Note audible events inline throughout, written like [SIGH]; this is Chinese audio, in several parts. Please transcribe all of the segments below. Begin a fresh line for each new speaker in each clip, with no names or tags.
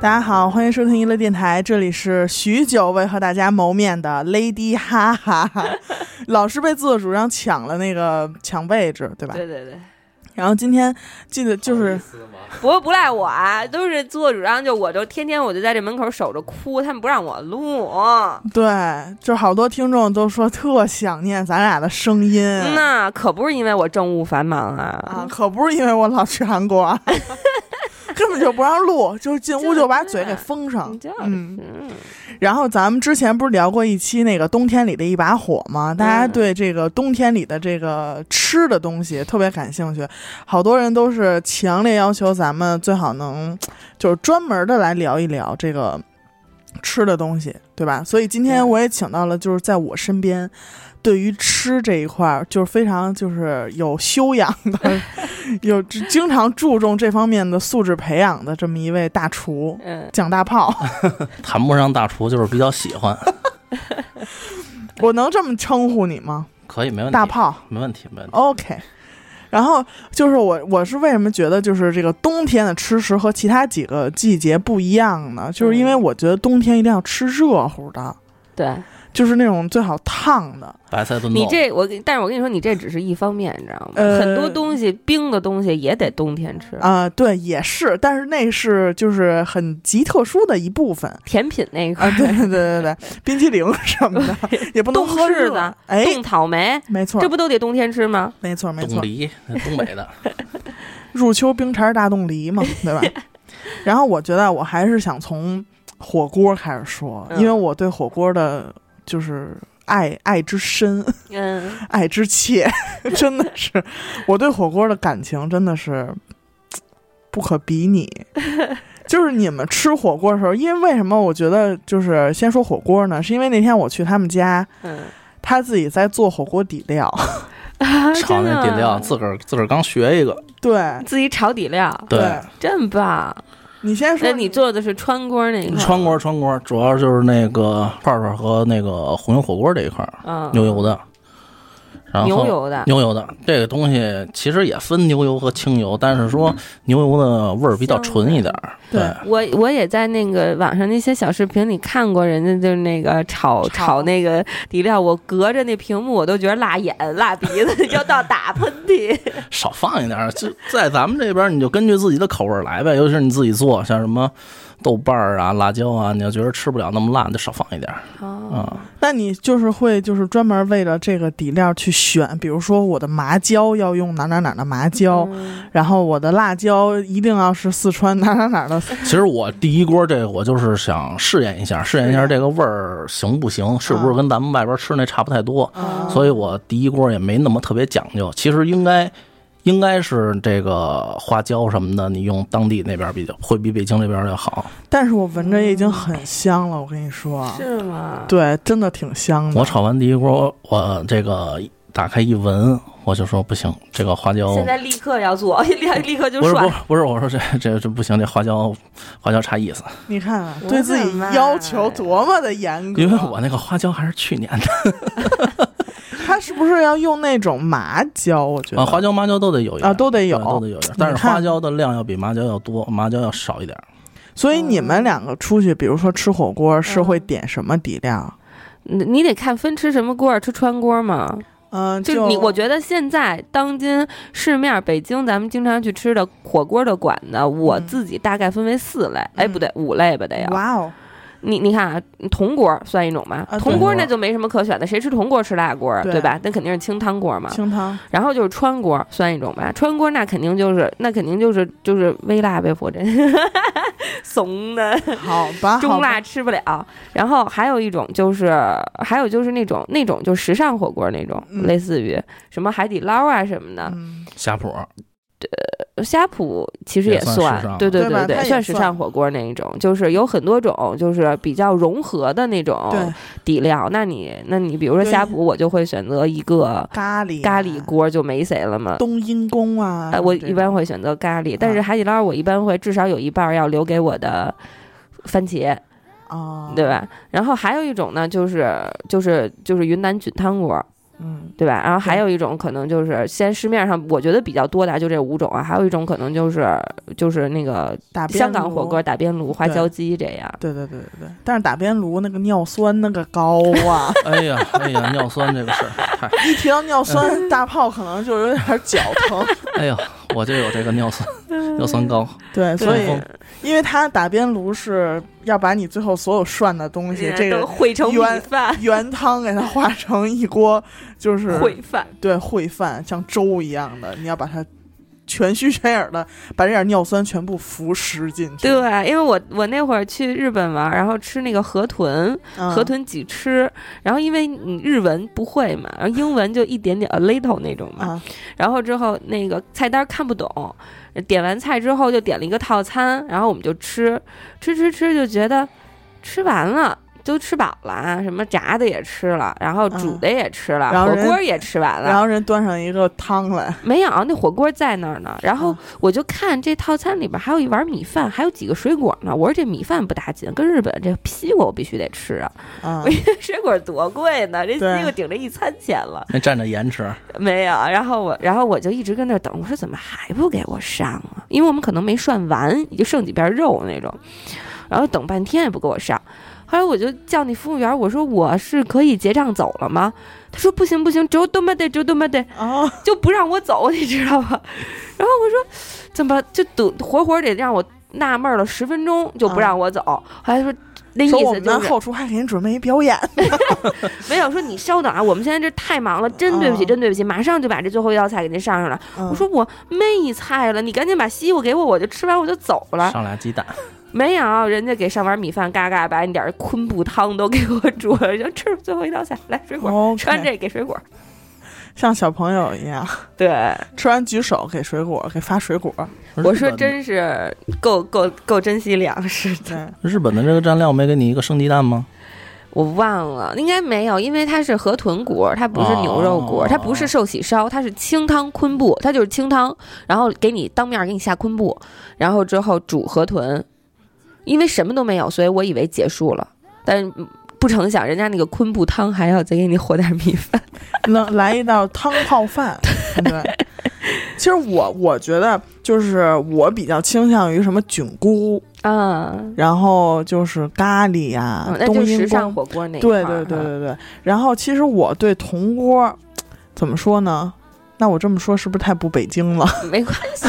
大家好，欢迎收听娱乐电台，这里是许久未和大家谋面的 Lady 哈哈，
[LAUGHS]
老是被自作主张抢了那个抢位置，对吧？
对对对，
然后今天记得就是
不不赖我啊，都是自作主张，就我就天天我就在这门口守着哭，他们不让我录。
对，就好多听众都说特想念咱俩的声音，
那可不是因为我政务繁忙啊，
嗯啊，可不是因为我老去韩国，啊
[LAUGHS]
根本就不让录，就是进屋就把嘴给封上
你。这
嗯，然后咱们之前不是聊过一期那个冬天里的一把火吗？大家对这个冬天里的这个嗯吃的东西特别感兴趣，好多人都是强烈要求咱们最好能就是专门的来聊一聊这个吃的东西，对吧？所以今天我也请到了，就是在我身边。对于吃这一块儿，就是非常就是有修养的， [LAUGHS] 有经常注重这方面的素质培养的这么一位大厨
嗯，
蒋大炮，
谈不上大厨，就是比较喜欢，
我能这么称呼你吗？
可以没问题，
大炮
没问题，没问题。
，OK。然后就是我，我是为什么觉得就是这个冬天的吃食和其他几个季节不一样呢？就是因为我觉得冬天一定要吃热乎的，
对
就是那种最好烫的。
白菜炖
你
肉，
这我跟，但是我跟你说，你这只是一方面，你知道吗？
呃
很多东西冰的东西也得冬天吃，
啊，对，也是，但是那是就是很极特殊的一部分。
甜品那一块
啊，对对对对对，冰淇淋什么的也不能
冻
喝
柿
热
子
的。哎，
冻草莓，
没错
这，不都得冬天吃吗？
没错，没错
冻。梨，东北
[LAUGHS] 啊
的，
入秋冰碴儿大冻梨嘛，对吧？然后我觉得我还是想从火锅开始说，
嗯
因为我对火锅的就是爱爱之深，
嗯，
爱之切， [LAUGHS] 真的是我对火锅的感情真的是不可比
[LAUGHS]
拟。就是你们吃火锅的时候，因为为什么我觉得就是先说火锅呢？是因为那天我去他们家，
嗯，
他自己在做火锅底料， [LAUGHS]
啊
炒那底料，，
真的
自个儿自个儿刚学一个，
对
自己炒底料，
对，
真棒。
你先说
那你做的是川锅那一块儿，
川锅川锅，主要就是那个串串和那个红油火锅这一块儿，
嗯，
牛油的，然后
牛油的，
牛油的这个东西其实也分牛油和清油，但是说牛油的味儿比较纯一点儿，
对
对，
我我也在那个网上那些小视频里看过人家就是那个炒
炒
炒那个底料，我隔着那屏幕我都觉得辣眼辣鼻子， [LAUGHS] 要到打喷嚏。
少放一点儿，就在咱们这边儿，你就根据自己的口味儿来呗。尤其是你自己做，像什么豆瓣儿啊、辣椒啊，你要觉得吃不了那么辣，你就少放一点儿
哦，
啊、
那你就是会就是专门为了这个底料去选，比如说我的麻椒要用哪哪哪的麻椒，
嗯
然后我的辣椒一定要是四川哪哪哪的。
其实我第一锅这个，我就是想试验一下，试验一下这个味儿行不行，是不是跟咱们外边吃那差不太多。
啊
所以我第一锅也没那么特别讲究。其实应该应该是这个花椒什么的，你用当地那边儿比较会比北京这边儿要好。
但是我闻着也已经很香了，我跟你说，
嗯是吗？
对，真的挺香的。
我炒完第一锅，我这个打开一闻，我就说不行，这个花椒
现在立刻要做， [LAUGHS] 立立刻就
不是不
涮
是。不是，我说这 [LAUGHS] 这这不行，这花椒花椒差意思，
你看看，
我
对自
的
己
妈
要求多么的严格。
因为我那个花椒还是去年的，
他是不是要用那种麻椒？我觉得
啊，花椒麻椒都得有一点
啊都得有
对都得有一点，但是花椒的量要比麻椒要多，麻椒要少一点。
所以你们两个出去，比如说吃火锅，是
嗯
会点什么底料？
你你得看分吃什么锅，吃川锅吗？
嗯，
就你，我觉得现在当今市面，北京咱们经常去吃的火锅的馆子，我
嗯
自己大概分为四类，哎，
嗯
不对，五类吧得要。
哇哦，
你你看啊，铜锅算一种吧
啊，
铜
铜
锅
锅
那就没什么可选的，谁吃铜锅吃辣锅，
对
对吧？那肯定是清汤锅嘛。
清汤。
然后就是川锅算一种吧，川锅那肯定就是那肯定就是就是微辣呗，我这怂的
好吧，
[LAUGHS] 中
啊好吧
辣吃不了。然后还有一种就是还有就是那种那种就时尚火锅那种，
嗯
类似于什么海底捞啊什么的。
嗯，
虾脯儿，
呷哺其实也
也算时尚
对
对吧
对
它
对，
也
算时尚
算
火锅那一种，就是有很多种，就是比较融合的那种
对，
底料。那你那你比如说
对
呷哺，我就会选择一个
咖喱啊
咖喱、锅，就没谁了嘛。
冬阴功啊，嗯
哎，我
这
一般会选择咖喱，但是海底捞我一般会至少有一半儿要留给我的番茄，
种啊，
对吧？然后还有一种呢，就是就是就是云南菌汤锅，
嗯，
对吧？然后还有一种可能就是，现在市面上我觉得比较多的啊就这五种啊，还有一种可能就是就是那个
打边
香港
炉
火锅、，打边炉、花
对
椒鸡这样。
对对对对对，但是打边炉那个尿酸那个高啊， [LAUGHS]
哎呀，哎呀，尿酸这个事儿，嗨，
一提到尿
嗯
酸，大炮可能就有点脚
[LAUGHS]
疼。
哎呀， [LAUGHS] 我就有这个尿酸，
嗯
尿酸高，
对，所以
痛风
因为他打边炉是要把你最后所有涮的东西，这
都
个
烩成米
冤
饭，
原汤给它化成一锅，就是
烩饭。
对烩饭，像粥一样的，你要把它全虚全影的把这点尿酸全部服食进去。
对，因为我我那会儿去日本玩，然后吃那个河豚，
嗯，
河豚几吃，然后因为你日文不会嘛，然后英文就一点点 a little 那种嘛，
啊，
然后之后那个菜单看不懂，点完菜之后就点了一个套餐，然后我们就吃，吃吃吃就觉得吃完了。都吃饱了啊，什么炸的也吃了，然后煮
嗯
的也吃了，
然后
火
人
锅也吃完了
然，后人端上一个汤来，
没有，那火锅在那儿呢。然后
啊
我就看这套餐里边还有一碗米饭，还有几个水果呢。我说这米饭不打紧，跟日本这西瓜我必须得吃 [LAUGHS] 啊！
啊，
水果多贵呢，这西
对
瓜顶着一餐钱了。
那蘸着盐吃，
没有，然后我，然后我就一直跟那儿等，我说怎么还不给我上啊？因为我们可能没涮完，也就剩几片肉那种，然后等半天也不给我上。后来我就叫那服务员，我说我是可以结账走了吗？他说不行不行，只有多么得，只有多么得。
哦，
就不让我走， [LAUGHS] 你知道吧？然后我说怎么就堵活活得让我纳闷了十分钟就不让我走，后来说。那意
嗯说我
思
们
就
的
是
后厨还给您准备一表演，
没有说你稍等啊，我们现在这太忙了，真对不起，
嗯
真对不起，马上就把这最后一道菜给您上上来。
我
我说我没菜了，你赶紧把西瓜给我，我就吃完我就走了。
上俩鸡蛋，
没有，人家给上碗米饭，嘎嘎把你点儿昆布汤都给我煮了，就吃最后一道菜，来水果，
o
吃完这给水果。
哦像小朋友一样，
对，
吃完举手给水果，给发水果。
我说
日本
真是够够够珍惜粮食的。
对，
日本的这个蘸料没给你一个生鸡蛋吗？
我忘了，应该没有，因为它是河豚骨，它不是牛肉骨，
哦
它不是寿喜烧，它是清汤昆布，它就是清汤，然后给你当面给你下昆布，然后之后煮河豚，因为什么都没有，所以我以为结束了，但是不成想人家那个昆布汤还要再给你和点米
[LAUGHS]
饭，
能来一道汤泡饭。对，其实我我觉得就是我比较倾向于什么菌菇，
啊，
然后就是咖喱呀、
嗯那就
冬
是
阴
时尚
功。
火锅那一块
对
儿
对对
啊
对对。然后其实我对铜锅怎么说呢？那我这么说是不是太不北京了？ [LAUGHS]
啊 [LAUGHS] 没关系，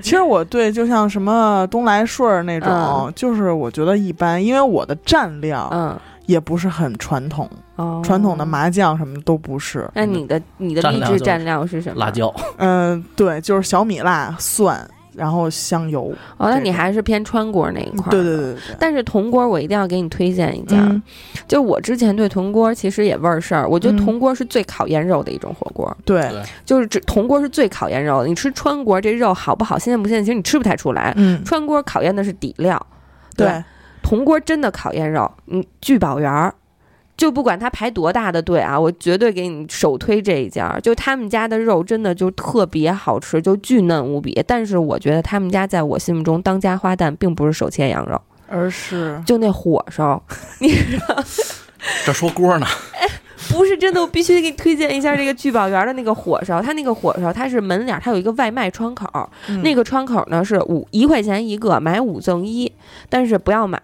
其实我对就像什么东来顺儿那种，
嗯
就是我觉得一般，因为我的蘸料
嗯，
也不是很传统，
哦
传统的。麻酱什么都不是。
那你的你的
蘸
秘
料
制
就
蘸料是什么？
辣椒，
嗯、对，就是小米辣、蒜，然后香油。
哦，那你
这种
还是偏川锅那一块儿。
对对对对对。
但是铜锅我一定要给你推荐一家，
嗯
就我之前对铜锅其实也味儿事儿，我觉得
嗯
铜锅是最考验肉的一种火锅，
对，
对，
就是这铜锅是最考验肉的。你吃川锅这肉好不好，新鲜不新鲜，其实你吃不太出来。
嗯，
川锅考验的是底料，对
对，
铜锅真的考验肉，你聚宝园儿。就不管他排多大的队啊，我绝对给你首推这一家儿。就他们家的肉真的就特别好吃，就巨嫩无比。但是我觉得他们家在我心目中当家花旦并不是手切羊肉，
而是
就那火烧，
这说锅呢，
不是真的，我必须给你推荐一下这个聚宝园的那个火烧，它那个火烧它是门脸儿，它有一个外卖窗口，那
个
个窗口呢是五一块钱一个，买五赠一，但是不要买，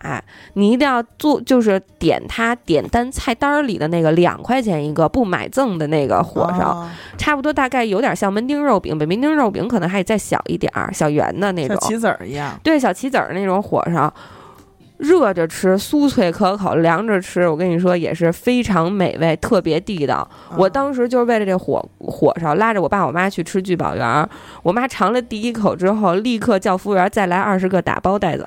你一定要做就是点它点单菜单儿里的那个两块钱一个不买赠的那个火
哦
烧，
啊
差不多大概有点像门钉肉饼，比门钉肉饼可能还再小一点儿，小圆的那
像
种，
棋子儿一样。
对，小棋子儿那种火烧，热着吃，酥脆可口；凉着吃，我跟你说也是非常美味，特别地道。我
嗯
当时就是为了这火火烧，拉着我爸我妈去吃聚宝园儿。我妈尝了第一口之后，立刻叫服务员再来二十个，打包带走。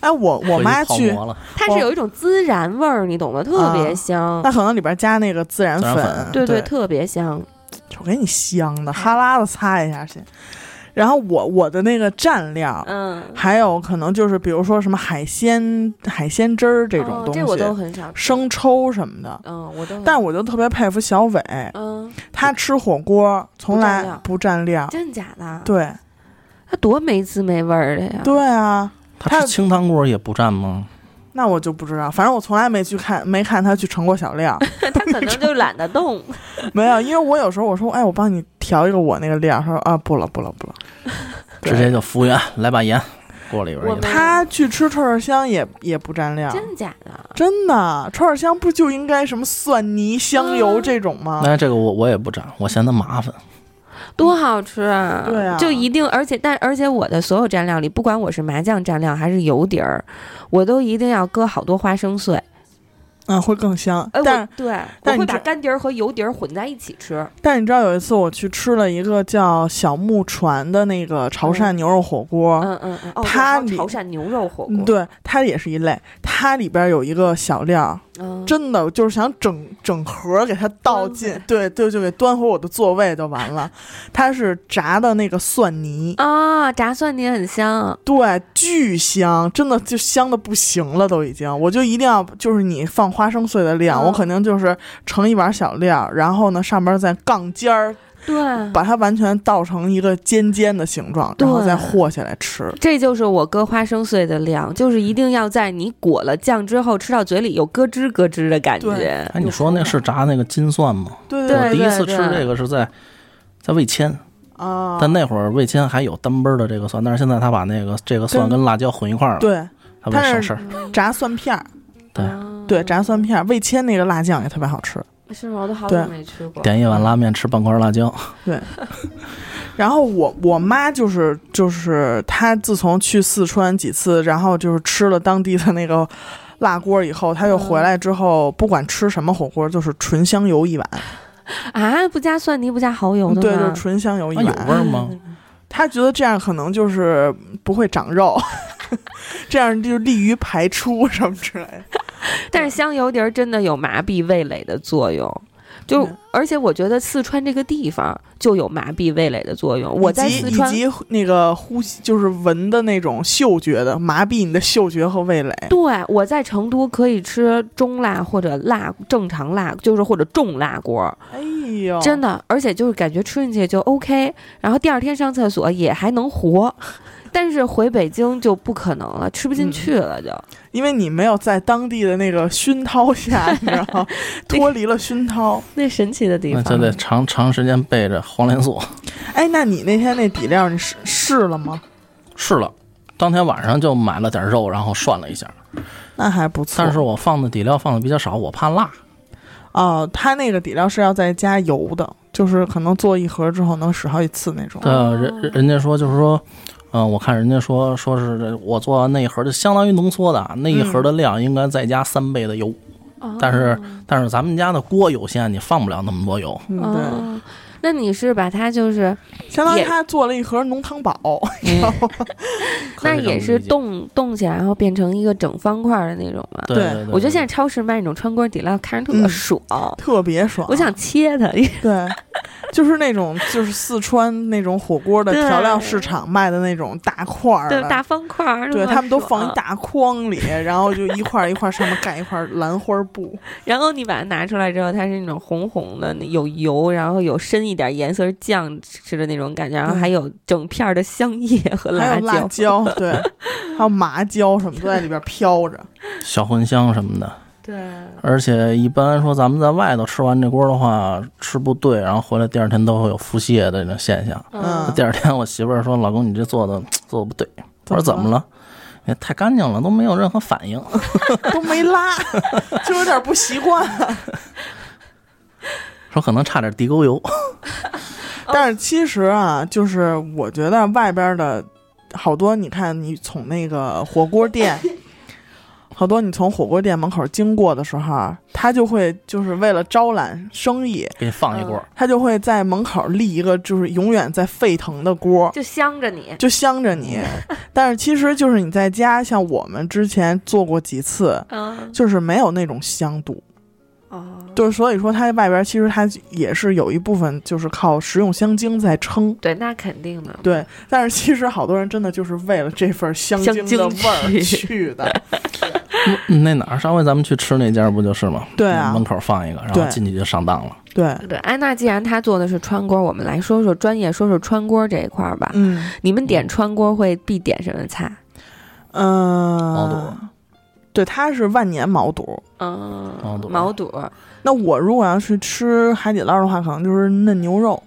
哎，我我妈
回去
去
泡，馍了，
它是有一种孜然味儿，你懂吗？特别
啊
香。
那可能里边加那个孜然
孜然
粉，
粉
嗯对嗯
对，
特别香。
瞅给你香的，哈喇子擦一下去。然后我我的那个蘸料，
嗯，
还有可能就是比如说什么海鲜海鲜汁儿这种
哦
东西，
[LAUGHS] 这我都很少吃。
生抽什么的。
嗯，我都很。
但我就特别佩服小伟，
嗯，
他吃火锅从来不蘸料。
真假的？
对
它多没滋没味儿的呀！
对啊，
嗯
他
他
吃清汤锅也不蘸吗？
那我就不知道，反正我从来没去看，没看他去盛过小
[LAUGHS]
料，
他可能就懒得 [LAUGHS] 动。
没有，因为我有时候我说，哎，我帮你调一个我那个料，他说啊，不了不了不了，
直接就服务员来把盐，过了一会
我
儿一
们
他去吃串串香也也不蘸料，
真的假的？
真的串串香不就应该什么蒜泥、香油
嗯
这种吗？
但是这个我我也不沾，我嫌它麻烦。
多好吃啊！
对啊
就一定，而且但而且我的所有蘸料里，不管我是麻酱蘸料还是油碟儿，我都一定要搁好多花生碎。
嗯，会更香。
哎，
但
我对，
但
我
你
会把
这哦
干碟儿和油碟儿混在一起吃。
但你知道有一次我去吃了一个叫小木船的那个潮汕牛肉火锅，
嗯嗯嗯，哦，
它
我知道
里
潮汕牛肉火
嗯
锅，，
对，它也是一类，它里边有一个小料，
嗯，
真的就是想整整盒给它倒进，
端回
对对，就给端回我的座位就完了。它是炸的那个蒜泥，
啊，炸蒜泥很香。
对，巨香，真的就香的不行了，都已经。我就一定要，就是你放花生碎的量，
嗯
我肯定就是盛一碗小料，然后呢上边再杠尖儿，
对，
把它完全倒成一个尖尖的形状，然后
对
再和起来吃。
这就是我搁花生碎的量，就是一定要在你裹了酱之后吃到嘴里有咯吱咯吱的感觉。嗯
哎，你说那是炸那个金蒜吗？
对
对
我第一次吃
对对
这个是在在味千，
啊，
但那会儿味千还有单杯儿的这个蒜，但是现在他把那个这个蒜
跟
跟辣椒混一块儿了，
对
他为了省
它是
事儿。
炸蒜片儿，
对
啊
对炸蒜片儿，味千那个辣酱也特别好吃。
是吗？我都好
对
久没吃过。
点一碗拉面吃半块辣椒，
然后我我妈就是就是她自从去四川几次，然后就是吃了当地的那个辣锅以后，她又回来之后，不管吃什么火锅，就是纯香油一碗，
啊，不加蒜泥，不加蚝油的
嗯对，
吗
就是纯香油一
那有
啊
碗。
哎味儿吗？
她觉得这样可能就是不会长肉， [LAUGHS] 这样就利于排出什么之类的。
但是香油碟儿真的有麻痹味蕾的作用。就
嗯
而且我觉得四川这个地方就有麻痹味蕾的作用。 [LAUGHS] 我在
以及
四川，
以及那个呼吸，就是闻的那种嗅觉的，麻痹你的嗅觉和味蕾。
对我在成都可以吃中辣或者辣正常辣，就是或者重辣锅，
哎呦，
真的，而且就是感觉吃进去就 OK，然后第二天上厕所也还能活。 [LAUGHS] 但是回北京就不可能了，吃不
嗯
进去了就。
因为你没有在当地的那个熏陶下，你知道 [LAUGHS] 吗？脱离了熏陶。
那神奇的地
那
方，
就得长长时间备着黄连素。
哎，那你那天那底料你试试了吗？
是了，当天晚上就买了点肉，然后涮了一下。
那还不错。
但是我放的底料放的比较少，我怕辣。
哦，它那个底料是要再加油的，就是可能做一盒之后能使好几次那种。
呃，人人人家说就是说，嗯、我看人家说说是我做完那一盒就相当于浓缩的啊，那一盒
嗯
的量应该再加三倍的油。但
哦
是但是咱们家的锅有限，你放不了那么多油。
嗯，对，
哦，那你是把它就是，
相当于
也
他做了一盒浓汤宝，你知道吗？
可
那
以这么
也是
理解
冻冻起来，然后变成一个整方块儿的那种嘛。
对
对
对对，
我觉得现在
在
超市卖那种川锅底料，看着
嗯
特别爽，
特别爽。
我想切它。
对，就是那种就是四川那种火锅的
对
调料市场卖的那种大块儿
对
的，
大方块儿，
对
那么
他们都放一
爽，
大筐里，然后就一块儿一块儿上面盖一块儿兰花布，
然后你把它拿出来之后，它是那种红红的，有油，然后有深一点颜色是酱吃的那种感觉，然后还有整片儿的香叶和
嗯还有辣
椒，
椒，对，还有麻椒什么都在里边飘着。
小茴香什么的。
对，
而且一般说咱们在外头吃完这锅的话，吃不对，然后回来第二天都会有腹泻的这种现象。
啊
嗯
第二天我媳妇儿说：“老公，你这做的做的不对。”我说：“
怎
怎
么
么了？”哎太干净了，都没有任何反应。 [LAUGHS]
都没拉，就有点不习惯。
说可能差点地沟油。
但是其实啊，就是我觉得外边的好多，你看你从那个火锅店。好多你从火锅店门口经过的时候啊，他就会就是为了招揽生意，
给你放一锅，
嗯
他就会在门口立一个就是永远在沸腾的锅，
就香着你，
就香着你。 [LAUGHS] 但是其实就是你在家，像我们之前做过几次，
嗯，
就是没有那种香度，
哦，
就是所以说它外边其实它也是有一部分就是靠食用香精在撑。
对，那肯定的，
对，但是其实好多人真的就是为了这份香
香
的
精
味儿
去
去
[LAUGHS]
的，
嗯那哪儿？上回咱们去吃那家不就是吗？嗯
对啊
门口放一个，然后
对
进去就上当了。
对，
对，安娜，既然她做的是川锅，我们来说说专业，说说川锅这一块儿吧。
嗯
你们点川锅会必点什么菜？
嗯、
毛肚
对，它是万年毛肚。
嗯，
毛肚
毛肚，
那我如果要是吃海底捞的话，可能就是嫩牛肉、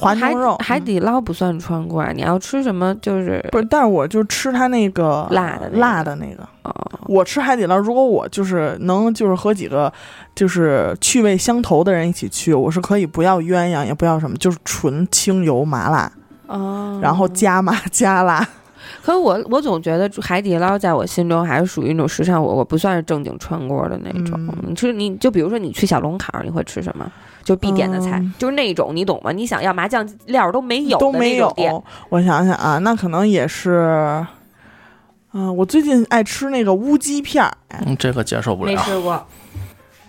滑
哦海
牛肉、嗯
海底捞不算川锅啊，你要吃什么就是
嗯不是，但是我就吃它那个
辣的那个
辣的那个。
哦
我吃海底捞，如果我就是能就是和几个就是趣味相投的人一起去，我是可以不要鸳鸯，也不要什么，就是纯清油麻辣，
哦，
然后加麻加辣。
可我我总觉得海底捞在我心中还是属于那种时尚火锅，不算是正经川锅的那种。
嗯
你吃你就比如说你去小龙坎儿，你会吃什么？就必点的菜，
嗯
就是那种你懂吗？你想要麻酱料都没 [LAUGHS] 有
都
的
没
那
有
种店，。
我想想啊，那可能也是，嗯、我最近爱吃那个乌鸡片儿，哎
嗯，这个接受不
没
了。
吃过。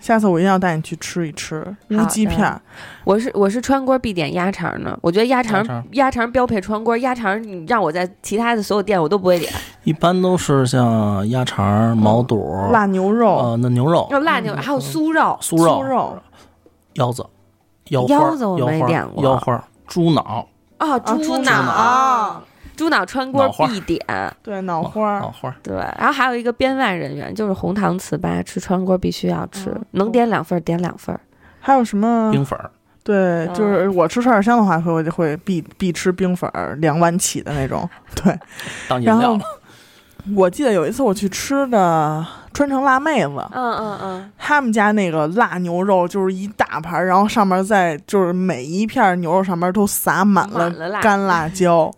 下次我一定要带你去吃一吃乌
好
鸡
的
片儿。
我是我是川锅必点鸭肠呢，我觉得鸭肠
鸭肠
鸭肠标配川锅，鸭肠你让我在其他的所有店我都不会点。
一般都是像鸭肠、毛肚、
辣牛嗯肉、
呃嫩牛肉、
那辣牛还有酥肉，
酥肉、
肉
腰子、腰花、
腰子我没
腰花
点过
腰花、猪脑、
啊，
猪
猪
脑
脑，啊猪脑川锅
脑花
必点。
对，
哦
脑花儿
脑啊花。
对，然后还有一个编外人员，就是红糖糍粑，吃川锅必须要吃，
哦
能点两份儿点两份儿。
还有什么？
冰粉儿，
对，
嗯
就是我吃串串香的话，会我就会必必吃冰粉儿，两碗起的那
[LAUGHS]
种。对，
当饮
然
料
后我记得有一次我去吃的川城辣妹子，
嗯嗯嗯，
他们家那个辣牛肉就是一大盘儿，然后上面在就是每一片牛肉上面都撒满了
满了辣
干辣椒，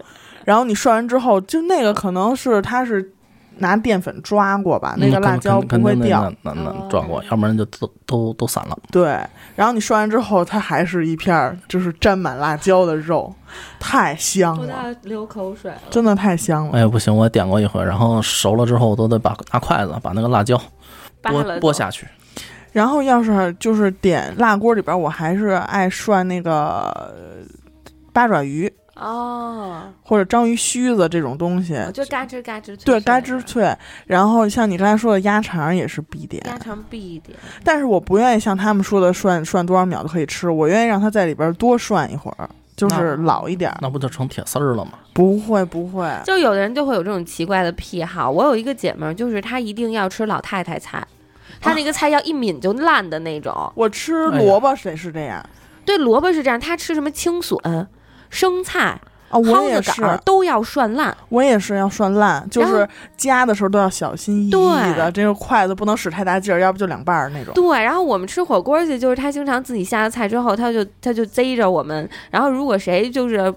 然后你涮完之后，就那个可能是它是拿淀粉抓过吧，那
嗯
个辣
肯
椒
肯
不会
肯定
掉，嗯
得那那
哦
那转过，要不然就都都都散了。
对，然后你涮完之后，它还是一片儿就是沾满辣椒的肉，太香
我都
了，
要流口水了。
真的太香了。
哎，不行，我点过一回，然后熟了之后，我都得把拿筷子把那个辣椒
扒
剥
了
剥
走
下去。
啊然后要是就是点辣锅里边儿，我还是爱涮那个呃八爪鱼
哦，
或者章鱼须子这种东西，
我就嘎吱嘎吱脆
对，
脆
嘎
的
吱脆。然后像你刚才说的鸭肠也是必点，
鸭肠必点。
但是我不愿意像他们说的涮涮多少秒就可以吃，我愿意让它在里边儿多涮一会儿，就是
那
老一点儿。
那不就成铁丝儿了吗？
不会不会，
就有的人就会有这种奇怪的癖好。我有一个姐们儿，就是她一定要吃老太太菜，
啊
她那个菜要一抿就烂的那种。
我吃
哎
萝卜得是这样啊、
对，萝卜是这样，她吃什么青笋、生菜、
啊我
蒿
也
子
是
杆，儿都要涮烂。
我也是要涮烂，就
然后
是夹的时候都要小心翼翼
对
的，这个筷子不能使太大劲儿，要不就两半儿那种。
对，然后我们吃火锅去，就是他经常自己下了菜之后，他就他就贼着我们，然后如果谁就是。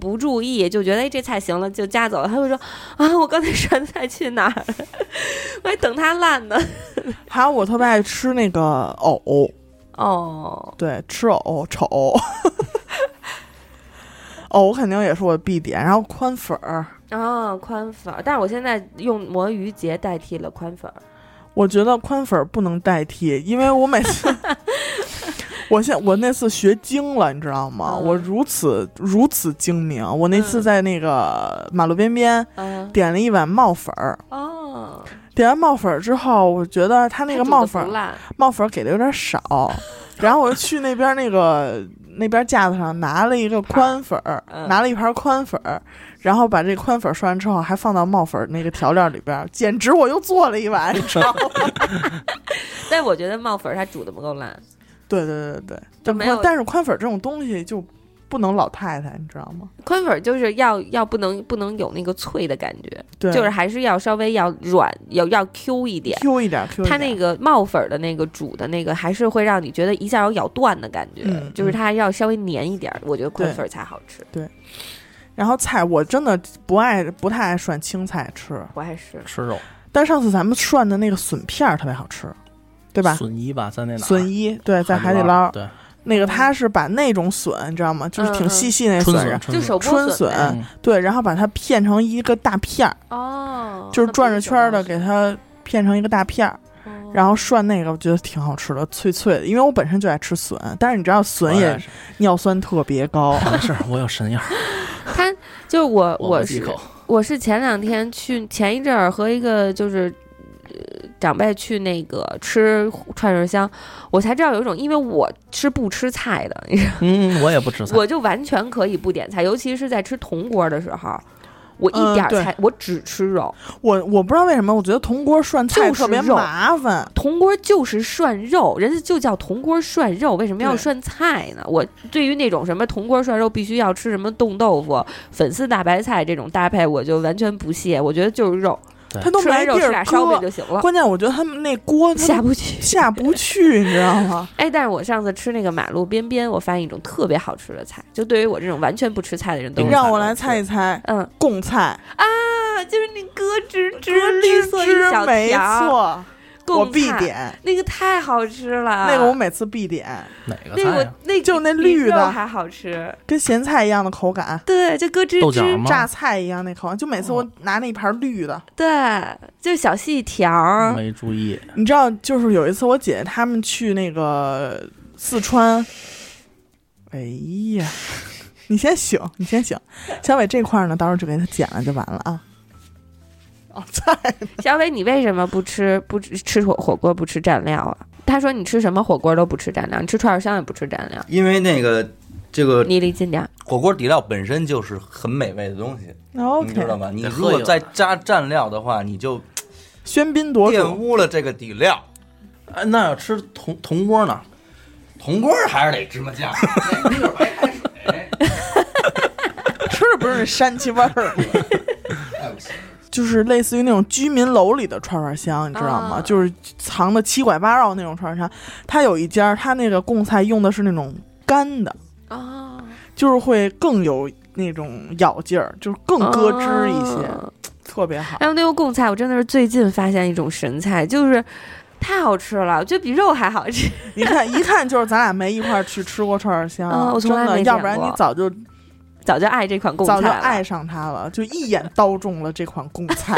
不注意就觉得哎这菜行了就夹走了，他会说啊我刚才涮菜去哪儿了？ [LAUGHS] 我还等它烂呢。
还有我特别爱吃那个藕，
哦，
对，吃藕丑 [LAUGHS] 藕，藕肯定也是我的必点。然后宽粉儿，
啊宽粉儿，但是我现在用魔芋结代替了宽粉儿。
我觉得宽粉儿不能代替，因为我每
[LAUGHS]
次，我现我那次学精了，你知道吗？
嗯
我如此如此精明，我那次
嗯
在那个马路边边
嗯
点了一碗冒粉儿。
哦，
点完冒粉儿之后，我觉得他那
它
个
煮
冒
得
粉
不
儿
烂
冒粉儿给的有点少，
[LAUGHS]
然后我就去那边那个那边架子上拿了一个宽粉儿，
嗯
拿了一盘宽粉儿，然后把这宽粉儿涮完之后还放到冒粉儿那个调料里边儿，简直我又做了一
[LAUGHS]
碗，你知道吗？
但我觉得冒粉儿它煮的不够烂。
对对对对
就
对，
没
宽
有
但是宽粉儿这种东西就不能老太太，你知道吗？
宽粉儿就是要要不能不能有那个脆的感觉，
对，
就是还是要稍微要软，要要 Q 一点。
Q 一点，Q 一
它
点。
那个冒粉儿的那个煮的那个，还是会让你觉得一下有咬断的感觉，
嗯
就是它要稍微粘一点儿，我觉得宽
对
粉儿才好吃。
然后菜我真的不爱，不太爱涮青菜吃，
我爱吃，
吃肉，
但上次咱们涮的那个笋片儿特别好吃，对吧？
笋衣吧，在那哪儿？
笋衣对，在海底捞
捞，对，
那个
嗯
他是把那种笋，你知道吗？就是挺细细那
春
笋，啊
笋，
然
就
春笋。
手剥
春笋
呗
嗯
对，然后把它片成一个大片儿，
哦，
就是
那
转
不
着
手
圈儿的
剥
给它片成一个大片儿，
哦
然后涮那个，我觉得挺好吃的，脆脆的。因为我本身就爱吃笋，但是你知道笋
我
也 [LAUGHS]
是，
尿酸特别高
[LAUGHS] 没事，我有神药，
它就是我我
我喝几
是
口。
我是前两天去前一阵儿和一个就是。呃长辈去那个吃串串香，我才知道有一种，因为我是不吃菜的， [LAUGHS] 你知道
嗯，我也不吃菜，
我就完全可以不点菜，尤其是在吃铜锅的时候，我一点儿
嗯对
菜，我只吃肉。
我我不知道为什么，我觉得铜锅涮菜
就是
特别
肉
麻烦。
铜锅就是涮肉，人家就叫铜锅涮肉，为什么要
对
涮菜呢？我对于那种什么铜锅涮肉必须要吃什么冻豆腐、粉丝大白菜这种搭配，我就完全不屑。我觉得就是肉，
对
他都
吃完
没
肉
地
吃
儿
俩烧饼
搁，
就行了，
关键我觉得他们那锅他
下
们 [LAUGHS]
不去。
下不去，你知道吗？
哎，但是我上次吃那个马路边边，我发现一种特别好吃的菜，就对于我这种完全不吃菜的人都
嗯
让我来猜一猜，
嗯
贡菜，
啊，就是那咯吱吱
吱
绿
吱
色一小
吱，没
条，
错，
贡
我必
菜，
点。
那个太好吃了，
那个我每次必点，
哪个
那
菜
我
啊？
那
就那
比
绿
肉
的
还好吃，
跟咸菜一样的口感，
对，就咯吱
豆角
吱，
吗？
榨菜一样那口感。就每次我拿那一盘绿的，
对，就小细条儿，
没注意，
你知道，就是有一次我姐她们去那个四川，哎呀，你先醒，你先醒，小伟这块儿呢，到时候就给他剪了就完了啊。 [LAUGHS] 哦，菜
小伟，你为什么不吃不吃吃火火锅不吃蘸料啊？他说你吃什么火锅都不吃蘸料，你吃串烧香也不吃蘸料。
因为那个这
呃
个
你离近点儿，
火锅底料本身就是很美味的东西，你知道
OK，
吧？你
得喝
如果
一碗
再加蘸料的话，你就
喧宾夺
玷
主，
污了这个底料。啊
哎，那要吃铜铜锅呢？
铜锅还是得芝麻
[LAUGHS]
酱，
吃的不是膻气味儿吗， [LAUGHS] 就是类似于那种居民楼里的串串香，你知道吗？
啊
就是藏的七拐八绕那种串串香。它有一家，它那个贡菜用的是那种干的，
哦，
就是会更有那种咬劲儿，就是更咯吱一些，特别好。
哦还有那个贡菜，我真的是最近发现一种神菜，就是太好吃了，我觉得比肉还好吃。
一看一看就是咱俩没一块儿去吃过串儿香， [LAUGHS]
嗯我从来
真的，
没见过
要不然你早就
早就爱这款贡菜
早
了，
就爱上它了，就一眼刀中了这款贡菜。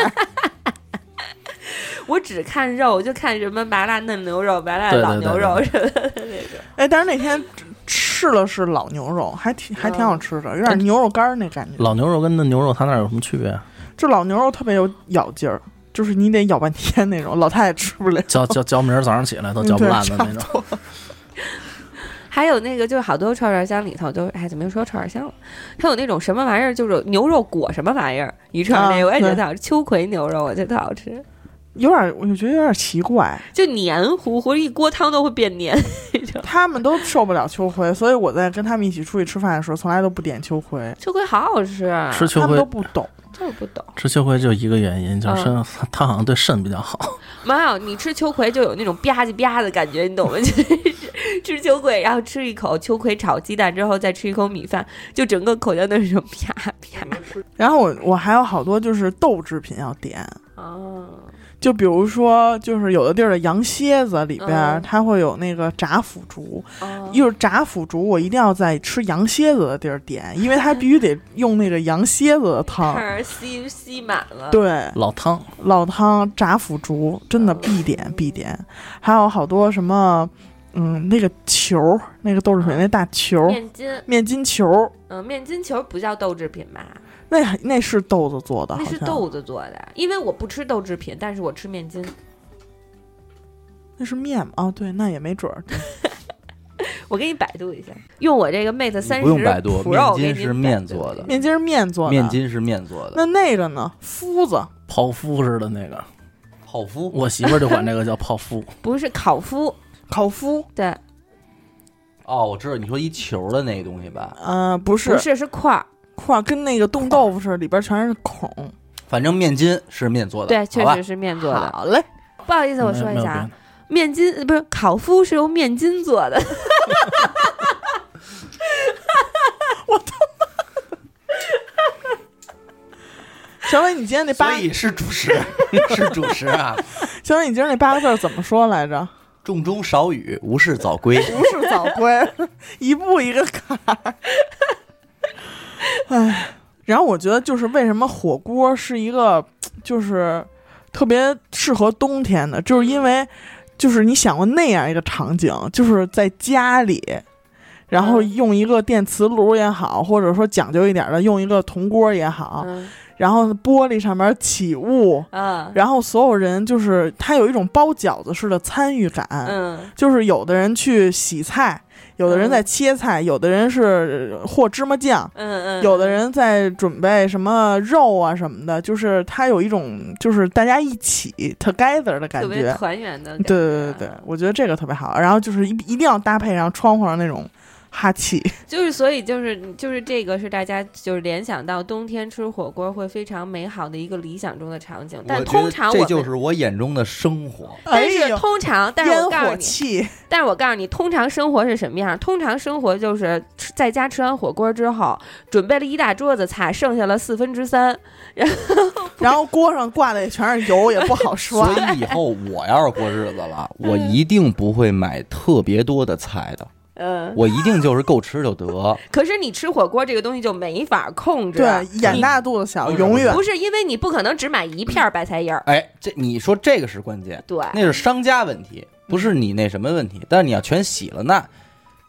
我只看肉，我就看什么麻辣嫩牛肉、麻辣
对对
老
对
牛
对
肉什么的。 [LAUGHS]
哎，但是那天吃了是老牛肉，还挺还挺好吃的，有点牛肉干儿那感觉。
嗯老牛肉跟嫩牛肉它那有什么区别？啊
这老牛肉特别有咬劲儿，就是你得咬半天那种，老太太吃不了。
嚼嚼嚼，明儿早上起来都嚼不烂的那
嗯
种。
还有那个就是好多串串香里头都哎怎么又说串串香了？它有那种什么玩意儿，就是牛肉裹什么玩意儿一串那个，
啊
我也觉得
对
特好吃。秋葵牛肉我觉得特好吃，
有点儿，我觉得有点儿奇怪，
就黏糊糊，一锅汤都会变黏。
他们都受不了秋葵，所以我在跟他们一起出去吃饭的时候，从来都不点秋葵，
[LAUGHS] 秋葵好好吃，啊
吃秋
他们都
葵，
不懂。
就是不懂。
吃秋葵就一个原因，就是
嗯
肾它好像对肾比较好。
没有，你吃秋葵就有那种吧唧吧唧的感觉，你懂吗？ [LAUGHS] 就是吃秋葵，然后吃一口秋葵炒鸡蛋之后，再吃一口米饭，就整个口腔都是啪啪。
然后我我还有好多就是豆制品要点，
哦，
就比如说就是有的地儿的羊蝎子里边儿，
嗯
它会有那个炸腐竹，
哦
就是炸腐竹我一定要在吃羊蝎子的地儿点，因为它必须得用那个羊蝎子的汤。
儿吸吸满了。
对，
老汤
老汤炸腐竹真的必点必点，还有好多什么，嗯，那个球儿，那个豆制品那大球儿，
面筋，
面筋球儿，
嗯，面筋球不叫豆制品吧？
那那是豆子做的，好
那是
像
豆子做的，因为我不吃豆制品，但是我吃面筋。
那是面吗？哦，对，那也没准儿。
我给你百度一下，用我这个 Mate 三十
不用百度
Pro
面筋
给您
是
百
面
度
做的
面筋是面做的，
面筋是面做的，
那那个呢？麸子
泡芙似的那个，
泡芙
我媳妇儿就管这个叫
[LAUGHS]
泡芙。
不是烤麸，
烤麸，
对，
哦，我知道你说一球的那个东西吧，
呃，不
不
是
是是块儿，
块儿，跟那个冻豆腐似的，里边全是孔。
反正面筋是面做的，
对，确
好吧
实是面做的。
好嘞，
不好意思，我
没
说
没
一
有
下
别
啊
的，
面筋呃不是烤麸是用面筋做的，
小伟，你今天那八
所，以是主食，
[LAUGHS]
是主食啊。
小伟，你今儿那八个字儿怎么说来着？
重中少雨，无事早归。
不是
[LAUGHS]
早归，一步一个坎儿。哎，然后我觉得就是为什么火锅是一个就是特别适合冬天的，就是因为就是你想过那样一个场景，就是在家里。然后
嗯
用一个电磁炉也好，或者说讲究一点的，用一个铜锅也好，
嗯
然后玻璃上面起雾，
啊
然后所有人就是他有一种包饺子式的参与感，
嗯
就是有的人去洗菜，有的人在切菜，有的人是和芝麻酱，
嗯嗯，
有的人在准备什么肉啊什么的，就是它有一种就是大家一起 together 的感
特别嗯
觉。
团圆的感
对
觉，
对对对，我觉得这个特别好。然后就是一一定要搭配上窗户上那种哈气，
就是所以就是就是这个是大家就是联想到冬天吃火锅会非常美好的一个理想中的场景，但
我觉
通
得
常我
这
们
就是我眼中的生活。
哎
[LAUGHS] 但是
呦，
通常，但是
烟
我告诉
火
你， [LAUGHS]
气，
但是我告诉你，通常生活是什么样？通常生活就是吃在家吃完火锅之后，准备了一大桌子菜，剩下了四分之三，
然后锅上挂的也全是油，也不
[LAUGHS]
好刷
啊
所。以以后我要是过日子了，我一定不会买特别多的菜的，
嗯，
我一定就是够吃就得。
可是你吃火锅这个东西就没法控制，
对，眼
你
大肚子小，
不是
永远
不是因为你不可能只买一片儿白菜叶儿，
哎，这你说这个是关键，
对，
那是商家问题，不是你那什么问题。但是你要全洗了，那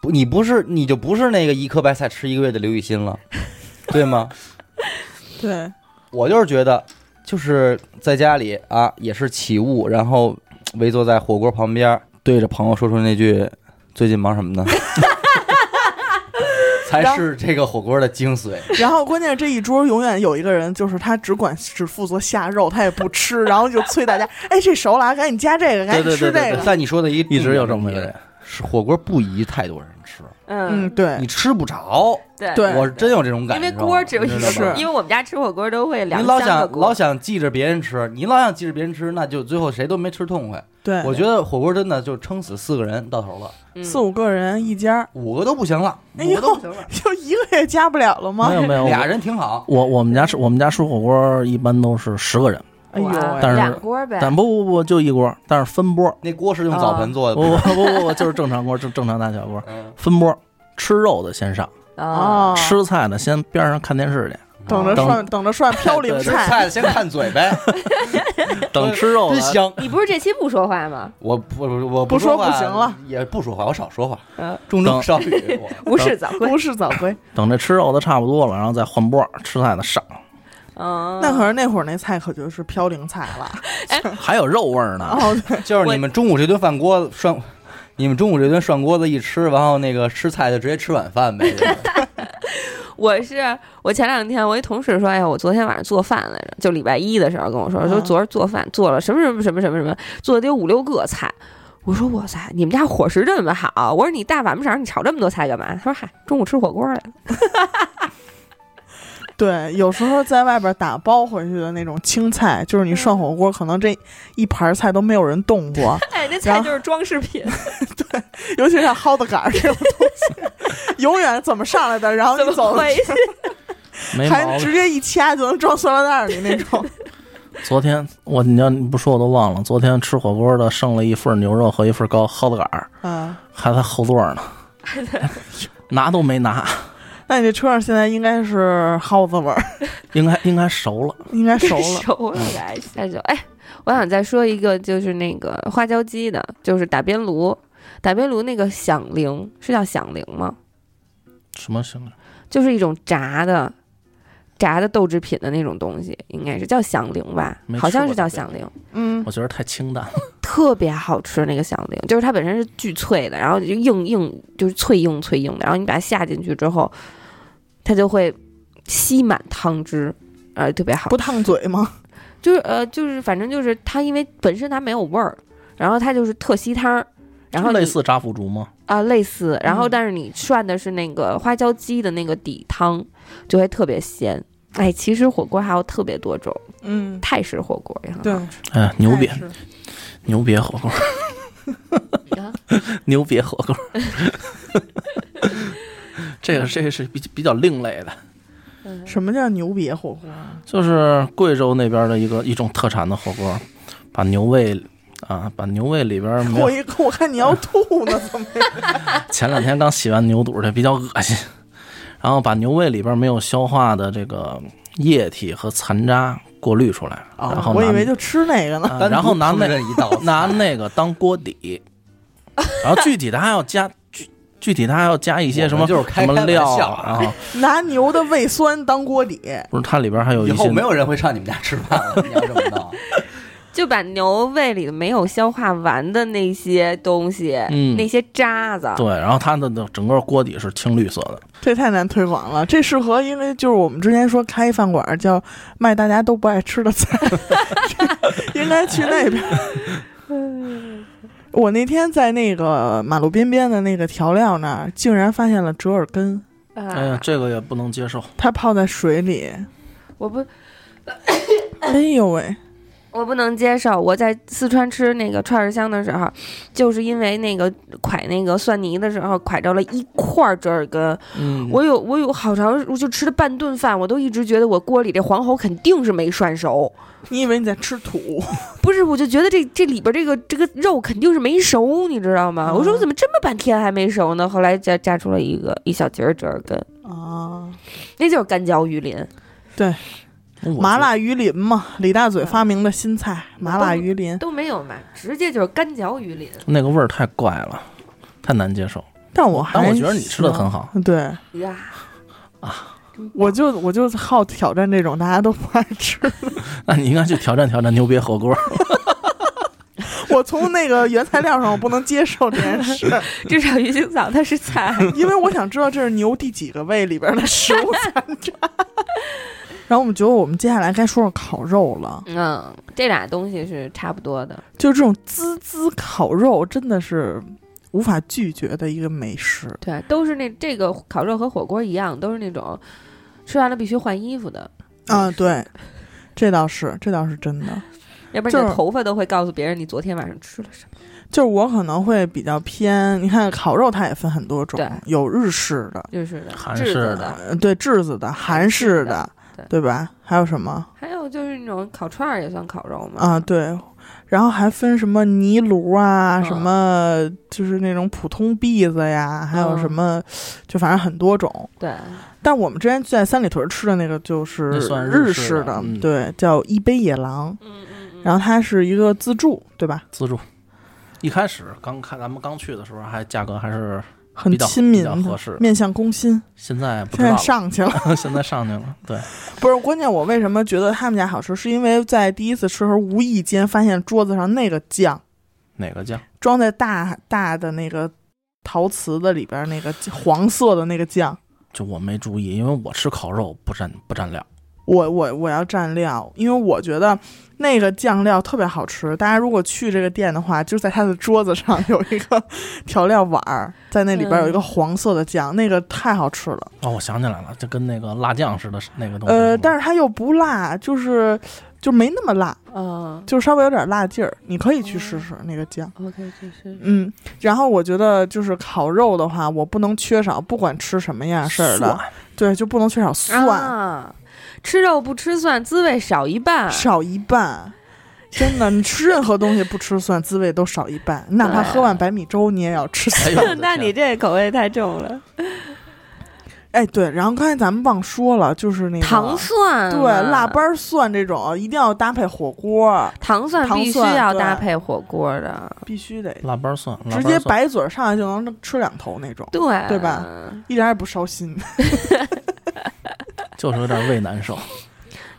不你不是你就不是那个一颗白菜吃一个月的刘雨欣了，对吗？
对，
我就是觉得，就是在家里啊，也是起雾，然后围坐在火锅旁边，对着朋友说出那句“最近忙什么呢”， [LAUGHS] 才是这个火锅的精髓。
然后关键是这一桌永远有一个人，就是他只管只负责下肉，他也不吃，然后就催大家，哎，这熟了啊，赶紧加这个，赶紧吃这个。
但你说的一
一直有这么一个
个
人，
[LAUGHS] 是火锅不宜太多人吃，
嗯，
嗯，
对
你，吃不着。
对
对
我真有这种感
因
觉，
为锅只有一
你知道
个
吗，
是
因为我们家吃火锅都会两
你老
三个
想
锅
老想记着别人吃，你老想记着别人吃，那就最后谁都没吃痛快。
对，
我觉得火锅真的就撑死四个人到头了，
嗯
四五个人一家，
五个都不行了，
哎
五
呦
个都不行了。，
就一个也加不了了吗
啊
没？有没有，
俩
我
人挺好，
我我们家吃我们家吃火锅一般都是十个人，
哎呦喂，
哇
但是
两锅呗，
但不不不就一锅，但是分波，
那锅是用澡盆做
不
的。
不不不不就是正常锅，正正常大小锅，
嗯
分波，吃肉的先上，
啊，
哦，
吃菜的先边上看电视去。
[LAUGHS] 等着
等
涮，等着涮飘零
对
吃
菜，
菜先看嘴呗，
等吃肉
真
了，
香。
你不是这期不说话吗？
我不我我
不说
说
不
话
行了，
也不说话，我少说话，
嗯，
重中少语。我
无事早归
不，是早归。
等这吃肉的差不多了，然后再换波吃菜的上，
嗯，
那可是那会儿那菜可就是飘零菜了。
还有肉味儿呢。
哦，对，
就是你们中午这顿饭锅涮，你们中午这顿涮锅子一吃，然后那个吃菜就直接吃晚饭呗。
我是我前两天我一同事说，哎呀，我昨天晚上做饭来着，就礼拜一的时候跟我说，说
嗯
昨儿做饭做了什么什么什么什么什么，做了得有五六个菜。我说哇塞，你们家伙食这么好！我说你大晚不上你炒这么多菜干嘛？他说嗨，中午吃火锅来了。
对，有时候在外边打包回去的那种青菜，就是
嗯
你涮火锅，可能这一盘菜都没有人动过，
[LAUGHS] 哎，那
菜
菜
就
就是装饰品，
尤其是像蒿子杆儿这种东西，永远怎么上来的，然后
怎
你
么
走了
回事？
没毛
还直
病。
接一掐就能装塑料袋儿里那 [LAUGHS] 种。
昨天我你要你不说我都忘了，昨天吃火锅的剩了一份牛肉和一份高蒿子杆儿，
嗯，
还在后座呢，拿都没拿，
那你这车上现在应该是蒿子味儿，
应该应该熟了。
应该熟了。
[LAUGHS] 熟了，该下酒。哎，我想再说一个，就是那个花椒鸡的，就是打边炉，打边炉那个响铃是叫响铃吗？
什么行？
就是一种炸的炸的豆制品的那种东西，应该是叫响铃吧
没，吃
好像
过
是叫
这个
响铃，
[LAUGHS] 嗯，
我觉得太清淡了。
特别好吃那个响铃，就是它本身是巨脆的，然后就硬硬就是脆硬脆硬的，然后你把它下进去之后，它就会吸满汤汁。呃，特别好，
不烫嘴吗？
就是呃，就是反正就是它，因为本身它没有味儿，然后它就是特吸汤儿，然后
类
你
似炸腐竹吗？
啊、类似，然后
嗯
但是你涮的是那个花椒鸡的那个底汤，就会特别鲜。哎，其实火锅还有特别多种，
嗯，
泰式火锅也很
[LAUGHS] 对
好，
哎，牛瘪
太是
牛瘪火锅，
啊
牛瘪火锅。
[LAUGHS]
这个这个是比比较另类的，
嗯
什么叫牛瘪火锅？
就是贵州那边的一个一种特产的火锅，把牛胃啊，把牛胃里边没有
我一我看你要吐呢，怎么样？
前两天刚洗完牛肚，这比较恶心。然后把牛胃里边没有消化的这个液体和残渣过滤出来，
哦
然后
我
拿
以为就吃那个
[LAUGHS]
呢。
啊然后拿
单独烹
那
饪一道菜
拿那个当锅
[LAUGHS]
底，然后具体的还要加具具体的还要加一些什
我
么
们就是开
什么料
开玩笑
啊，
啊
然后
拿牛的胃酸当锅底，
不是它里边还有
以
一
后
些
没有人会上你们家吃饭了，你要这么闹。
就把牛胃里没有消化完的那些东西，
嗯
那些渣子，啊
对，然后它的整个锅底是青绿色的，
这太难推广了。这适合，因为就是我们之前说开饭馆儿叫卖大家都不爱吃的菜， [LAUGHS] 应该去那边儿。我那天在那个马路边边的那个调料那儿，竟然发现了折耳根，
哎呀
啊，，
这个也不能接受。
它泡在水里，
我不，
哎呦喂，
我不能接受。我在四川吃那个串儿香的时候，就是因为那个蒯那个蒜泥的时候，蒯着了一块儿折耳根。
嗯，
我有我有好长，我就吃了半顿饭，我都一直觉得我锅里这黄喉肯定是没涮熟。
你以为你在吃土？
不是，我就觉得这这里边这个这个肉肯定是没熟，你知道吗？
嗯
我说我怎么这么半天还没熟呢？后来炸炸出了一个一小截儿折耳根，
啊，
那就是干嚼鱼鳞。
我
麻辣鱼鳞嘛，李大嘴发明的新菜，麻辣鱼鳞。
都没有嘛，直接就是干嚼鱼鳞。
那个味儿太怪了，太难接受。
但我还
但我觉得你
啊
吃的很好，
行，对，
呀
我就我就好挑战这种大家都不爱吃
那你应该去挑战挑战牛瘪火锅。
[LAUGHS] 我从那个原材料上，我不能接受这件事，
[LAUGHS] 至少鱼腥草它是菜。
因为我想知道这是牛第几个胃里边的食物残渣。然后我们觉得我们接下来该说说烤肉了，
嗯，这俩东西是差不多的。
就这种滋滋烤肉真的是无法拒绝的一个美食。
对，都是那这个烤肉和火锅一样，都是那种吃完了必须换衣服的，
啊，对，这倒是，这倒是真的。
要不然你
就
的
是
头发都会告诉别人你昨天晚上吃了什么。
就是我可能会比较偏，你看烤肉它也分很多种
对，
有日式的，
就是的，
韩
炙
式
子
的
的，
呃对，炙子的、韩式的，
对
对吧？还有什么？
还有就是那种烤串儿也算烤肉嘛。
啊，对，然后还分什么泥炉啊，什
嗯
么就是那种普通篦子呀，还有什
嗯
么，就反正很多种。
对，
但我们之前在三里屯吃的那个就是
那算日
日
式
式
的嗯
对，叫一杯野狼，
嗯嗯
然后它是一个自助，对吧？
[LAUGHS] 自助。一开始刚看咱们刚去的时候，还价格还是
很
比较
亲民
比较合
的，
适。
面向攻心。
现在不知
现在
道
上去了， [LAUGHS]
了， [LAUGHS] 现在上去了。对，
不是关键。我为什么觉得他们家好吃，是因为在第一次吃的时候无意间发现桌子上那个酱
哪个酱？
装在大大的那个陶瓷的里边儿那个黄色的那个酱。
就我没注意，因为我吃烤肉不蘸不蘸料。
我我我要蘸料，因为我觉得那个酱料特别好吃。大家如果去这个店的话，就在他的桌子上有一个调料碗儿，在那里边有一个黄色的酱，那个太好吃了。
哦，我想起来了，就跟那个辣酱似的那个东西。
呃，但是它又不辣，就是就没那么辣，
嗯
就稍微有点辣劲儿。你可以去试试那个酱。
嗯，OK，这是
嗯，然后我觉得就是烤肉的话，我不能缺少，不管吃什么样式儿的，
蒜
对，就不能缺少蒜，
啊，吃肉不吃蒜，滋味少一半。
少一半。真的，你吃任何东西不吃蒜，滋味都少一半。哪怕喝碗白米粥，你也要吃蒜。
哎呦我
[LAUGHS]
的
那你
天
这口味太重了，
哎，对，然后刚才咱们忘说了，就是那个
糖蒜
对
啊
腊八蒜这种，一定要搭配火锅，
糖蒜
糖
必须
蒜
要
对
搭配火锅的，
必须得
腊八蒜，
直接白嘴儿上来就能吃两头那种，
对
对吧？一点也不烧心。
就是有点胃难受。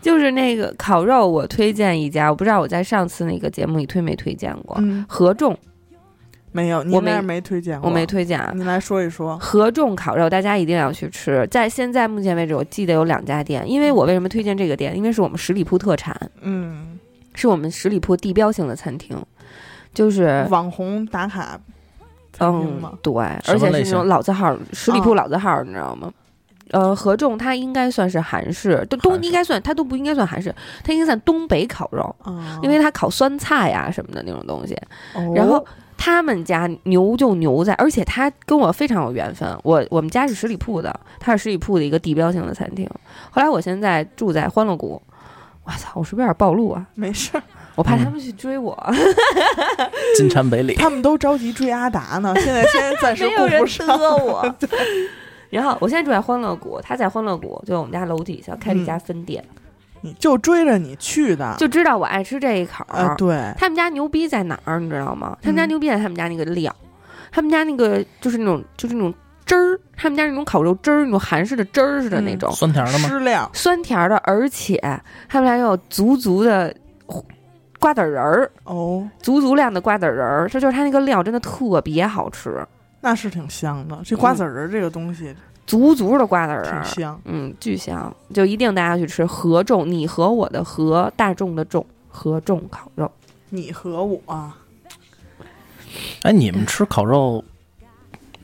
就是那个烤肉，我推荐一家，我不知道我在上次那个节目里推没推荐过。
嗯，
合众
没有，你
我
那
没
儿没推荐过，
我没。推荐啊，
你来说一说，
合众烤肉大家一定要去吃。在现在目前为止，我记得有两家店，因为我为什么推荐这个店？因为是我们十里铺特产，
嗯，
是我们十里铺地标性的餐厅，就是
网红打卡餐厅
呃嗯
吗？，
对，
什
而
么
且是
类
那
型
种老字号，十里
啊
铺老字号，你知道吗？呃，合众它应该算是韩式，都东
韩式
应该算，它都不应该算韩式，它应该算东北烤肉，
啊，
嗯因为它烤酸菜呀、什么的那种东西。
哦
然后他们家牛就牛在，而且他跟我非常有缘分。我我们家是十里铺的，他是十里铺的一个地标性的餐厅。后来我现在住在欢乐谷，我操，我是不是有点暴露啊？
没事儿。
我怕他们去追我，
金蝉北里，
他们都着急追阿达
[LAUGHS]
呢，现在先暂时
[LAUGHS] 没有
顾
人
不
嘚
上。
[LAUGHS] 我。然后我现在住在欢乐谷，他在欢乐谷，就我们家楼底下开了一家分店，啊
你就追着你去的，
就知道我爱吃这一口。
呃，对，
他们家牛逼在哪儿，你知道吗？他们家
嗯
牛逼在他们家那个料，他们家那个就是那种就是那种汁儿，他们家那种烤肉汁儿，那种韩式的汁儿似的那
嗯
种、
酸甜的吗？
湿料
酸甜儿的，而且他们家有足足的瓜子仁儿，
哦，
足足量的瓜子仁儿，这就是它那个料真的特别好吃，
那是挺香的。这瓜子仁儿这个东西
足足的瓜子仁
挺
儿，
香，
嗯，巨香，就一定大家去吃合众，你和我的和，大众的众，合众烤肉。
你和我啊
哎，你们吃烤肉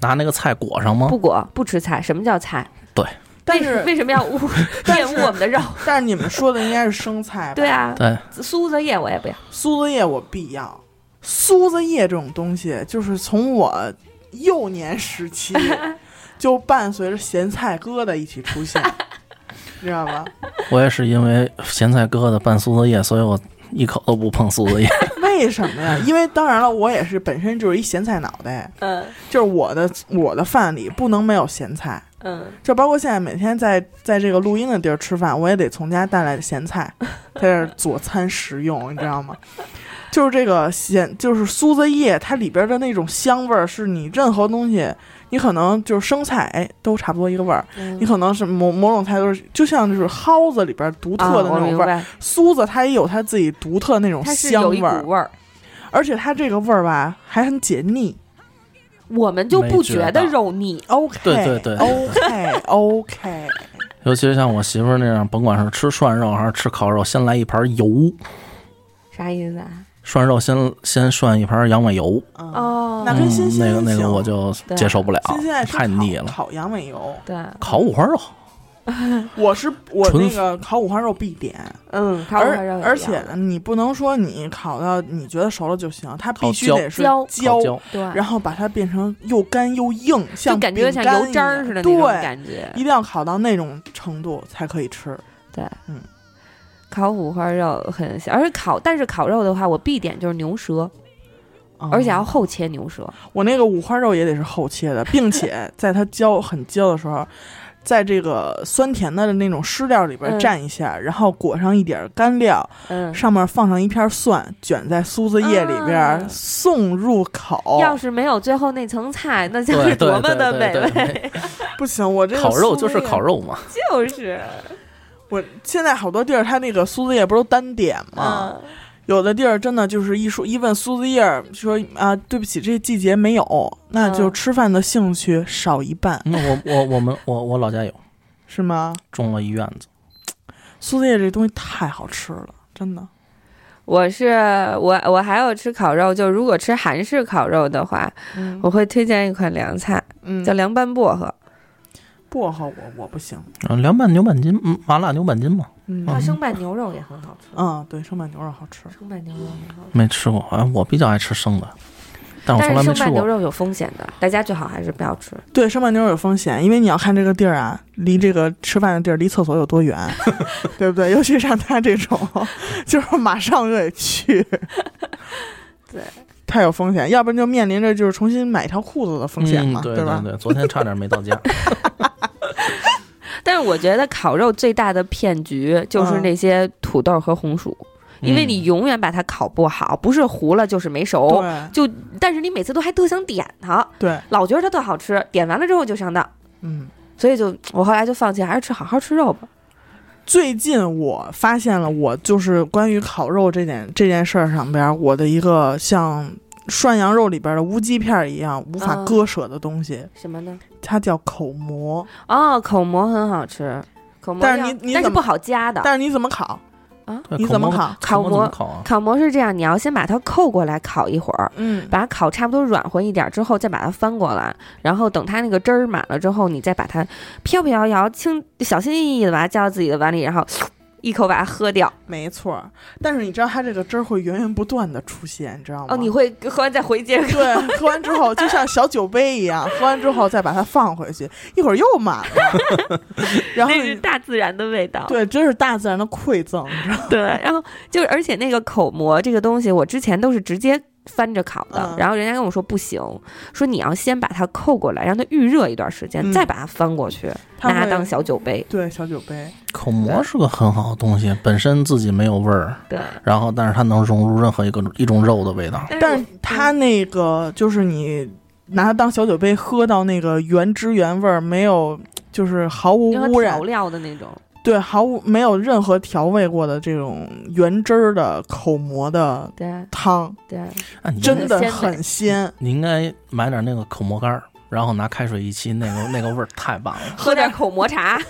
拿那个菜裹上吗
不？裹不吃菜，什么叫菜？
对，
但
为
是
为什么要 [LAUGHS] 污
但
玷
是
污我们的 [LAUGHS] 肉？
但是你们说的应该是生菜吧？
对啊，
对，
苏子叶我也不要。
苏子叶我必要。苏子叶这种东西，就是从我幼年时期就伴随着咸菜疙瘩一起出现， [LAUGHS] 你知道吧？
我也是因为咸菜疙瘩拌苏子叶，所以我一口都不碰苏子叶。 [LAUGHS]
为什么呀？因为当然了，我也是本身就是一咸菜脑袋，
嗯
就是我的我的饭里不能没有咸菜。
嗯，
就包括现在每天在在这个录音的地儿吃饭，我也得从家带来咸
[LAUGHS]
菜，在这儿佐餐食用，你知道吗？就是这个咸，就是苏子叶，它里边的那种香味儿，是你任何东西，你可能就是生菜，哎，都差不多一个味
嗯
儿。你可能是某某种菜都是，就像就是蒿子里边独
啊
特的那种味儿，
儿，
苏子它也有它自己独特那种
它是
香
有一
味儿
股，味儿，
而且它这个味儿吧还很解腻。
我们就不觉得肉腻。
OK，
对对对
o k OK，
尤其是像我媳妇儿那样，甭管是吃涮肉还是吃烤肉，先来一盘油。
啥意思啊？
涮肉先先涮一盘羊尾油，
嗯，
哦，
那跟新
嗯、
鲜
那个那个
行
我就接受不了
新鲜，
太腻了。
烤羊尾油，
对，
烤五花肉，
我是我
纯
那个烤五花肉必点，
嗯，烤五花肉
而
也
而
一样
且你不能说你烤到你觉得熟了就行，它必须
烤焦
得是
焦
烤
焦，
焦，
对，
然后把它变成又干又硬，
就
像
感觉像
饼干
油渣儿
一样
似的那种
对，
感觉。
一定要烤到那种程度才可以吃。
对，
嗯，
烤五花肉很香，而且烤，但是烤肉的话，我必点就是牛舌，
嗯
而且要厚切牛舌。
我那个五花肉也得是厚切的，并
[LAUGHS]
且在它焦很焦的时候，在这个酸甜的那种湿料里边
嗯
蘸一下，然后裹上一点干料，
嗯，
上面放上一片蒜，卷在苏子叶里边、
啊
送入口。
要是没有最后那层菜，那将
对
是
对
多么的
对
美
对对
味！
不行，我这个
烤肉
苏子
就
叶
是烤。肉嘛。
就是，
我现在好多地儿，它那个苏子叶不是都单点吗？
嗯，
有的地儿真的就是一说一问苏子叶，说啊，对不起，这季节没有，那就
嗯
吃饭的兴趣少一半，
那我我我们我我老家有
是吗？
种了一院子，
苏子叶这东西太好吃了，真的。
我是我我还有吃烤肉，就如果吃韩式烤肉的话，
嗯
哦
我会推荐一款凉菜
嗯
叫，凉拌薄荷，
薄荷我我不行。
嗯，凉拌牛板筋，嗯，麻辣牛板筋嘛，
嗯
还有生拌牛肉也很好吃，
嗯，对，生拌牛肉好吃。
生拌牛肉很好吃。
没吃过。哎，我比较爱吃生的，但我
但
从
是
来没
生
吃
拌牛
过。
肉有风险的，大家最好还是不要吃。
对，生拌牛肉有风险，因为你要看这个地儿啊，离这个吃饭的地儿离厕所有多远， [LAUGHS] 对不对？尤其像他这种，就是马上就得去，
[LAUGHS] 对，
太有风险，要不然就面临着就是重新买一条裤子的风险嘛，
嗯、对
吧？
对，昨天差点没到家。
但是我觉得烤肉最大的骗局就是那些土豆和红薯，
嗯
因为你永远把它烤不好，不是糊了就是没熟。
对
就但是你每次都还特想点它，
对，
老觉得它特好吃，点完了之后就上当，
嗯。
所以就我后来就放弃，还是吃好好吃肉吧。
最近我发现了，我就是关于烤肉这点这件事儿上边儿，我的一个像涮羊肉里边的乌鸡片儿一样无法
嗯
割舍的东西，
什么呢？
它叫口蘑。
哦，口蘑很好吃，口蘑要，
但是你你
但是
怎么
不好夹的。
但是你怎么烤？
嗯对
你
口
怎么
蘑
烤
烤
蘑怎么
蘑
烤啊？
烤蘑是这样，你要先把它扣过来烤一会儿，
嗯，
把它烤差不多软和一点儿之后，再把它翻过来，然后等它那个汁儿满了之后，你再把它飘飘摇摇、轻小心翼翼的把它夹到自己的碗里，然后一口把它喝掉。
没错儿，但是你知道它这个汁儿会源源不断的出现，你知道吗？
哦，你会喝完再回接着。
对，喝完之后就像小酒杯一样，喝完之后再把它放回去，一会儿又满了。 [LAUGHS] 然后
那
你
是大自然的味道，
对，真是大自然的馈赠，你知道吗？ [LAUGHS]
对然后就是，而且那个口蘑这个东西，我之前都是直接翻着烤的，
嗯
然后人家跟我说不行，说你要先把它扣过来，让它预热一段时间，
嗯
再把它翻过去，
它
拿它
会
当小酒杯。
对小酒杯，
口蘑是个很好的东西，本身自己没有味儿，
对，
然后但是它能融入任何一个一种肉的味道。
但
但
我嗯
是它那个就是你拿它当小酒杯喝到那个原汁原味儿，没有就是毫无
让它
污染
调，料的那种，
对，毫无没有任何调味过的这种原汁儿的口馍的
对
汤，
对，
那哎你应该
真的很鲜。
你应该买点那个口蘑干儿，然后拿开水一沏，那个那个味儿太棒了。
喝点口蘑茶，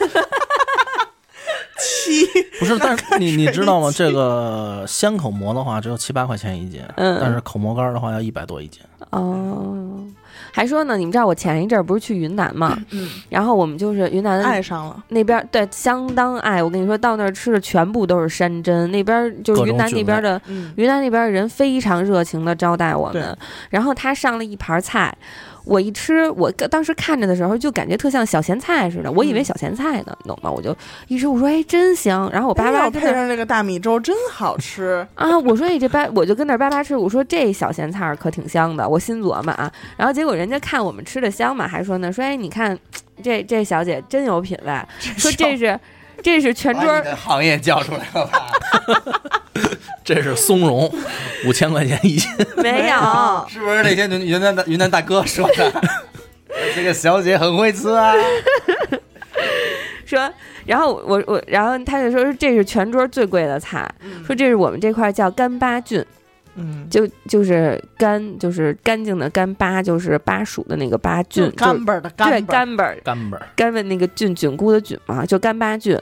七，
不是，但是你你知道吗？
一沏
这个鲜口蘑的话只有七八块钱一斤，
嗯
但是口蘑干儿的话要一百多一斤。
[LAUGHS] 哦，还说呢，你们知道我前一阵儿不是去云南嘛，
嗯，
然后我们就是云南
爱上了。
那边儿对相当爱，我跟你说到那儿吃的全部都是山珍，那边儿就是
各种
云南
菌
那边儿的。
嗯，
云南那边儿人非常热情的招待我们
对，
然后他上了一盘菜，我一吃，我当时看着的时候就感觉特像小咸菜似的，我以为
嗯
小咸菜呢，你懂吗？我就一吃，我说哎真香，然后我
哎
爸
呀
爸跟
配
那儿
上这个大米粥真好吃。
啊，我说你这巴，我就跟那儿叭叭吃，我说这小咸菜儿可挺香的，我心琢磨啊。然后结果人家看我们吃的香嘛，还说呢，说哎，你看这这小姐真有品位，说
[LAUGHS]
这是这是全桌
把你的行业叫出来了吧？
这是松 [LAUGHS] 茸，五千块钱一斤。
[LAUGHS] 没有。
是不是那些云云南大云南大哥说的？这个小姐很会吃啊！
说，然后我我，然后他就说说这是全桌最贵的菜，说这是我们这块叫干巴菌，
嗯，
就就是干就是干净的干巴，就是巴蜀的那个巴菌，就是
干巴儿的
对
干巴儿，
干巴儿
干本儿，
干问那个菌菌菇的菌嘛，就干巴菌。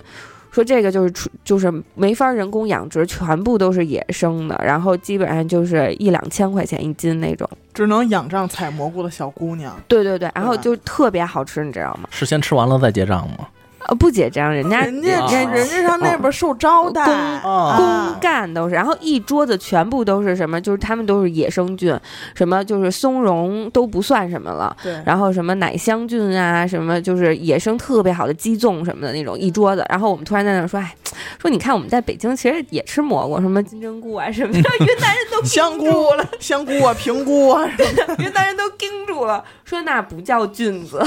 说这个就是出就是没法人工养殖，全部都是野生的，然后基本上就是一两千块钱一斤那种。
只能仰仗采蘑菇的小姑娘。
对对对，然后
对吧
就特别好吃，你知道吗？
是先吃完了再结账吗？
呃，不结账，人家啊
人家
人
人家上那边受招待，
公
啊
公
啊，
干都是，然后一桌子全部都是什么？就是他们都是野生菌，什么就是松茸都不算什么了，
对，
然后什么奶香菌啊，什么就是野生特别好的鸡枞什么的那种一桌子。然后我们突然在那儿说，哎，说你看我们在北京其实也吃蘑菇，什么金针菇啊什么 [LAUGHS] 的，云南人都
香
盯
菇
住了，
香菇啊，平菇啊， [LAUGHS]
云南人都盯住了，说那不叫菌子。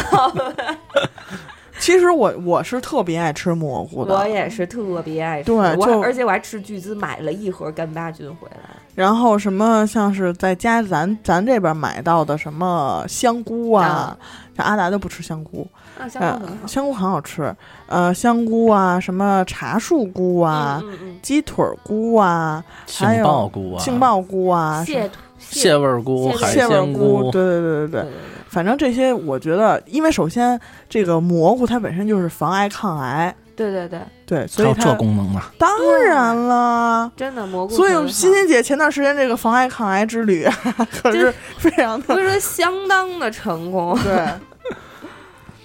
其实我我是特别爱吃蘑菇
[LAUGHS] 我
的，
也是特别爱吃，
对
我
就
而且我还斥巨资买了一盒干巴菌回来。
然后什么像是在家咱咱这边买到的什么香菇啊，像阿达就不吃香菇，
啊，香
呃
菇很好，
香菇很好吃，呃，香菇啊，什么茶树菇啊，
嗯嗯
鸡腿菇啊，
杏
还有
鲍菇啊，
杏鲍菇啊
嗯，，
什么
蟹
蟹味儿菇、
蟹
海
蟹味
鲜
菇，对对对对对，
对。
反正这些我觉得，因为首先这个蘑菇它本身就是防癌抗癌，
对对对，
对，所
还
以
有这
它
功能呢。
当然了。
真的啊蘑菇
所
很
以
好。
我们欣欣姐前段时间这个防癌抗癌之旅、啊， [LAUGHS] 可是非常的
我跟你说，相当的成功。
对。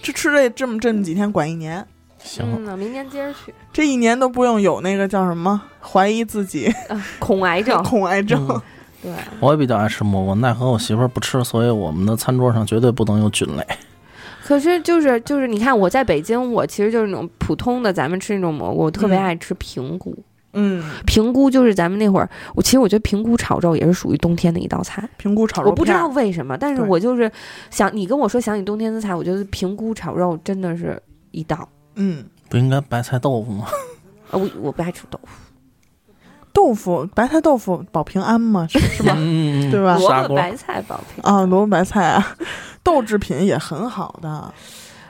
这吃这这么这么几天管一年，
行，
嗯呢，明年接着去。
这一年都不用有那个叫什么怀疑自己，
啊恐癌症
恐癌症。
嗯
对，
我也比较爱吃蘑菇，奈何我媳妇儿不吃，所以我们的餐桌上绝对不能有菌类。
可是就是就是，你看我在北京，我其实就是那种普通的，咱们吃那种蘑菇，我特别
嗯
爱吃平菇。
嗯，
平菇就是咱们那会儿，我其实我觉得平菇炒肉也是属于冬天的一道菜，
评估炒肉
我不知
片
道
儿
为什么，但是
对
我就是想你跟我说想起冬天的菜，我觉得平菇炒肉真的是一道。
嗯，
不应该白菜豆腐吗？
啊
[LAUGHS]
我我不爱吃豆腐，
豆腐白菜豆腐保平安
[LAUGHS]
嘛，是是吧？
嗯，嗯
对吧
嗯砂
萝卜
锅。
白菜保平
啊，萝卜白菜啊，豆制品也很好的。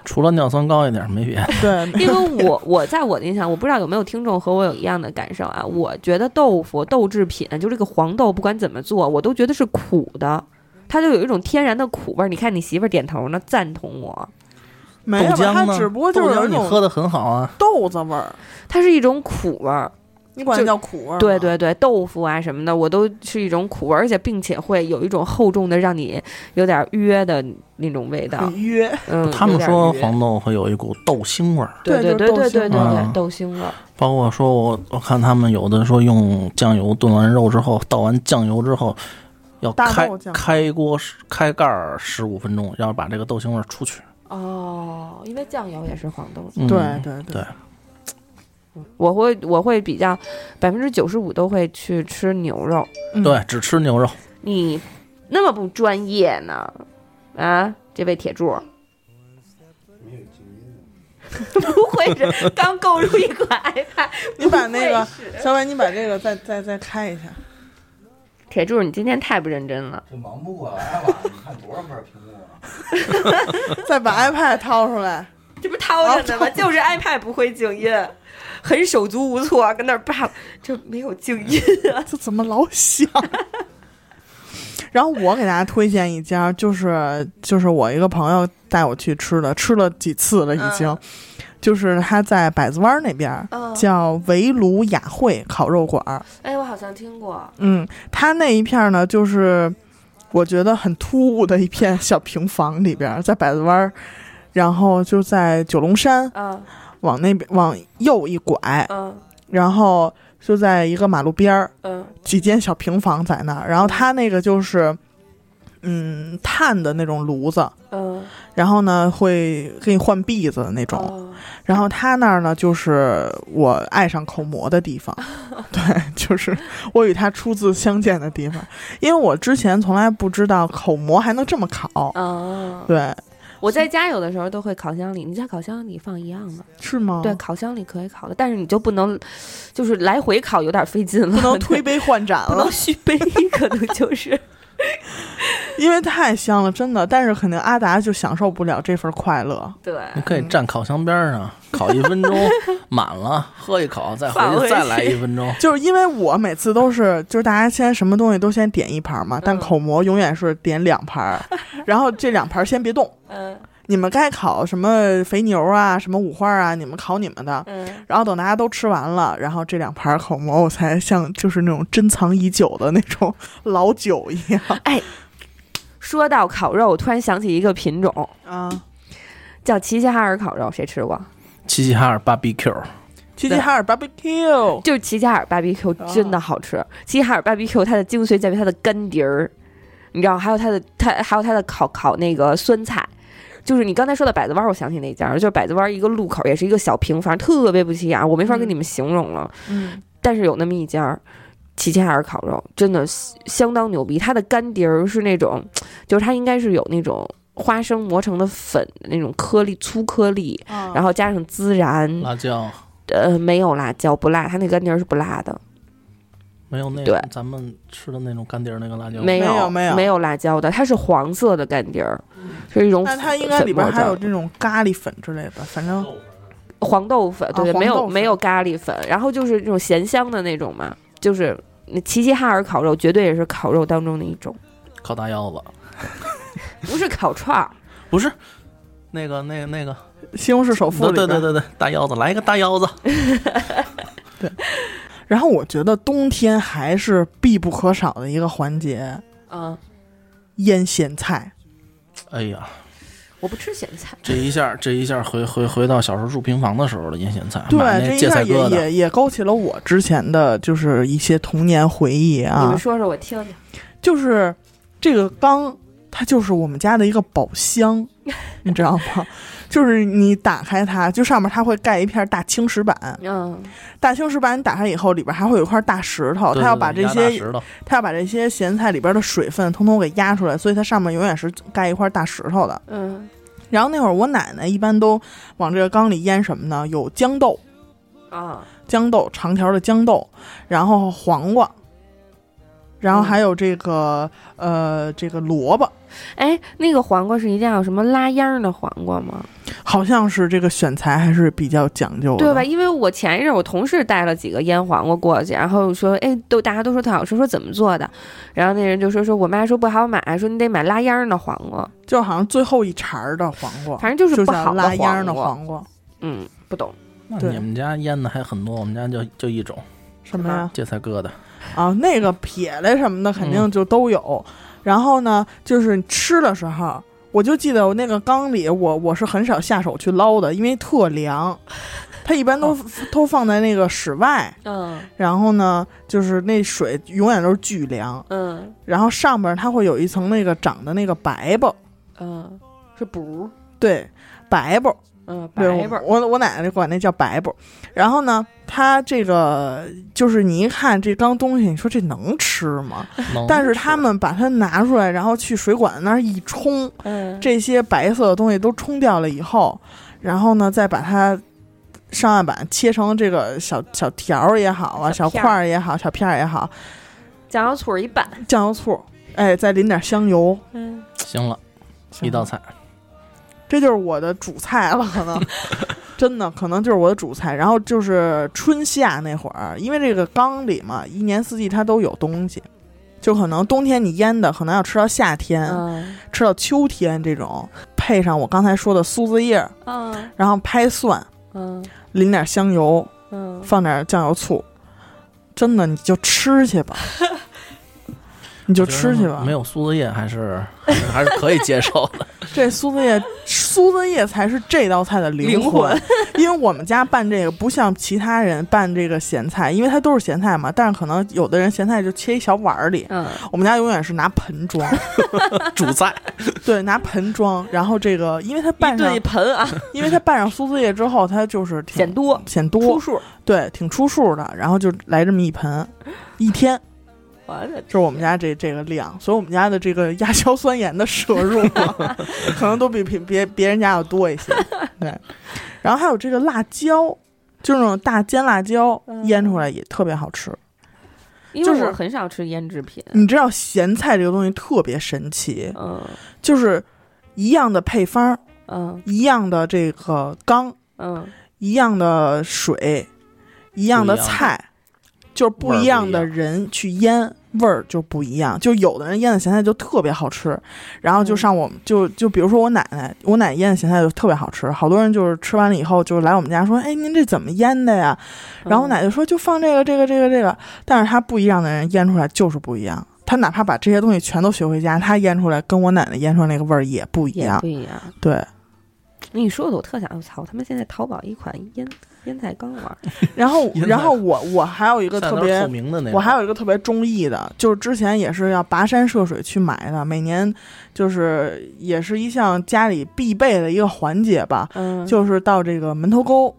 除了尿酸高一点，没别的。
对，
[LAUGHS]
[LAUGHS]
因为我我在我的印象，我不知道有没有听众和我有一样的感受啊。我觉得豆腐豆制品，就这个黄豆，不管怎么做，我都觉得是苦的，它就有一种天然的苦味儿。你看你媳妇儿点头呢，赞同我，
没
豆
有，
浆
它
呢？
只不过就是
豆
有
浆
一
你
种
喝的很好啊。
豆子味儿，
它是一种苦味儿。
你管它
就
叫苦味儿。
对，对对，豆腐啊什么的，我都是一种苦味儿，而且并且会有一种厚重的，让你有点约的那种味道。
很约。
嗯，
他们
有点
说
约
黄豆会有一股豆腥味儿，
对对
对
对
就是
对
豆腥
对对
味儿
对
嗯
豆腥味儿。
包括说我我看他们有的说用酱油炖完肉之后，倒完酱油之后，要
大
开
豆酱
开锅开盖儿十五分钟，要把这个豆腥味儿出去。
哦，因为酱油也是黄豆的。
嗯、
对对对
对
我会我会比较百分之九十五都会去吃牛肉。
嗯
对，只吃牛肉。
你那么不专业呢？啊，这位铁柱， [LAUGHS] 不会是刚购入一款 iPad？
嗯
你把那个
不会是
小伟，你把这个再再再开一下。
铁柱，你今天太不认真了。
这忙不过来了，你看多少块屏幕啊！
[LAUGHS]
再把 iPad 掏出来，
哦这不掏着呢吗？就是 iPad 不会静音。很手足无措，跟那儿叭，就没有静音。
这怎么老响？ [LAUGHS] 然后我给大家推荐一家，就是就是我一个朋友带我去吃的，吃了几次了已经，
嗯
就是他在百子湾那边儿、
嗯
叫围炉雅惠烤肉馆儿。
哎，我好像听过，
嗯，他那一片儿呢，就是我觉得很突兀的一片小平房里边儿，在百子湾儿，然后就在九龙山
嗯
往那边往右一拐，
嗯
然后就在一个马路边儿，
嗯
几间小平房在那儿，然后他那个就是。嗯，炭的那种炉子，
嗯，
然后呢会给你换篦子的那种，
哦
然后他那儿呢，就是我爱上口蘑的地
[LAUGHS]
方，对，就是我与他初次相见的地方，因为我之前从来不知道口蘑还能这么烤，
哦，
对，
我在家有的时候都会烤箱里，你在烤箱里放一样的，
是吗？
对，，烤箱里可以烤的，但是你就不能，就是来回烤有点费劲了，
不
[LAUGHS]
能推杯换盏
不能
了，
续杯， [LAUGHS] 可能就是，
因为太香了，真的。但是肯定阿达就享受不了这份快乐，
[LAUGHS] 对，
你可以站烤箱边上烤一分钟，满了喝一口，再
返
回
回
去再来
去
一分钟。
就是因为我每次都是，就是大家先什么东西都先点一盘嘛，但
嗯
口蘑永远是点两盘
[LAUGHS]
儿，然后这两盘儿先别动。
嗯
你们该烤什么肥牛啊，什么五花啊，你们烤你们的。
嗯，
然后等大家都吃完了，然后这两盘口蘑我才像就是那种珍藏已久的那种 [LAUGHS] 老酒一样
说到烤肉，我突然想起一个品种
啊。
叫齐齐哈尔烤肉，谁吃过？
齐齐哈尔 BBQ，
齐齐哈尔 barbecue，
就是齐齐哈尔 BBQ 真的好吃。齐齐哈尔 BBQ 它的精髓在于它的干碟儿，你知道，还有它的它还有它的烤烤那个酸菜。就是你刚才说的百子湾，我想起那家，就是百子湾一个路口，也是一个小平房，特别不起眼，我没法跟你们形容了。
嗯，
但是有那么一家齐齐哈尔烤肉，真的相当牛逼。它的干碟儿是那种，就是它应该是有那种花生磨成的粉的那种颗粒，粗颗粒，
嗯哦
然后加上孜然，
辣椒
呃，没有辣椒，不辣，它那干碟儿是不辣的，
没有那
对
咱们吃的那种干碟儿那个辣椒，
没
没有
有
没有
辣椒的，它是黄色的干碟儿，是一种
那
粉。
它应该里边还有
粉末
这种咖喱粉之类的，反正
状黄豆粉，对，
啊
没
黄
有
豆粉
没有咖喱粉，然后就是这种咸香的那种嘛，就是那齐齐哈尔烤肉绝对也是烤肉当中的一种，
烤大腰子，
不是烤串儿，
不是那个那个那个，
西红柿首富
对
里边
对对对对，大腰子来一个大腰子，
然后我觉得冬天还是必不可少的一个环节，
[LAUGHS] 嗯，
腌咸菜。
哎呀，
我不吃咸菜，
这一下这一下回回回到小时候住平房的时候的腌咸菜，
对，
啊买
这
那
一
芥
下
菜
也
疙瘩，
也也勾起了我之前的就是一些童年回忆啊。
嗯
你们说说我听听，
就是这个缸，它就是我们家的一个宝
[LAUGHS]
箱，你知道吗？就是你打开它，就上面它会盖一片大青石板，
嗯
大青石板你打开以后，里边还会有一块大石头，
对
它要
对
把
对
这
压大
些
石头
它要把这些咸菜里边的水分通通给压出来，所以它上面永远是盖一块大石头的。
嗯
然后那会儿我奶奶一般都往这个缸里腌什么呢？有豇豆，
啊，
豇豆长条的豇豆，然后黄瓜，然后还有这个、呃这个萝卜，
哎，那个黄瓜是一定要有什么拉秧儿的黄瓜吗？
好像是这个选材还是比较讲究的，
对吧？？因为我前一阵儿我同事带了几个腌黄瓜过去，然后说，哎，都大家都说特好吃，说怎么做的？然后那人就说，说我妈说不好买，说你得买拉秧儿的黄瓜，
就好像最后一茬儿的黄瓜，
反正就是
就
不
像
好
拉秧儿
黄
的
瓜。
黄瓜，
嗯，不懂。
那
对
你们家腌的还很多，我们家就就一种
什么呀？
芥菜疙瘩，
啊，那个撇来什么的肯定
嗯
就都有。然后呢，就是吃的时候。我就记得我那个缸里，我我是很少下手去捞的，因为特凉。它一般都、都放在那个室外，
嗯
然后呢，就是那水永远都是巨凉。
嗯
然后上边儿它会有一层那个长的那个白巴，
嗯，是补，
对，白巴，
嗯，
对
白味儿，
我我奶奶就管那叫白布。然后呢，它这个就是你一看这缸东西，你说这能吃吗？
哦
能
但是他们把它拿出来，然后去水管那儿一冲，
嗯，
这些白色的东西都冲掉了以后，然后呢，再把它。上岸板切成这个小小条儿也好啊，
小
小
片儿
块儿也好，小片儿也好，
酱油醋一拌，
酱油醋，哎，再淋点香油，
嗯，
行了，
行
一道菜
[LAUGHS]
这就是我的主菜了，可能真的可能就是我的主菜。然后就是春夏那会儿，因为这个缸里嘛，一年四季它都有东西，就可能冬天你腌的，可能要吃到夏天，
嗯
吃到秋天这种，配上我刚才说的苏子叶，
嗯
然后拍蒜，
嗯
淋点香油，
嗯，
放点酱油醋，真的你就吃去
[LAUGHS]
吧，你就吃去吧。
没有苏子叶还是 [LAUGHS] 还是还是可以接受的。
这苏子叶，苏子叶才是这道菜的灵
灵魂
因为我们家拌这个不像其他人拌这个咸菜，因为它都是咸菜嘛，但是可能有的人咸菜就切一小碗儿里。
嗯
我们家永远是拿盆装，[LAUGHS]
主菜
对，拿盆装。然后这个，因为它拌
一
上
顿一，盆啊，
因为它拌上苏子叶之后，它就是挺
显多
显
出
多，
数，
对，挺出数的。然后就来这么一盆，一天，
我的
这是我们家这这个量，所以我们家的这个亚硝酸盐的摄入
[LAUGHS]
啊可能都比别别别人家要多一些。对，然后还有这个辣椒，就是那种大尖辣椒
嗯
腌出来也特别好吃。
因
就
为
是
我很少吃腌制品，
你知道咸菜这个东西特别神奇，
嗯
就是一样的配方，
嗯
一样的这个缸，
嗯，
一样的水，一样的
不一样
菜，就是不一样的人去腌，味儿就不一样。就有的人腌的咸菜就特别好吃，然后就
嗯
上我们就就比如说我奶奶，我奶奶腌的咸菜就特别好吃，好多人就是吃完了以后就来我们家说，哎，您这怎么腌的呀？
嗯
然后我奶奶就说就放这个这个这个这个，但是她不一样的人腌出来就是不一样。她哪怕把这些东西全都学回家，她腌出来跟我奶奶腌出来那个味儿也不一
也
样
不。一样。
对，
你说的我特想，我操！他们现在淘宝一款腌腌菜缸碗，
然后
[LAUGHS] 腌
然
菜
后我我还有一个
现在
特
都是
别
透明的那种。
我还有一个特别中意的，就是之前也是要跋山涉水去买的，每年就是也是一项家里必备的一个环节吧，
嗯，
就是到这个门头沟。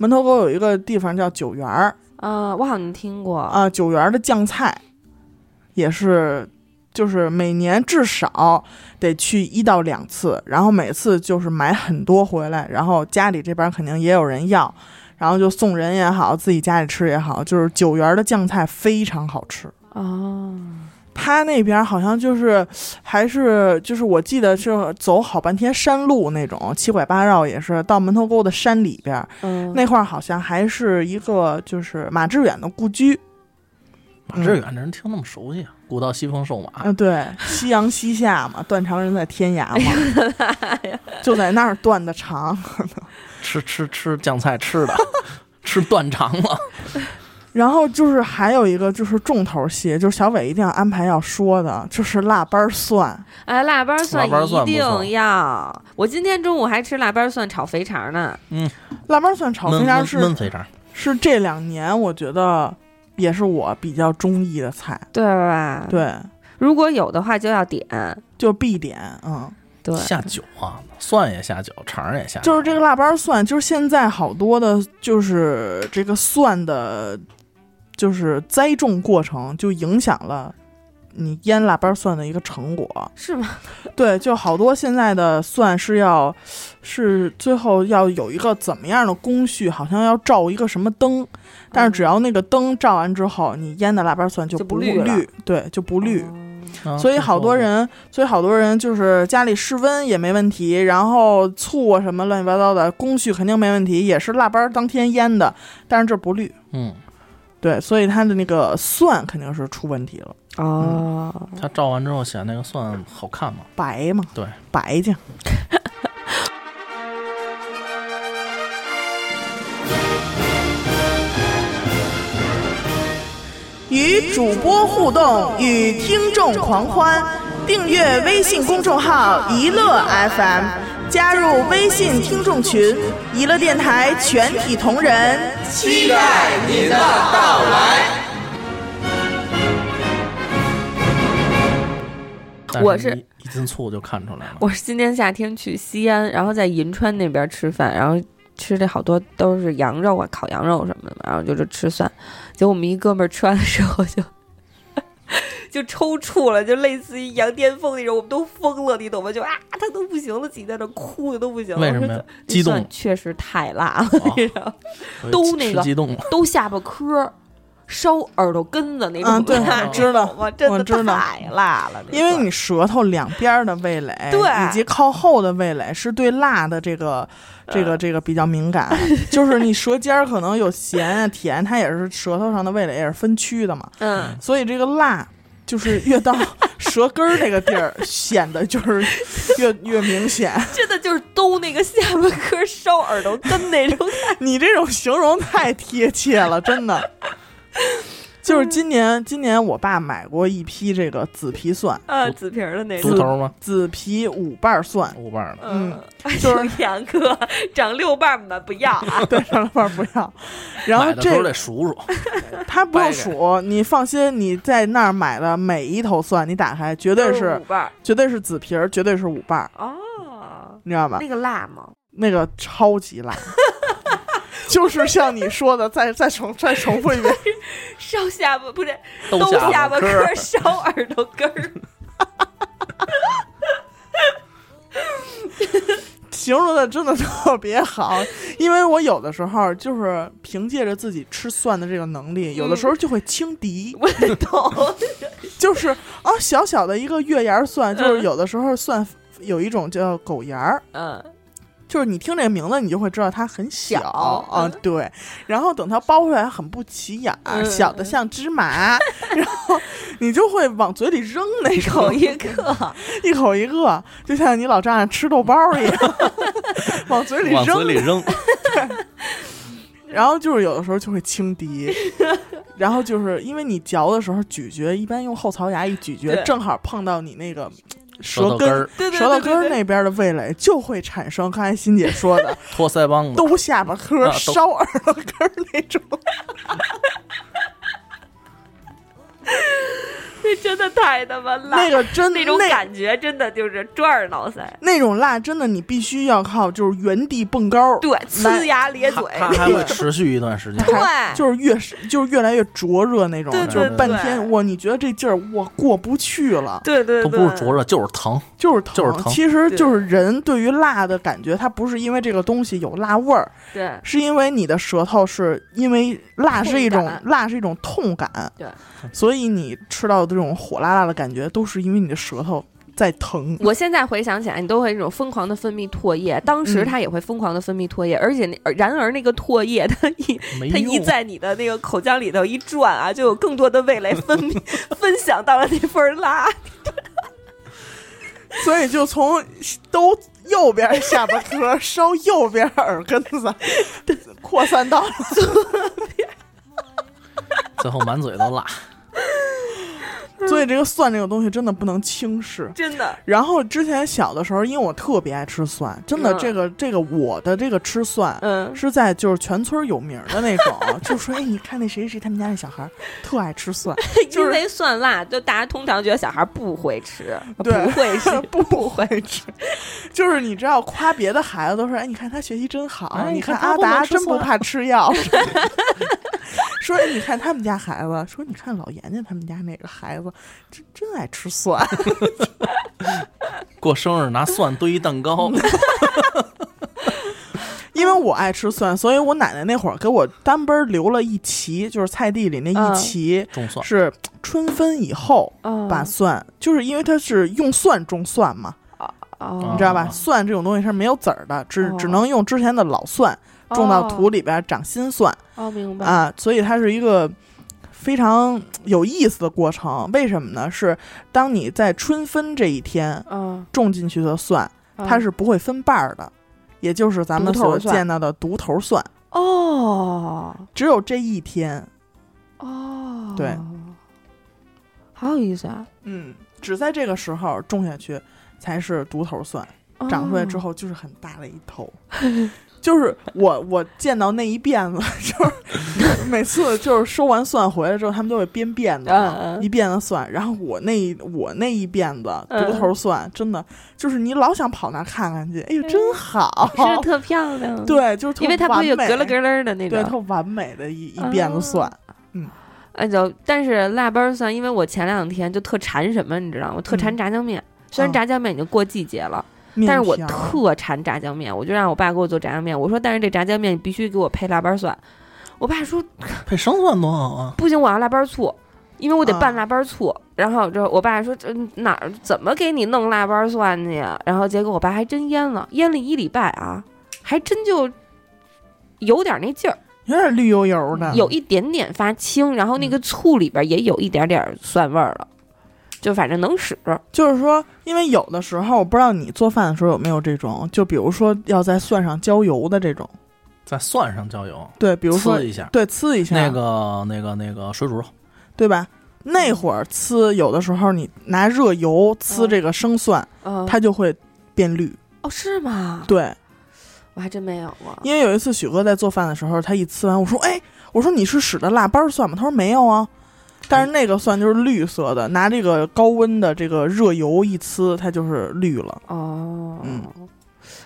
门头沟有一个地方叫九园儿
啊，我好像听过
啊、九园儿的酱菜也是，就是每年至少得去一到两次，然后每次就是买很多回来，然后家里这边肯定也有人要，然后就送人也好，自己家里吃也好，就是九园儿的酱菜非常好吃。
哦，
他那边好像就是还是就是我记得是走好半天山路那种，七拐八绕也是到门头沟的山里边儿
嗯，
那块儿，好像还是一个就是马致远的故居。
马致远这人听那么熟悉啊，古道西风瘦马。
嗯，对，夕阳西下嘛， [LAUGHS] 断肠人在天涯嘛，就在那儿断的肠。
吃吃吃酱菜吃的， [LAUGHS] 吃断肠了。
然后就是还有一个就是重头戏，就是小伟一定要安排要说的，就是腊八蒜。
哎，腊八蒜
腊八蒜
一
不错
定要！我今天中午还吃腊八蒜炒肥肠呢。
腊八蒜 [LAUGHS] 炒
焖
非常
焖
是
焖肥肠，
是这两年我觉得也是我比较中意的菜。
对吧？，
对，
如果有的话就要点。
就必点，嗯，
对，
下酒啊，蒜也下酒，肠也下酒。
就是这个腊八蒜，就是现在好多的，就是这个蒜的，就是栽种过程就影响了。你腌腊八蒜的一个成果，
是吗？
对，就好多现在的蒜是要，是最后要有一个怎么样的工序，好像要照一个什么灯，但是只要那个灯照完之后，你腌的腊八蒜就
嗯就不
不
绿了
对，就不绿。
哦
啊
所以好多，人，所以好多人就是家里室温也没问题，然后醋啊什么乱七八糟的工序肯定没问题，也是腊八儿当天腌的，但是这不绿，
嗯，
对，所以它的那个蒜肯定是出问题了，嗯
哦，
他照完之后显那个蒜好看嘛。
白嘛，
对，
白净。 [LAUGHS] 与主播互动，与听众狂欢。订阅微信公众号“一乐 FM”，加入微信听众群，一乐电台全体同仁期待你的到来。
但
我
是
是
一一进醋就看出来了。
我是今年夏天去西安，然后在银川那边吃饭，然后吃的好多都是羊肉啊，烤羊肉什么的嘛，然后就是吃蒜。结果我们一哥们儿吃完的时候就 [LAUGHS] 就抽搐了，就类似于羊癫疯那种，我们都疯了，你懂吗？就啊，他都不行了，自己在那哭的都不行了。
为什
我
么
说
呀？
这
激动
蒜确实太辣了，
哦
[LAUGHS] 你知道吗？
我
都那
吃
个
激动了，
都下巴颏儿。烧耳朵根子那种辣
嗯，对，
那
我
种
知道。
我真
我
的
知道
太辣了，
因为
这个
你舌头两边儿的味蕾，
对
以及靠后的味蕾是对辣的这个、这个、这个比较敏感。就是你舌尖儿可能有咸啊、甜，它也是舌头上的味蕾也是分区的嘛。
嗯，
所以这个辣就是越到舌根儿这个地儿，显得就是越越明显。
真的就是兜那个下巴颏烧耳朵根那种感
你这种形容太贴切了，真的。就是今年，今年我爸买过一批这个紫皮蒜，
觉，啊，紫皮儿的那
猪
种。
头吗？
紫皮五瓣蒜，
五瓣的，
嗯，
[LAUGHS] 哎
就
呦，杨哥长六瓣儿吧，不要啊！
对，上了瓣儿不要。然后
买的时
这
候
个
得数数，
他不用
掰开
数，你放心，你在那儿买的每一头蒜，你打开绝对
都
是
五瓣儿
绝对是紫皮儿，绝对是五瓣儿，
哦，
你知道吧？
那个辣吗？
那个超级
[LAUGHS]
辣，就是像你说的，再再重再重复一
[LAUGHS]
遍，
烧下巴不是
都
兜下巴
巴
颏
颏
儿
儿，
烧耳朵根儿， [LAUGHS]
形容的真的特别好，因为我有的时候就是凭借着自己吃蒜的这个能力，有的
嗯
时候就会轻敌，
我懂。
就是啊，小小的一个月牙儿蒜，就是
嗯
有的时候蒜有一种叫狗牙儿，
嗯，
就是你听这个名字，你就会知道它很小
小
啊
嗯，
对。然后等它剥出来，它很不起眼儿，
嗯
小的像芝麻， [LAUGHS] 然后你就会往嘴里扔那
一口
种，
一个，
一口一个，就像你老丈人吃豆包儿一
[LAUGHS]
样，往嘴里
往嘴
扔
里扔，
然后就是有的时候就会轻
[LAUGHS]
敌，然后就是因为你嚼的时候咀嚼，一般用后槽牙一咀嚼，
对
正好碰到你那个
舌
舌
头根儿、
对对
舌头
对
根儿
对对，
那边的味蕾，就会产生刚才欣姐说的
托腮帮子，
兜下巴颏儿、
啊兜
烧耳朵根儿那 [LAUGHS] 种。
那真的太他妈辣，
那个真
那种
那
感觉真的就是抓耳挠腮，
那种辣，真的你必须要靠就是原地蹦高，
对，呲牙咧嘴，
它还会持续一段时间。
还
[LAUGHS] 对
就是越是就是越来越灼热那种，
对对
就是半
对
天哇，你觉得这劲儿我过不去了，
对对对，
都不是灼热，就是疼。
就是疼，
就是疼
其实就是人对于辣的感觉，它不是因为这个东西有辣味儿，
对
是因为你的舌头是因为辣是一
痛
种
感
辣是一种痛感，
对，
所以你吃到这种火辣辣的感觉，都是因为你的舌头在疼。
我现在回想起来，你都会那种疯狂的分泌唾液，当时
嗯
它也会疯狂的分泌唾液，而且那而然而那个唾液它一
哎
没
它一
用，
在你的那个口腔里头一转啊，就有更多的味蕾分
[LAUGHS]
泌分享到了那份辣， [LAUGHS]
所以就从都右边下巴颏烧右边耳根子，扩散到
最后满嘴都辣。
嗯
所以这个蒜这个东西真的不能轻视。
真的，
然后之前小的时候，因为我特别爱吃蒜，真的
嗯
这个这个我的这个吃蒜。
嗯，
是在就是全村有名的那种， [LAUGHS] 就说哎，你看那谁谁他们家那小孩儿特爱吃蒜，就
因
是
为蒜辣，就大家通常觉得小孩不会吃，
对，
啊 [LAUGHS] 不会吃
不会吃，就是你知道夸别的孩子都说，哎，你看他学习真好，
哎
你
你看
阿
他不能
达
吃
真不
蒜
怕吃药。 [LAUGHS] 说，哎，你看他们家孩子，说你看老严家他们家那个孩子，真真爱吃蒜。 [LAUGHS]
过生日拿蒜堆一蛋糕，
因为我爱吃蒜，所以我奶奶那会儿给我单奔儿留了一畦，就是菜地里那
嗯
一畦、
种蒜
是春分以后
嗯
把蒜，就是因为它是用蒜种蒜嘛，
哦
你知道吧？
哦
蒜这种东西是没有籽儿的，只、
哦
只能用之前的老蒜种
哦
到土里边儿长新蒜、
哦，明白，
啊，所以它是一个。非常有意思的过程，为什么呢？是当你在春分这一天
嗯，
种进去的蒜，
嗯
它是不会分瓣儿的，也就是咱们
独头
所
蒜
见到的独头蒜。
哦
只有这一天，
哦，
对，
好有意思啊。
嗯，只在这个时候种下去才是独头蒜，长出来之
哦，
后就是很大的一头。 [LAUGHS] 就是我我见到那一辫子， [LAUGHS] 就是每次就是收完蒜回来之后，他们都会编辫子嘛，
嗯嗯
一辫子蒜。然后我那一我那一辫子
嗯
独头蒜，真的就是你老想跑那儿看看去，哎呦真好，
是不是特漂亮，，
[LAUGHS] 对，就是特
因为它不会有
完
咯
美
楞咯楞的那
对，
种。啊
特完美的一一辫子蒜，
哎，就但是腊八儿蒜，因为我前两天就特馋什么，你知道吗？我特馋
嗯
炸酱面。虽然
嗯
炸酱面已经过季节了，但是我特馋炸酱面，我就让我爸给我做炸酱面。我说，但是这炸酱面你必须给我配腊八儿蒜。我爸说
配生蒜多好啊！
不行，我要腊八醋，因为我得
啊
拌腊八醋。然后这我爸说这哪儿怎么给你弄腊八蒜去呀？然后结果我爸还真腌了，腌了一礼拜啊，还真就有点那劲儿，
有点绿油油的，
有一点点发青，然后那个醋里边也有一点点蒜味儿了，就反正能使。
就是说，因为有的时候我不知道你做饭的时候有没有这种，就比如说要在蒜上浇油的这种，
在蒜上浇油，
对，比如说
呲一下
对呲一下
那个那个那个水煮肉，
对吧？那会儿呲，有的时候你拿热油呲这个生蒜，
嗯，
它就会变绿。
哦是吗？
对，
我还真没有过。
因为有一次许哥在做饭的时候，他一呲完，我说：“哎，我说你是使的腊八蒜吗？”他说：“没有啊。”但是那个蒜就是绿色的，拿这个高温的这个热油一呲，它就是绿了。
哦，
嗯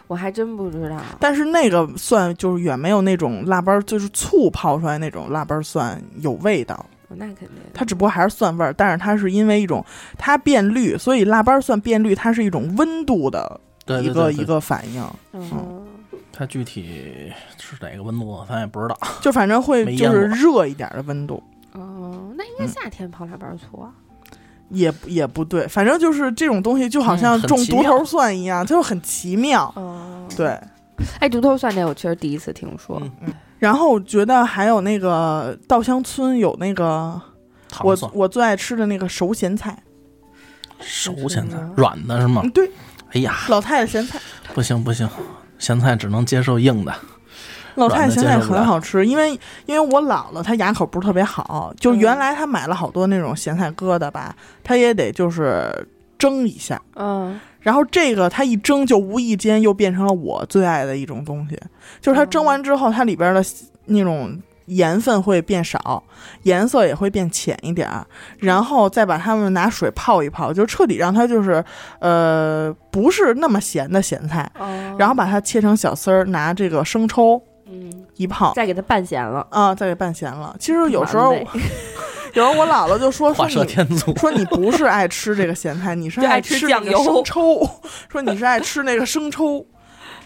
我还真不知道。
但是那个蒜就是远没有那种腊八，就是醋泡出来那种腊八蒜有味道。
那肯定，
它只不过还是蒜味儿，但是它是因为一种它变绿，所以腊八蒜变绿，它是一种温度的
对
一
对
个
对
一
对，
个反应，
嗯，
它具体是哪个温度，咱也不知道。
就反正会
没
就
腌
是
过
热一点的温度，
哦，那应该夏天泡腊八醋啊。
也不也不对，反正就是这种东西就好像
嗯很
种
奇
独
妙
头蒜一样，它就很奇
[LAUGHS]
妙。
哦，
对，
哎，独头蒜这我确实第一次听说。
嗯
然后我觉得还有那个稻香村有那个
糖
我
蒜
我最爱吃的那个熟咸菜，
熟咸菜，软的是吗
嗯，？对，
哎呀，
老太太咸菜。
不行不行，咸菜只能接受硬
嗯
的。
老太太咸菜
软的接受不
很
了
好吃，因为因为我姥姥她牙口不是特别好，
嗯
就原来她买了好多那种咸菜疙瘩吧，她也得就是蒸一下，
嗯，
然后这个它一蒸就无意间又变成了我最爱的一种东西，就是
哦
它蒸完之后，它里边的那种盐分会变少，颜色也会变浅一点儿，然后再把它们拿水泡一泡，就彻底让它就是呃不是那么咸的咸菜，
哦
然后把它切成小丝儿，拿这个生抽
嗯，
一泡。
再给它拌咸了。
啊，再给拌咸了。其实有时候，
完美
[LAUGHS] 有时候我姥姥就说说
画蛇
你
添
[LAUGHS]
足，
说你不是爱吃这个咸菜，你是
[LAUGHS] 就爱吃
吃那
酱
个
油
生抽，说你是爱吃那个生抽，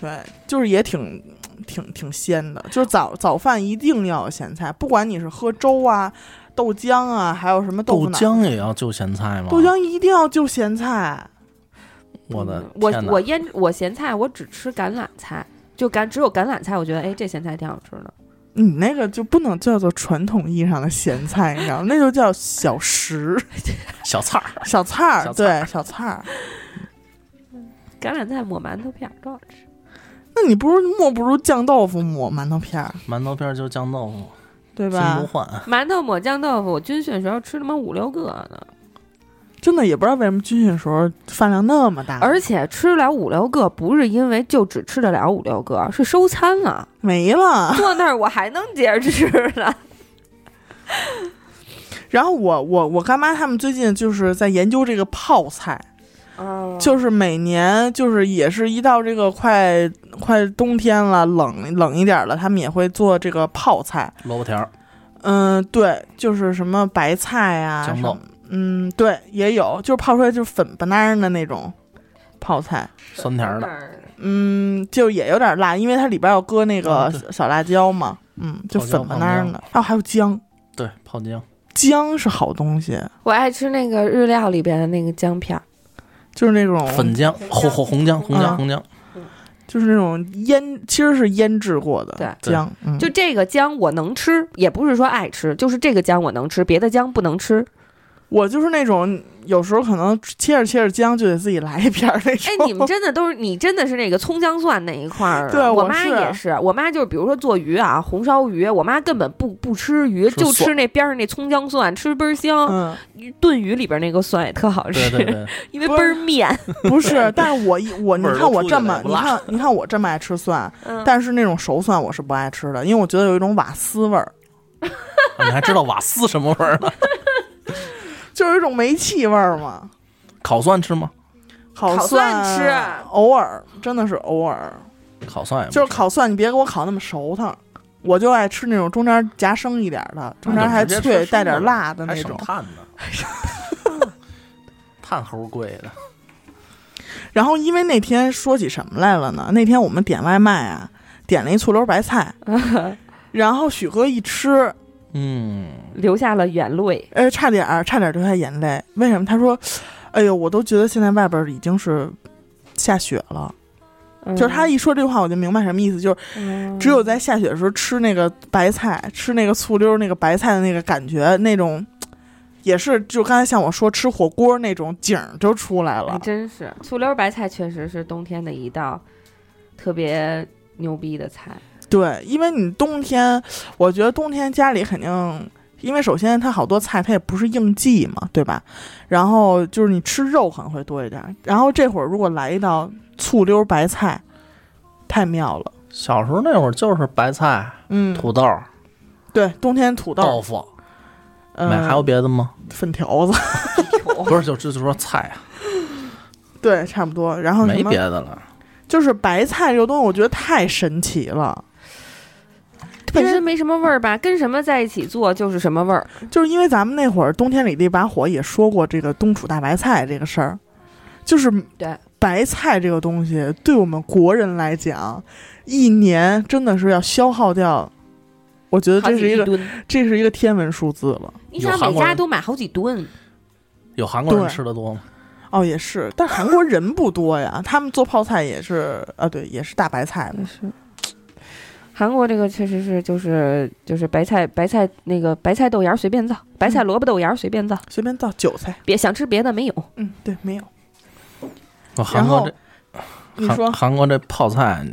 对，就是也挺挺挺鲜的。就是早早饭一定要有咸菜，不管你是喝粥啊、豆浆啊，还有什么
豆
腐脑，
浆也要就咸菜吗？
豆，浆一定要就咸菜。
我的
嗯
天
我
哪
我腌我咸菜，我只吃橄榄菜，就橄只有橄榄菜，我觉得哎这咸菜挺好吃的。
你那个就不能叫做传统意义上的咸菜，你知道吗？那就叫小
[LAUGHS]
食、
小菜儿，
小菜儿，
小菜
对，小菜儿。
橄榄菜抹馒头片儿多好吃。
那你不如莫不如酱豆腐抹馒头片儿，
馒头片儿就酱豆腐，
对
金
吧
不？换。
馒头抹酱豆腐，我军训时候吃他妈五六个呢，
真的也不知道为什么军训时候饭量那么
啊
大，
而且吃得了五六个，不是因为就只吃得了五六个，是收餐了。
[LAUGHS]
没了。
坐那儿我还能接着吃呢。
然后我我我干妈他们最近就是在研究这个泡菜，
哦
就是每年就是也是一到这个快快冬天了，冷冷一点了，他们也会做这个泡菜。
萝卜条儿，
嗯，对，就是什么白菜啊，
豇
什
豆
么嗯，对，也有，就是泡出来就是粉不拉的那种泡菜。
酸甜儿的，
嗯，就也有点辣，因为它里边要搁那个
啊对
小小辣椒嘛，嗯，就
泡椒
粉不
放
拉
姜
的。哦，还有姜，
对，泡姜。
姜是好东西，
我爱吃那个日料里边的那个姜片儿，
就是那种
粉姜、红红红姜、红
啊
姜、红姜，
就是那种腌，其实是腌制过的
对
姜，嗯
就这个姜我能吃，也不是说爱吃，就是这个姜我能吃，别的姜不能吃。
我就是那种有时候可能切着切着姜就得自己来一片儿那种。
[LAUGHS] 哎，你
[LAUGHS]
们真的都是你真的是那个葱姜蒜那一块儿啊。
对
我
我
妈
是
也是，我妈就是比如说做鱼啊，红烧鱼，我妈根本不不吃鱼，
吃
就
蒜
吃那边上那葱姜蒜，吃倍儿香。
嗯，
炖鱼里边那个蒜也特好
对
吃，
对对，
[LAUGHS] 因为倍儿面。
不
[LAUGHS]
是，但是我一我你
味儿
看
都
我
出去
这
了
么
也不
你
辣
看你看我这么爱吃蒜，
嗯
但是那种熟蒜我是不爱吃的，因为我觉得有一种瓦斯味儿，
啊你还知道瓦斯什么
[LAUGHS]
味儿呢？
就是有一种煤气味儿嘛。
烤蒜吃吗？
烤
烤蒜吃
偶尔真的是偶尔，
烤蒜也不
就是
吃
烤蒜，你别给我烤那么熟它，我就爱吃那种中间夹生一点儿的，中间还
那就直接
脆
吃生
带点
的
辣的
还
那
省
种。
碳呢，
[LAUGHS]
碳齁贵的。
然后因为那天说起什么来了呢？那天我们点外卖啊，点了一醋溜白菜，然后许哥一吃，
嗯，
流下了眼泪。
哎，差点儿，差点儿流下眼泪。为什么？他说：“哎呦，我都觉得现在外边儿已经是下雪了。
嗯
就是他一说这话，我就明白什么意思，就是只
嗯
有在下雪的时候吃那个白菜，吃那个醋溜儿那个白菜的那个感觉，那种也是就刚才像我说吃火锅那种景儿就出来
还
了。
哎真是醋溜白菜，确实是冬天的一道特别牛逼的菜。
对，因为你冬天，我觉得冬天家里肯定，因为首先它好多菜它也不是应季嘛，对吧？然后就是你吃肉可能会多一点儿，然后这会儿如果来一道醋溜白菜，太妙了。
小时候那会儿就是白菜、
嗯，
土豆、
对，冬天土
豆
豆，
腐，
嗯、
没还有别的吗？
粉条子， [LAUGHS]
不是，就就就说菜啊，
对，差不多。然哦后什
没
么
别？的了。
就是白菜这个东西，我觉得太神奇了。
本身没什么味儿吧，跟什么在一起做就是什么味儿。
就是因为咱们那会儿冬天里的一把火也说过这个冬储大白菜这个事儿，就是
对
白菜这个东西对我们国人来讲，一年真的是要消耗掉，我觉得
好
这是
几
一
亿
个
吨，
这是一个天文数字了。
你
有
想
韩
每
国
家
人
都买好几吨，
有韩国人
对
吃的多吗？
哦，也是，但韩
[LAUGHS]
国人不多呀，他们做泡菜也是啊，对，也是大白菜嘛。
是。韩国这个确实是，就是就是白菜白菜那个白菜豆芽儿随便造，白菜萝卜豆芽儿随便造，
随便造韭菜，
别想吃别的没有。
嗯，对，没有。
我哦韩国这
你
韩
说
韩国这泡菜，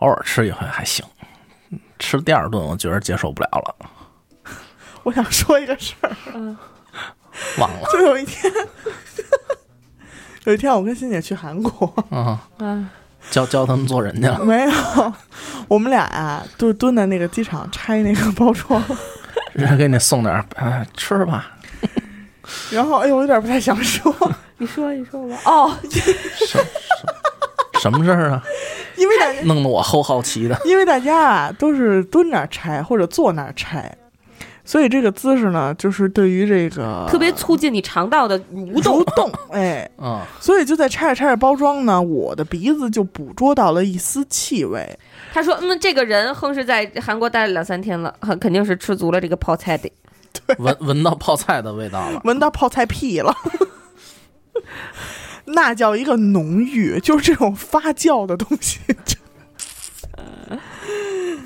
偶尔吃一回还行，吃第二顿我觉得接受不了了，
我想说一个事儿，
嗯，
忘
[LAUGHS]
了
就有一天，有一天我跟欣姐去韩国， [LAUGHS]
啊、教教他们做人去了。
没有，我们俩呀、就是蹲在那个机场拆那个包装， [LAUGHS]
人家给你送点儿，哎，吃吧，
然后哎呦，我有点不太想说， [LAUGHS]
你说你说吧。哦，
什什什么事儿啊？
因为大家
弄得我齁好奇的。
因为大家啊都是蹲那儿拆或者坐那儿拆，所以这个姿势呢，就是对于这个
特别促进你肠道的
啊蠕
蠕动。
动动， [LAUGHS] 哎，
嗯，
所以就在拆着拆着包装呢，我的鼻子就捕捉到了一丝气味。
他说：“嗯，这个人哼是在韩国待了两三天了，很肯定是吃足了这个泡菜的。
闻闻到泡菜的味道了。
闻到泡菜屁了， [LAUGHS] 那叫一个浓郁，就是这种发酵的东西。 [LAUGHS]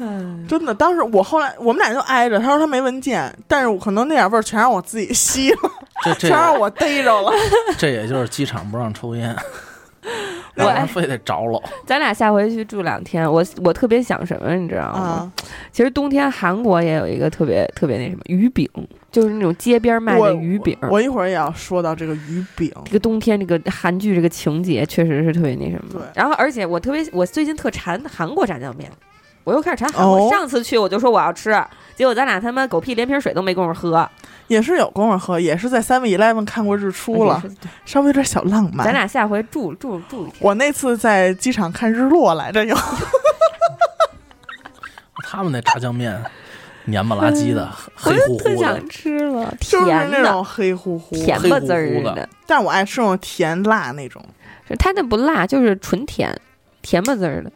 嗯
真的，当时我后来我们俩就挨着，他说他没闻见，但是我可能那点味儿全让我自己吸了，
这这
[LAUGHS] 全让我逮着了。
这也就是机场不让抽烟，
我
让人非得着了。
咱俩下回去住两天，我我特别想什么，你知道吗？
啊，
其实冬天韩国也有一个特别特别那什么鱼饼，就是那种街边卖
我
的鱼饼。
我一会儿也要说到这个鱼饼，
这个冬天，这个韩剧这个情节确实是特别那什么。
对
然后而且我特别，我最近特馋韩国炸酱面，我又开始馋韩国。
哦
上次去我就说我要吃，结果咱俩他妈狗屁连瓶水都没工夫喝，
也是有功夫喝，也是在 Seven Eleven 看过日出了
哎也，是
稍微有点小浪漫。
咱俩下回住住住一天。
我那次在机场看日落来着，又
他们那炸酱面 [LAUGHS] 黏不拉几的， [LAUGHS] 黑
我
乎
又特
乎的
想，吃了，
就是
甜
那
的，
种黑乎乎、
甜
黑
吧
乎
滋儿
乎的
的，
但我爱吃那种甜辣那种，
是它那不辣，就是纯甜，甜吧滋儿的。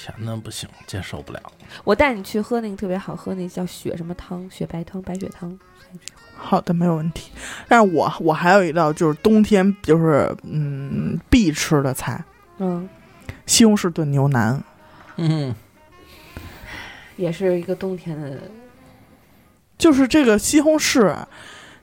甜的不行，接受不了。
我带你去喝那个特别好喝，那叫雪什么汤，雪白汤、白雪汤。
好的，没有问题。但是我我还有一道就是冬天就是嗯必吃的菜，
嗯，
西红柿炖牛腩。
嗯，
也是一个冬天的，
就是这个西红柿，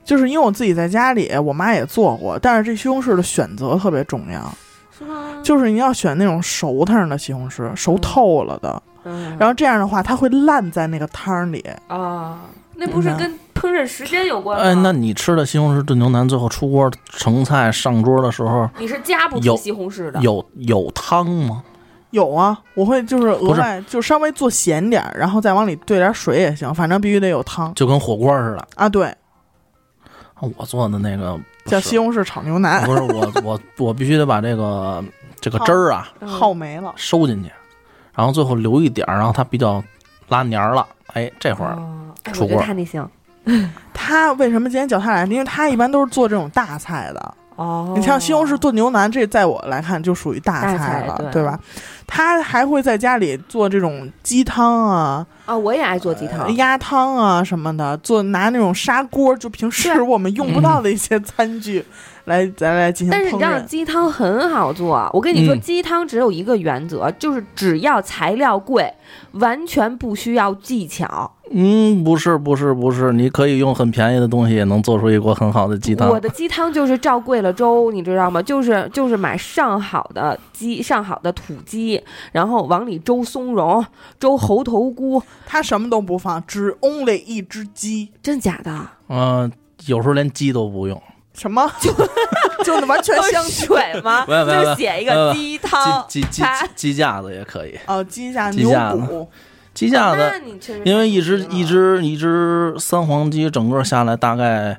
就是因为我自己在家里，我妈也做过，但是这西红柿的选择特别重要，
是吗？
就是你要选那种熟腾的西红柿，熟透了的，
嗯，
然后这样的话它会烂在那个汤里。
啊，那不是
嗯
跟烹饪时间有关吗？
哎，那你吃的西红柿炖牛腩，最后出锅盛菜上桌的时候，
你是加不出
有
西红柿的，
有有汤吗？
有啊，我会就是额
不是
外就稍微做咸点儿，然后再往里兑点水也行，反正必须得有汤
就跟火锅似的。
啊。对，
我做的那个不
叫
是
西红柿炒牛腩，
不是我我我必须得把这个这个汁儿啊
嗯
[LAUGHS] 耗没了。
收进去，然后最后留一点儿，然后它比较拉黏儿了。哎，这会儿
哦哎
出
我觉得
锅
他那行
他为什么今天叫他来？因为他一般都是做这种大菜的，
哦，
你像西红柿炖牛腩，这在我来看就属于大
大
菜
菜
了，
对
对吧？他还会在家里做这种鸡汤啊、
啊，我也爱做鸡
哎
汤。
鸭汤啊什么的，做拿那种砂锅，就平时
对
我们用不到的一些餐具来咱来进行
但是你
烹
知道
饪。
鸡汤很好做，我跟你说，
嗯
鸡汤只有一个原则，就是只要材料贵，完全不需要技巧。
嗯，不是不是不是，你可以用很便宜的东西也能做出一锅很好的鸡汤
我。的鸡汤就是照贵了粥，你知道吗？就是就是买上好的鸡，上好的土鸡，然后往里粥松茸、粥猴头菇，
他什么都不放，只 only 一只鸡，
真假的？
嗯、有时候连鸡都不用，
什
[LAUGHS]
么就就完全
[LAUGHS]
都
相
[LAUGHS] 是水吗？
没有没有
就写一个鸡汤。
鸡鸡鸡
哦它
鸡架子也可以，
哦鸡架
鸡
牛
架子
骨，
鸡架子
那你确实
因为一只
太牛
一
了
只一只三黄鸡整个下来大概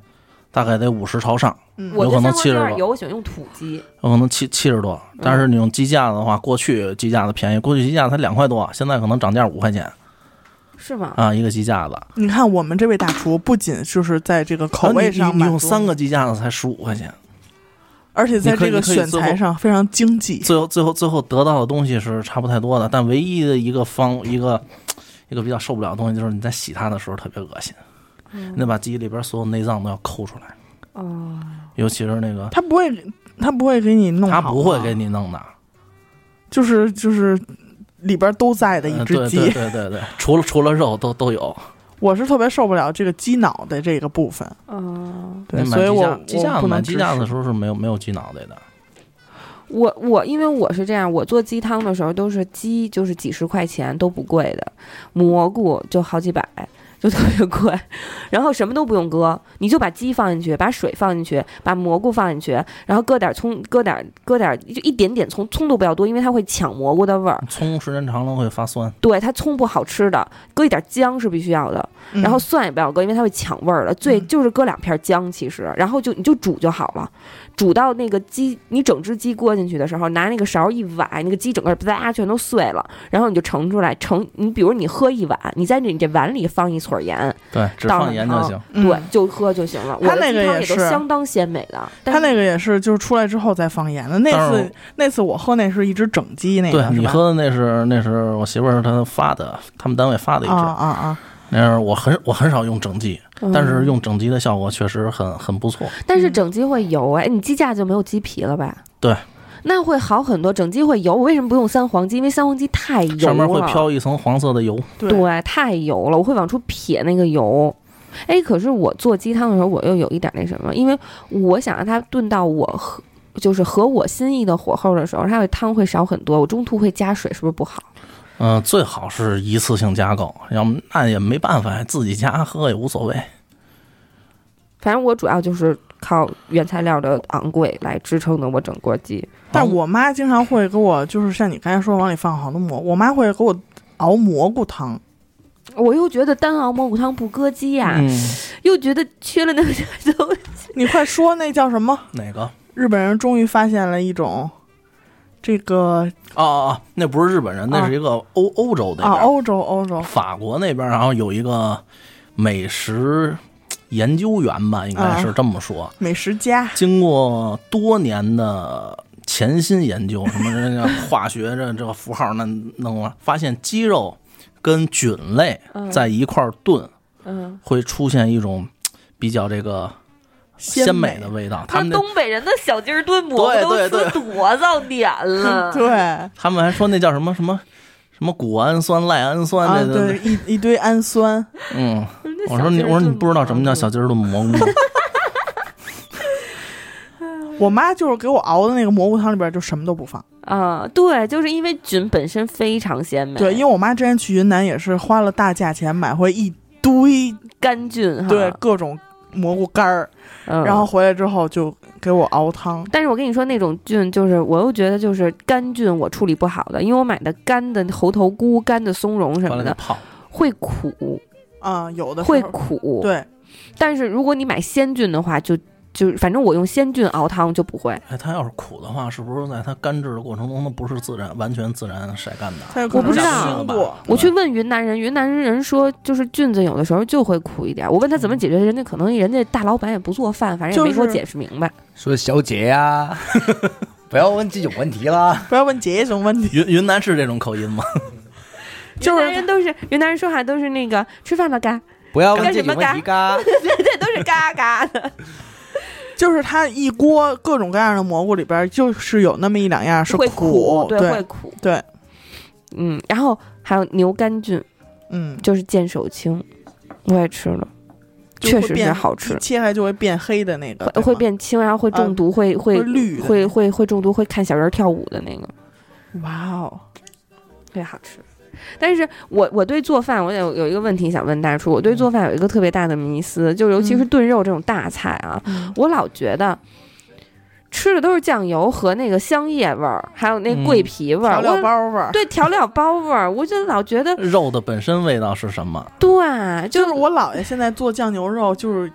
大概得五十朝上，
嗯，
我
有
这
可能
三黄鸡
70
有点
吧
油，我喜欢用土鸡。
有可能七七十多。
嗯
但是你用鸡架子的话，过去鸡架子便宜，过去鸡架子才两块多，现在可能涨价五块钱
[LAUGHS] 是吗？
啊一个鸡架子。
你看我们这位大厨不仅就是在这个口
啊
味
你
上
你你
满
用
足
三个鸡架子才十五块钱，
而且在
你可
这
以
个
你可以
选
最后
材上非常经济。
最后最后最后得到的东西是差不太多的，但唯一的一个方一个一个比较受不了的东西就是你在洗它的时候特别恶心，你得把鸡里边所有内脏都要抠出来，
哦，
尤其是那个
他不会，他不会给你弄
它
好啊
不会
吗
给，你弄的。
就是就是里边都在的一
嗯
只鸡。
对对对对对，除了除了肉都都有。
我是特别受不了这个鸡脑袋这个部分，
哦，
对，
你买
所以
鸡
我
架鸡架
我
子
不
买
能
鸡
支
架
持
子的时候是没有没有鸡脑袋的。
我我因为我是这样，我做鸡汤的时候都是鸡，就是几十块钱都不贵的，蘑菇就好几百，就特别贵，然后什么都不用搁，你就把鸡放进去，把水放进去，把蘑菇放进去，然后搁点葱，搁点搁点就一点点葱，葱都不要多，因为它会抢蘑菇的味儿，
葱时间长了会发酸，
对它葱不好吃的，搁一点姜是必须要的，
嗯
然后蒜也不要搁，因为它会抢味儿了。最
嗯
就是搁两片姜，其实，然后就你就煮就好了。煮到那个鸡，你整只鸡搁进去的时候，拿那个勺一崴，那个鸡整个吧全都碎了，然后你就盛出来。盛你比如你喝一碗，你在你这碗里放一撮盐，
对，只
倒
放
上
盐就
汤
行。
嗯
对，就喝就行了。我
它
的
那
鸡
个
汤
也
也都
是
相当鲜美的，但
他
是
那个也是，就是出来之后再放盐的。那
当然
次那次我喝那是一只整鸡，啊那个是
对你
吧
喝的那是那是我媳妇儿她发的，他们单位发的一
啊
只。
啊啊！
那是我很我很少用整鸡，
嗯
但是用整鸡的效果确实很很不错。
但是整鸡会油哎，你鸡架就没有鸡皮了吧？
对。
那会好很多，整鸡会油。我为什么不用三黄鸡？因为三黄鸡太油了，啊
上面会飘一层黄色的油，
对
对，太油了，我会往出撇那个油。哎，可是我做鸡汤的时候，我又有一点那什么，因为我想让它炖到我合，就是合我心意的火候的时候，它的汤会少很多。我中途会加水，是不是不好？
嗯、最好是一次性加购，要么那也没办法，自己家喝也无所谓。
反正我主要就是靠原材料的昂贵来支撑的我整锅鸡。
但我妈经常会给我，就是像你刚才说往里放好多蘑，我妈会给我熬蘑菇汤。
我又觉得单熬蘑菇汤不搁鸡呀、
嗯，
又觉得缺了那个东西。
你快说那叫什么？
哪个？
日本人终于发现了一种这个
哦哦，哦那不是日本人，那是一个欧、欧洲那边
啊，欧洲欧洲
法国那边，然后有一个美食研究员吧，应该是这么说。
美食家，
经过多年的潜心研究，什么人家化学这这个符号那弄了，发现鸡肉跟菌类
嗯
在一块儿炖，
嗯，
会出现一种比较这个鲜美的味道。他们
那
那
东北人的小鸡儿炖蘑
对
菇都
对
吃多少年
[LAUGHS]
了？
对。
他们还说那叫什么什么。什么谷氨酸、赖氨酸
啊，
这个、
对，一一堆氨酸，
嗯，
那
我
小
说
鸡
你，
儿
我说你
炖
不知道
蘑
什么叫
菇
小鸡儿炖
[LAUGHS]
蘑菇吗？
我妈就是给我熬的那个蘑菇汤里边就什么都不放。
啊，对，就是因为菌本身非常鲜美，
对，因为我妈之前去云南也是花了大价钱买回一堆
干菌哈，
对各种蘑菇干儿，
啊嗯，
然后回来之后就给我熬汤。
但是我跟你说，那种菌就是，我又觉得就是干菌我处理不好的，因为我买的干的猴头菇、干的松茸什么
完了给
的
泡，
会苦，
啊、有的时
会
候
苦。，
对，
但是如果你买鲜菌的话，就就是反正我用鲜菌熬汤就不会。
哎，它要是苦的话，是不是在它干制的过程中，它不是自然完全自然晒干的？
它有
我不知道
加工的吧
我去问云南人，云南人说就是菌子有的时候就会苦一点。我问他怎么解决，人家可能人家大老板也不做饭，反正也没给我
就是
解释明白。
说小姐呀、 [LAUGHS] 不要问这种问题
[LAUGHS]
啦。
不要问姐这种问题，
云云南是这种口音吗？ [LAUGHS]
就是
云南人都是云南人说话都是那个吃饭了嘎，
不要
干
问
什
这
么
种问题嘎。
[LAUGHS] 对对，都是嘎嘎的。
就是它一锅各种各样的蘑菇里边儿，就是有那么一两样是
会
苦，
对，会
对，
苦，
对，
嗯，然后还有牛肝菌，
嗯，
就是见手青，我也吃了，
就
确
会
实是
变
好
一
吃，
切开就会变黑的那个，
会
对
会
吗，
变青，然后会中
啊
毒，会会
会绿的
会会会中毒，会看小人跳舞的那个，
哇哦，
特别好吃。但是我我对做饭，我有有一个问题想问大厨，我对做饭有一个特别大的迷思，就是尤其是
嗯
炖肉这种大菜啊，
嗯
我老觉得吃的都是酱油和那个香叶味儿，还有那桂皮味
嗯
儿，
调
我
料包味儿，嗯
对调料包味儿，我就老觉得
肉的本身味道是什么？
对，就
就是我姥爷现在做酱牛肉，就是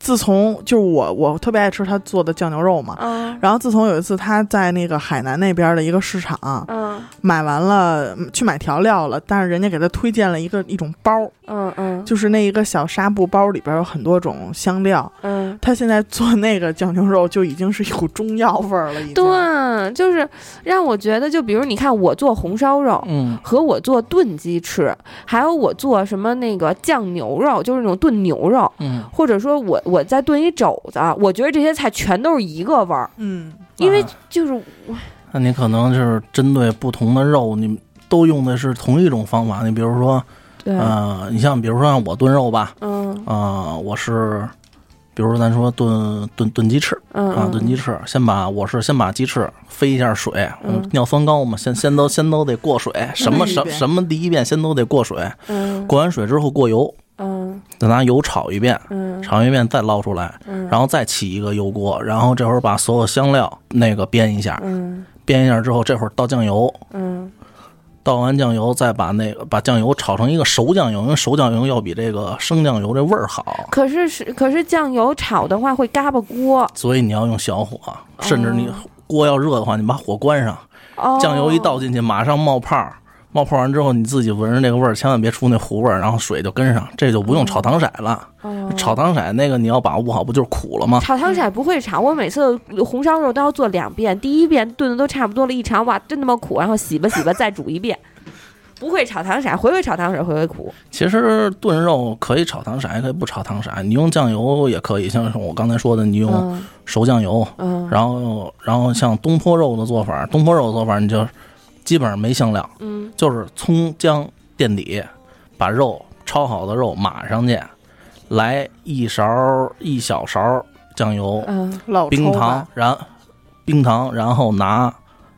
自从就是我我特别爱吃他做的酱牛肉嘛。
嗯
然后自从有一次他在那个海南那边的一个市场
嗯
买完了嗯去买调料了，但是人家给他推荐了一个一种包，
嗯嗯
就是那一个小纱布包里边有很多种香料。
嗯，
他现在做那个酱牛肉就已经是一股中药味儿了，已经。
对，就是让我觉得，就比如你看我做红烧肉。
嗯，
和我做炖鸡翅，还有我做什么那个酱牛肉，就是那种炖牛肉，
嗯，
或者说我我再炖一肘子，我觉得这些菜全都是一个味儿，
嗯，
因为
啊
就是我
那你可能就是针对不同的肉，你们都用的是同一种方法。你比如说，
对，
呃，你像比如说像我炖肉吧，
嗯
啊、我是，比如说咱说炖炖炖鸡翅
嗯
啊，炖
嗯
鸡翅，先把我是先把鸡翅飞一下水，
嗯
尿酸高嘛，先先都先都得过水，什么什
嗯
什么第一遍先都得过水，
嗯
过完水之后过油，
嗯
再拿油炒一遍，
嗯
炒一遍再捞出来，
嗯，
然后再起一个油锅，然后这会儿把所有香料那个煸一下，
嗯
煸一下之后，这会儿倒酱油，
嗯
倒完酱油再把那个把酱油炒成一个熟酱油，因为熟酱油要比这个生酱油这味儿好。
可是是可是酱油炒的话会嘎巴锅，
所以你要用小火，甚至你锅要热的话，你把火关上，
哦，
酱油一倒进去，马上冒泡儿，冒泡完之后你自己闻着那个味儿，千万别出那糊味儿，然后水就跟上，这就不用炒糖色了。
哦，
炒糖色那个你要把握好，不就是苦了吗？
炒糖色不会炒，我每次红烧肉都要做两遍，第一遍炖的都差不多了，一尝哇，真他妈苦，然后洗吧洗吧再煮一遍。不会炒糖色，回回炒糖色，回回苦。
其实炖肉可以炒糖色，也可以不炒糖色，你用酱油也可以，像是我刚才说的，你用
嗯
熟酱油，
嗯
然后然后像东坡肉的做法，东坡肉的做法你就基本上没香料，
嗯
就是葱姜垫底，把肉焯好的肉码上去，来一勺一小勺酱油、
嗯
老
冰
抽
糖
吧，，
然冰糖，然后拿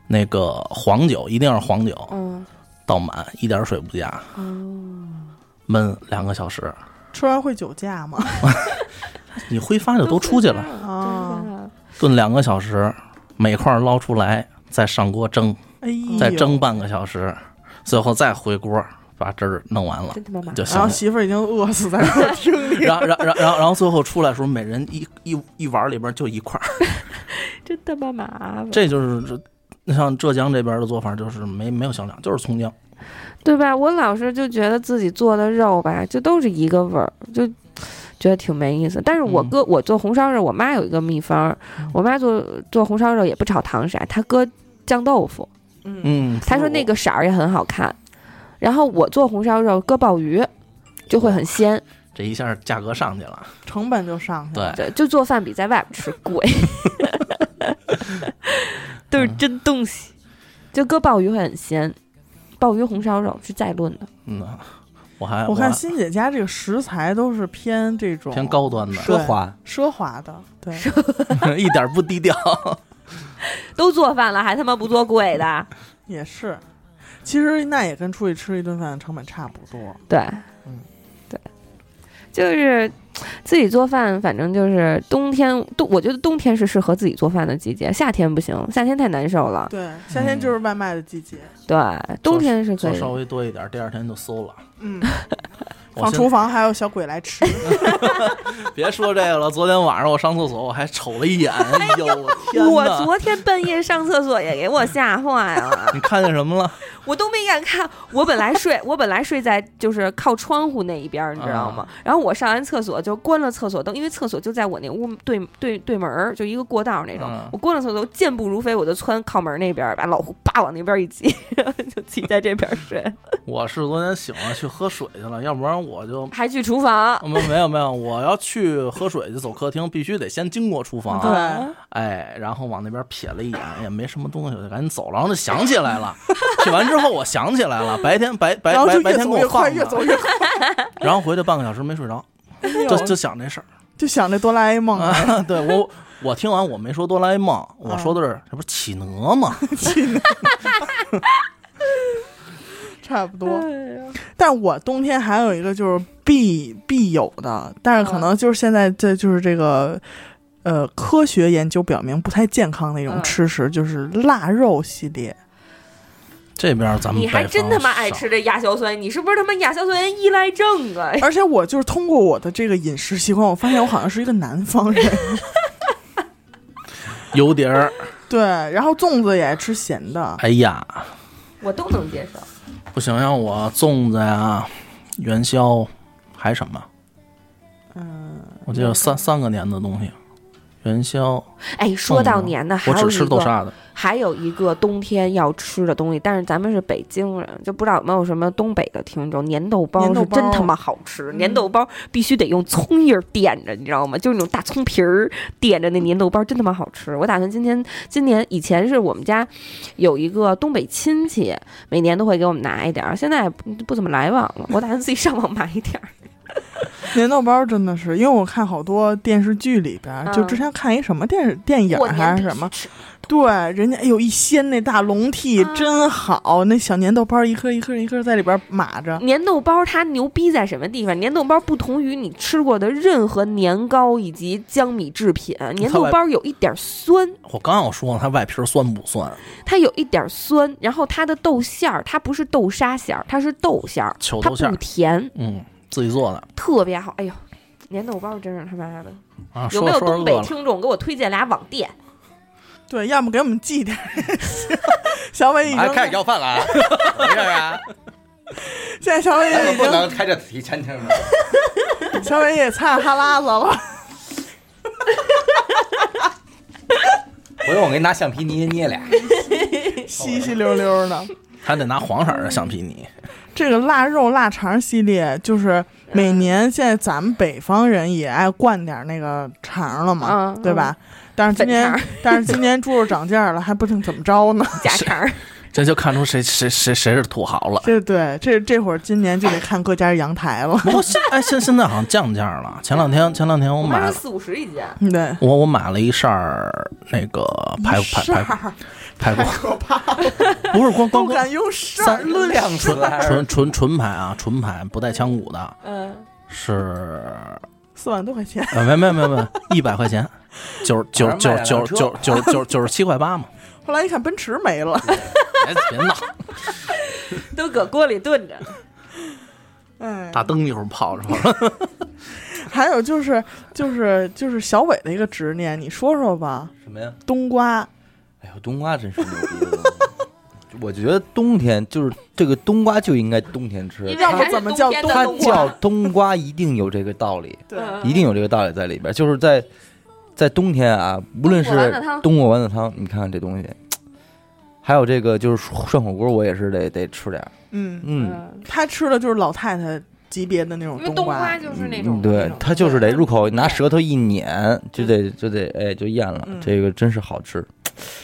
那个黄酒，一定是黄酒，
嗯
倒满，一点水不加，
哦，
焖两个小时，
吃完会酒驾吗？
你挥发就都出去了，
啊
啊，
炖两个小时，每块捞出来，再上锅蒸，
哎呦，
再蒸半个小时，最后再回锅把汁儿弄完了
真他妈麻
就行
然后
了。
媳妇儿已经饿死在 [LAUGHS] 客厅里。
[LAUGHS] 然后，然后，然后，然后，然后最后出来的时候，每人一一一碗里边就一块儿， [LAUGHS]
真他妈麻烦，
这就是这。那像浙江这边的做法，就是没没有香料，就是葱姜。
对吧？我老是就觉得自己做的肉吧，就都是一个味儿，就觉得挺没意思。但是我
嗯
哥、我做红烧肉，我妈有一个秘方儿，我妈做做红烧肉也不炒糖色，她搁酱豆腐，
嗯，
嗯，
她说那个色儿也很好看。然后我做红烧肉搁鲍鱼，就会很鲜，
这一下价格上去了。
成本就上去了。
对，
就就做饭比在外边吃贵，都是真东西，就搁鲍鱼会很鲜。鲍鱼红烧肉是再论的，
[LAUGHS] 嗯，我还
我
还
看欣姐家这个食材都是偏这种
偏高端的，
是
奢华，
奢华的，对，
[LAUGHS] 一点不低调。
都做饭了还他妈不做贵的。
也是。其实那也跟出去吃一顿饭的成本差不多。
对，
嗯，
对，就是自己做饭，反正就是冬天冬，我觉得冬天是适合自己做饭的季节，夏天不行，夏天太难受了。
对，夏天就是外卖的季节。
对，冬天是可
做
以。
稍微多一点，第二天就馊了。
嗯，
我
放
现
厨房还有小鬼来吃，
[LAUGHS] 别说这个了，昨天晚上我上厕所我还瞅了一眼，哎呦天
我
哪！
昨天半夜上厕所也给我吓坏
[LAUGHS]
了，
你看见什么了？
我都没敢看。我本来睡，我本来睡在就是靠窗户那一边儿，你知
啊
道吗？然后我上完厕所就关了厕所灯，因为厕所就在我那屋对对对门儿，就一个过道那种。
嗯
我关了厕所，健步如飞，我就窜靠门那边儿，把老虎叭往那边一挤， [LAUGHS] 就自己在这边儿睡，
我是昨天醒了去喝水去了，要不然我就
还去厨房。
[LAUGHS] 没没有没有，我要去喝水去走客厅，必须得先经过厨
嗯
房，
对，
哎，然后往那边瞥了一眼，也没什么东西，我就赶紧走了。然后就想起来了，瞥完之后我想起来了，白天白白
然后就
白白
越
天
走
给
越
我
快，
放
越
的，
走越快，
然后回去半个小时没睡着，
[LAUGHS] 哎呦
[LAUGHS] 就就想这事儿。
就想这哆啦 A 梦啊，
啊， [LAUGHS] 对我我听完我没说哆啦 A 梦，我说的
嗯
是这不是企鹅吗？
差不多。但我冬天还有一个就是必必有的，但是可
嗯
能就是现在这就是这个。呃，科学研究表明不太健康的一种
嗯
吃食、就是腊肉系列，
这边咱们
你还
北
真
方
他妈爱
少
吃这亚硝酸，你是不是他妈亚硝酸依赖症啊？ [LAUGHS]
而且我就是通过我的这个饮食习惯，我发现我好像是一个南方
[LAUGHS]
人。
油碟儿，
对，然后粽子也爱吃咸的，
哎呀，
我都能接受。
不行，让我粽子呀、元宵，还什么？嗯，我记得有三三个年的东西，元宵，
哎，说到年的，还
我
有
只
一
吃豆
个，
沙的。
还有一个冬天要吃的东西，但是咱们是北京人，就不知道有没有什么东北的听众，粘豆包
粘豆
是
包嗯
真他妈好吃，粘豆包必须得用葱叶儿垫着，你知道吗？就是那种大葱皮儿垫着那粘豆包，真他妈好吃。我打算今天，今年以前是我们家有一个东北亲戚，每年都会给我们拿一点儿，现在也不不怎么来往了，我打算自己上网买一点儿。
[LAUGHS] 粘豆包真的是，因为我看好多电视剧里边儿，就
嗯
之前看一什么电视电影
过
儿
年
还是
必
什么
须，吃
对，人家哎呦一掀那大笼屉、
啊
真好，那小粘豆包一颗一颗一颗在里边码着，
粘豆包它牛逼在什么地方？粘豆包不同于你吃过的任何年糕以及江米制品，
嗯
粘豆包有一点酸，
我刚要说它外皮儿酸不酸？
它有一点酸，然后它的豆馅儿它不是豆沙馅儿，它是豆馅儿，
球
它
豆馅儿
不甜，
嗯，自己做的
特别好。哎呦，粘豆包真是他妈的！
啊。
有
说
没有
着说着
东北
饿了，
听众给我推荐俩网店？
[LAUGHS]
对，要么给我们寄点儿。小伟已经
哎，开始要饭了啊！没事啊，
现在小伟
咱
也已
们哎不
经
能开这提前听了。
小伟也擦哈喇子了，
回头我给你拿橡皮捏
[LAUGHS]
捏俩。
稀稀溜溜的。
还得拿黄色儿的橡皮泥。
这个腊肉腊肠系列，就是每年现在咱们北方人也爱灌点那个肠了嘛，
嗯
对吧？但是今
粉
年
肠，
但是今年猪肉涨价了，还不定怎么着呢。 [LAUGHS]
家常儿，
这就看出谁谁谁谁是土豪了。
这对，这这会儿今年就得看各家阳台了。
不过现哎现现在好像降价了。前两天前两天我
我
买
妈
了
说四五十一斤，
对，
我我买了一扇儿那个排骨排排
儿
排骨，
可怕，
不是光光
不
光
敢用事儿论
量词，
[LAUGHS]
纯纯纯排啊，纯排不带腔骨的，
嗯，
是
四万多块钱，
呃没没没没一百块钱，九九
反正
九
卖
九
两
九九九九十七块
[LAUGHS]
八嘛，
后来一看奔驰没了，
哎
别别闹，
都搁锅里炖着。
[LAUGHS] 哎，
大灯一会儿泡着吧。
还有就是就是就是小伟的一个执念，你说说吧，
什么呀？
冬瓜，
哎呦，冬瓜真是牛逼了！我觉得冬天就是这个冬瓜就应该冬天吃
因，为它是
怎么叫
冬天
它
的
冬瓜
叫冬瓜一定有这个道理，
嗯
一定有这个道理在里边。就是在在冬天啊，无论是
冬瓜丸子汤
冬瓜丸子汤，你看看这东西，还有这个就是涮火锅，我也是得得吃点儿。
嗯，
嗯，
他吃的就是老太太级别的那种
因为
冬
冬
瓜
瓜，就是那种，
嗯对，它就是得入口拿
对嗯
舌头一捻，就得就得哎就咽了
嗯，
这个真是好吃。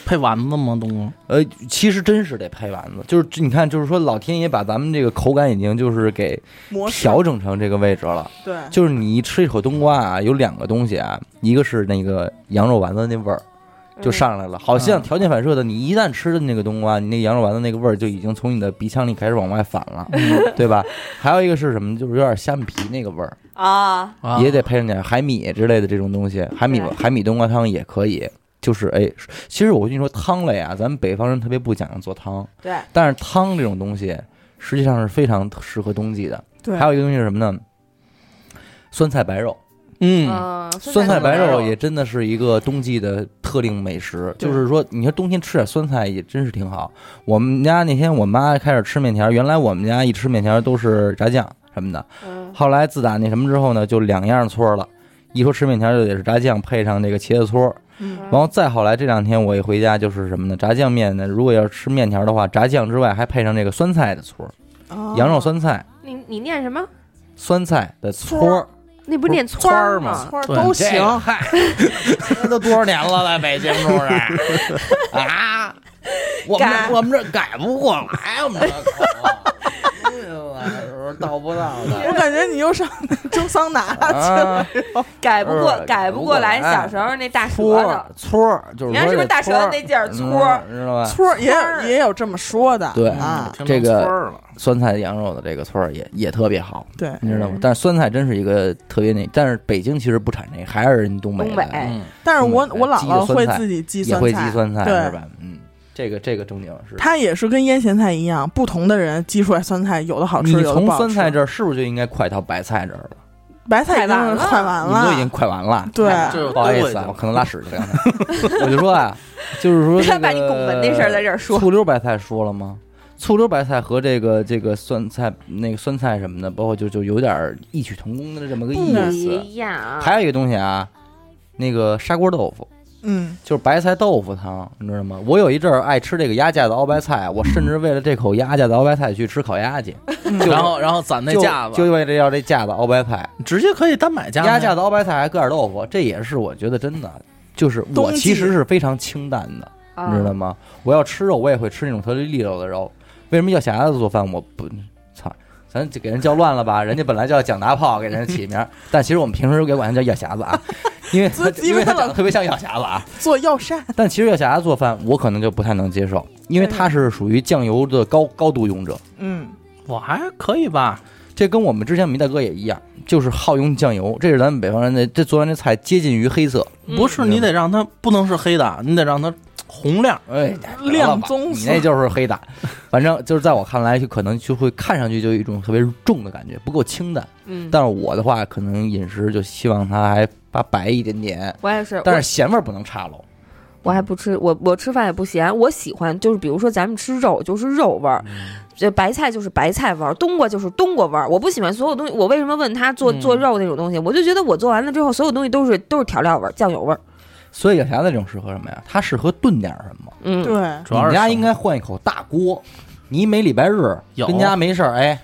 配丸子吗？冬瓜
呃，其实真是得配丸子，就是你看，就是说老天爷把咱们这个口感已经就是给
模式
调整成这个位置了。
嗯
对，
就是你一吃一口冬瓜啊，有两个东西啊，一个是那个羊肉丸子那味儿就上来了，好像
嗯
条件反射的，你一旦吃的那个冬瓜，你那羊肉丸子那个味儿就已经从你的鼻腔里开始往外反了，对吧？还有一个是什么？就是有点虾米皮那个味儿，
啊，
啊
也得配上点海米之类的这种东西，海米
对
海米冬瓜汤也可以。就是哎，其实我跟你说汤类啊，咱们北方人特别不讲究做汤。
对，
但是汤这种东西，实际上是非常适合冬季的。
对，
还有一个东西是什么呢？酸菜白肉，
嗯，
嗯，
酸菜
菜
白
肉
肉也真的是一个冬季的特定美食。
对
就是说，你说冬天吃点酸菜也真是挺好。我们家那天我妈开始吃面条，原来我们家一吃面条都是炸酱什么的，
嗯
后来自打那什么之后呢，就两样搓了。一说吃面条就得是炸酱配上这个茄子搓，
嗯
然后再后来这两天我一回家就是什么呢？炸酱面呢，如果要是吃面条的话，炸酱之外还配上这个酸菜的搓，
哦
羊肉酸菜、
你你念什么？
酸菜的
搓
搓 [LAUGHS]
儿，
那不是念
搓
村
儿
儿
嘛
搓
对
都行
这，个嗨，这都多少年了，在北京是不是？啊，我们
改
这我们这改不过来，我们这口啊。哎呦我说到不到的
我感觉你又
[LAUGHS]
上那蒸桑拿了去了。
啊，
改不
不
过
是
改不过来
改不过来
小时候那大舌
搓
头
儿，搓儿就是
你看
说
是不
这
是大舌
搓
头
儿
那劲儿搓儿？
嗯知道吧？
搓儿也
搓儿
有也有这么说的，
对
啊，
[LAUGHS] 听成
这个
村儿了
酸菜羊肉的这个搓儿也也特别好，
对，
你知道吗
嗯？
但是酸菜真是一个特别那，但是北京其实不产这个，还是人东北
东
的
北
嗯，
但是我
嗯
我姥
鸡
姥
的酸
会
菜
自己鸡
也
酸
会
菜，
鸡酸菜
对
是吧？嗯，这个这个正经是。
它也是跟腌咸菜一样，不同的人激出来酸菜，有的好吃，
你
有的
从
不好
酸菜
吃
这儿是不是就应该快到白菜这儿了？
白菜已
快完
经
了
快完
你们都已经
了，
快完了。
对
哎
这
不好意思
对
啊，我可能拉屎去了。
[LAUGHS]
刚才我就说啊，就是说这个
把你拱门那事儿在这儿说
醋溜白菜说了吗？醋溜白菜和这个这个酸菜那个酸菜什么的，包括就就有点儿异曲同工的这么个嗯意
不
思。
一样。
还有一个东西啊，那个砂锅豆腐，
嗯，
就是白菜豆腐汤，你知道吗？我有一阵儿爱吃这个鸭架子熬白菜，我甚至为了这口鸭架子熬白菜去吃烤鸭去，就
嗯然后然后攒那
就
架子，
就为了要这架子熬白菜，
直接可以单买架
鸭
子
架子熬白菜还搁点豆腐，这也是我觉得真的，就是我
冬季
其实是非常清淡的，
啊
你知道吗？我要吃肉，我也会吃那种特别利落的肉。为什么要小鸭子做饭？我不操，咱就给人叫乱了吧？人家本来叫蒋大炮，给人家起名儿，但其实我们平时也管他叫药匣子啊，因为他
自己
因为他
问了
长得特别像药匣子啊。
做药膳，
但其实药匣子做饭，我可能就不太能接受，因为他是属于酱油的高高度用者。
嗯，
我还可以吧，
这跟我们之前米大哥也一样，就是好用酱油，这是咱们北方人的。这做完这菜接近于黑色，
嗯
不是你得让它不能是黑的，你得让它红亮。
哎，
亮棕
你
色
那就是黑的。反正就是在我看来，就可能就会看上去就有一种特别重的感觉，不够清淡。
嗯，
但是我的话，可能饮食就希望它还发白一点点，
我也是，
但是咸味儿不能差喽。
我还不吃，我我吃饭也不咸，我喜欢就是比如说咱们吃肉就是肉味儿，
嗯
这白菜就是白菜味儿，冬瓜就是冬瓜味儿。我不喜欢所有东西，我为什么问他做
嗯
做肉那种东西？我就觉得我做完了之后，所有东西都是都是调料味儿、酱油味儿。
所以小霞子这种适合什么呀？它适合炖点儿什么？
嗯，
对，
主要是
你们家
省
应该换一口大锅。你每礼拜日
有
跟家没事儿，哎，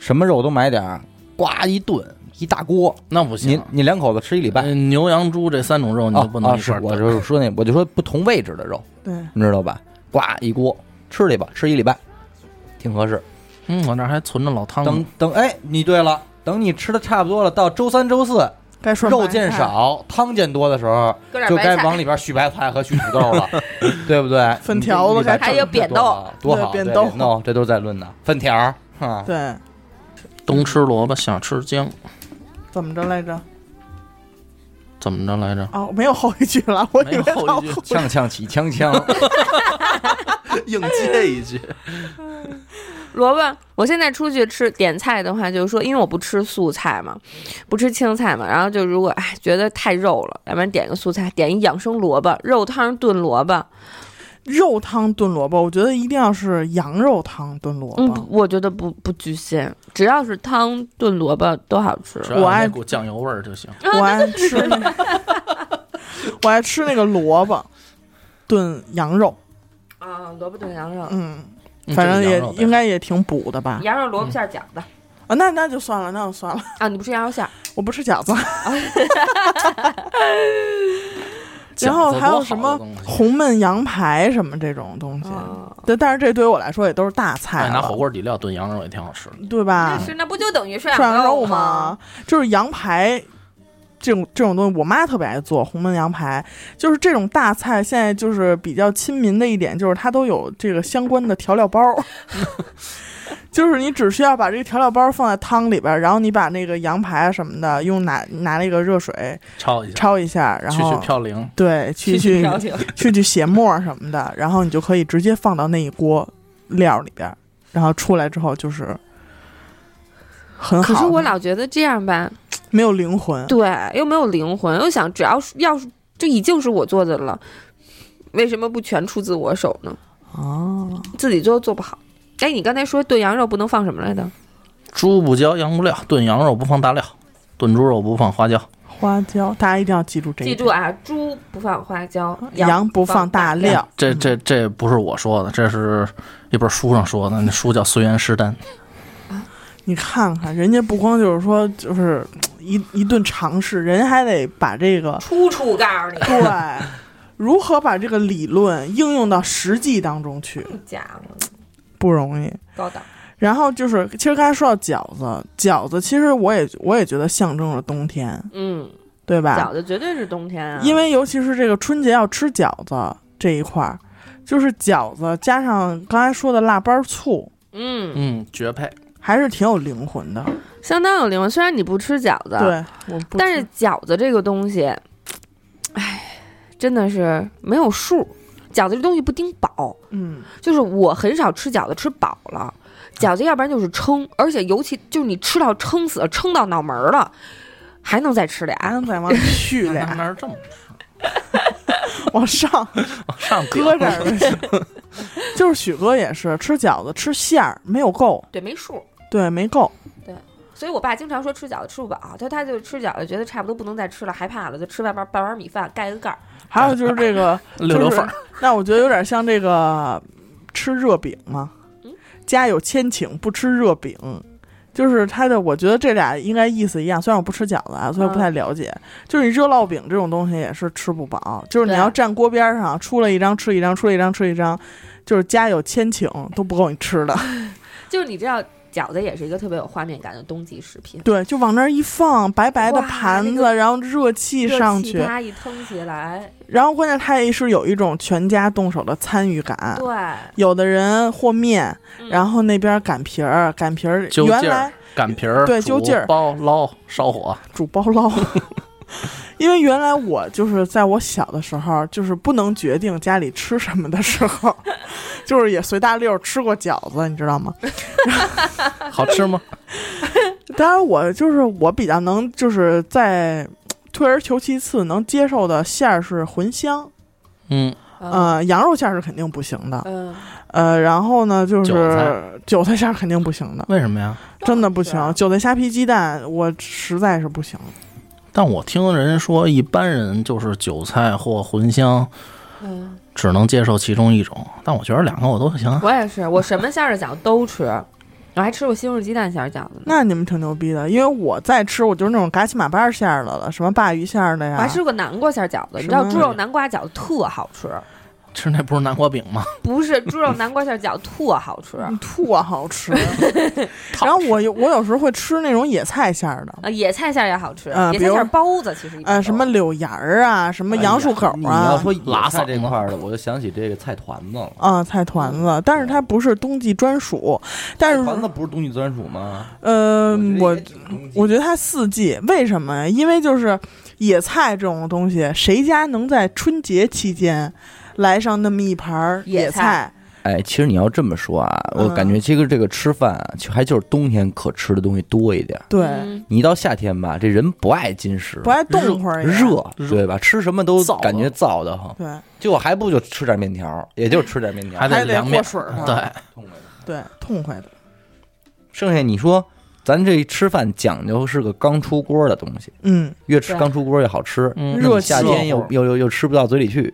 什么肉都买点儿，呱一炖一大锅。啊
那不
你
行，
你两口子吃一礼拜，
呃牛羊猪这三种肉你
啊
就不能
啊
一
是
块儿
我
炖。
就是说那，我就说不同位置的肉，
对，
你知道吧？呱一锅吃去吧，吃一礼拜，挺合适。
嗯，我那儿还存着老汤
等
呢。
等，哎，你对了，等你吃的差不多了，到周三、周四
该说
肉
白
见
菜，
少、汤见多的时候，
搁点
就
白
该往
菜，
里边续白菜和续土豆了，对不对？
粉条子
你这一礼拜
还
吃
有
得
扁
多好
豆
多
对
好，
扁
对
豆
扁豆，这都是在论的粉条儿。啊，
对，
冬吃萝卜，夏吃姜，
怎么着来着？
怎么着来着？
哦，没有后一句了，我以
[LAUGHS] 没有
为
后一
到
句
呛呛起锵锵，
硬接一句。
萝卜。我现在出去吃点菜的话，就是说，因为我不吃素菜嘛，不吃青菜嘛，然后就如果哎觉得太肉了，要不然点个素菜，点一养生萝卜，肉汤炖萝卜。
肉汤炖萝卜，我觉得一定要是羊肉汤炖萝
嗯，
卜
不。我觉得不不局限，只要是汤炖萝卜都好吃。
只要有
我
那
爱
股酱油味儿就行。
我爱吃那个，我爱吃那个萝卜炖羊肉，
啊，萝卜炖羊肉，
嗯，
嗯
反正
这个
也
羊肉得
应该也挺补的吧？
羊肉萝卜馅儿饺子
啊，那那就算了，那就算了，
啊，你不吃羊肉馅儿？
我不吃
[LAUGHS]
饺子。 [LAUGHS]
饺
然后
子
还
多
有
好
什
的
么
东西
红焖羊排什么这种东西，
哦
对，但是这对于我来说也都是大菜
哎，拿
了
火锅底料炖羊肉也挺好吃的。
对吧？
那不就等于涮
啊涮羊肉吗？？就是羊排这种这种东西，我妈特别爱做红焖羊排。就是这种大菜，现在就是比较亲民的一点，就是它都有这个相关的调料包。 [LAUGHS] 就是你只需要把这个调料包放在汤里边，然后你把那个羊排啊什么的用拿拿那个热水
焯一下，
焯一下，然
去
后
去嘌呤，
对去去
表情，
去去血沫什么的，然后你就可以直接放到那一锅料里边，然后出来之后就是很好
可
的，
是我老觉得这样吧，
没有灵
[LAUGHS]
魂。
对，又没有灵魂，又想只要是要是这已经是我做的了，为什么不全出自我手呢？
哦，
自己做做不好。哎，你刚才说炖羊肉不能放什么来的？
猪不椒，羊不料，炖羊肉不放大料，炖猪肉不放花椒。
花椒，大家一定要记住这一
记
点。
住啊，猪不放花椒，
啊羊
不
不放大
大
料。
哎这这这不是我说的，这是一本书上说的，那书叫《随园食单》。
你看看，人家不光就是说，就是一一顿尝试，人还得把这
[LAUGHS]
个
处处告诉你，
对如何把这个理论应用到实际当中去，
家伙
不容易。
高档。
然后就是，其实刚才说到饺子，饺子其实我也我也觉得象征了冬天，
嗯，
对吧？
饺子绝对是冬天啊，
啊因为尤其是这个春节要吃饺子这一块儿，就是饺子加上刚才说的腊八醋，
嗯，
嗯，绝配。
还是挺有灵魂的。
相当有灵魂。虽然你不吃饺子，，
对，我不
但是
吃
饺子这个东西，哎，真的是没有数。饺子这东西不顶饱，
嗯，
就是我很少吃饺子吃饱了，饺子要不然就是撑，而且尤其就是你吃到撑死了，撑到脑门儿了，还能再吃
还
俩。
能再 [LAUGHS] 往续
那
俩，
那是这么
往上
上顶
搁这儿就行。就是许哥也是吃饺子吃馅儿没有够，
对，没数。
对，没够。
所以我爸经常说吃饺子吃不饱，他他就吃饺子觉得差不多不能再吃了，害怕了，就吃外边半碗米饭盖个盖儿。
还有就是这个
溜溜缝
就
儿
是。
[LAUGHS]
那我觉得有点像这个吃热饼嘛
嗯，
家有千顷不吃热饼，就是它的。我觉得这俩应该意思一样，虽然我不吃饺子啊，所以不太了解。
嗯
就是你热烙饼这种东西也是吃不饱，就是你
对
要站锅边上，出了一张吃一张，出了一张吃一张，就是家有千顷都不够你吃
[LAUGHS]
的。
就是你知道，饺子也是一个特别有画面感的冬季食品。
对，就往那儿一放，白白的
哇
盘子，
那个
然后热气上去，
它一腾起来，
然后关键它也是有一种全家动手的参与感。
对，
有的人和面，
嗯
然后那边擀皮儿，擀皮儿
揪
原
劲儿
来
擀皮儿，
对
煮
揪劲儿
包捞烧火，
煮包捞， [LAUGHS] 因为原来我就是在我小的时候，就是不能决定家里吃什么的时候， [LAUGHS] 就是也随大溜儿吃过饺子，你知道吗？
好吃吗？
当然，我就是我比较能就是在退而求其次能接受的馅儿是茴香，
[LAUGHS] 嗯，
嗯
呃，羊肉馅儿是肯定不行的，
嗯，
呃，然后呢就
韭
是韭菜馅儿肯定不行的，
为什么呀？
真的不行，
是
韭菜虾皮鸡蛋我实在是不行。
但我听人说，一般人就是韭菜或茴香，
嗯，
只能接受其中一种。但我觉得两个我都行啊。
我也是，我什么馅儿的饺子都吃，我还吃过西红柿鸡蛋馅儿饺子
[LAUGHS]
呢，
那你们挺牛逼的，因为我在吃，我就是那种嘎七马八馅儿的了，什么鲅鱼馅儿的
我
呀，
还吃过南瓜馅儿饺子，你知道
啊什么
猪肉南瓜饺子特好吃，
吃那不是南瓜饼吗？
不是猪肉南瓜馅儿饺子特好吃。 [LAUGHS]
嗯兔啊好吃。然后我有我有时候会吃那种野菜馅儿的，
啊，野菜馅儿也好吃，
呃
野
比
菜
如
馅儿包子其实一般
呃，
都
什么柳芽儿啊，什么杨树口
哎你要
啊，
说
拉
野菜
嗓
这
子
块儿的，我就想起这个菜团子了。
啊、菜团子，但是它不是冬季专属，但
团子
是
不是冬季专属吗？
呃，我我
我
觉得它四季，为什么呀？因为就是野菜这种东西，谁家能在春节期间来上那么一盘儿
野
野
菜
菜？
哎，其实你要这么说啊，我感觉这个这个吃饭啊，其实还就是冬天可吃的东西多一点儿。
对，
嗯
你一到夏天吧，这人不爱进食，
不爱动会儿也
热，
热
对吧？吃什么都
燥
感觉
的
燥得慌，
对，
就还不就吃点面条儿，也就吃点面条儿，
还
还
得
得
凉
过
面。嗯
水儿呢啊
对，
对，痛快的。
剩下你说，咱这吃饭讲究是个刚出锅的东西，
嗯，
越吃
对
刚出锅越好吃。
嗯
热气
夏天又又又又吃不到嘴里去，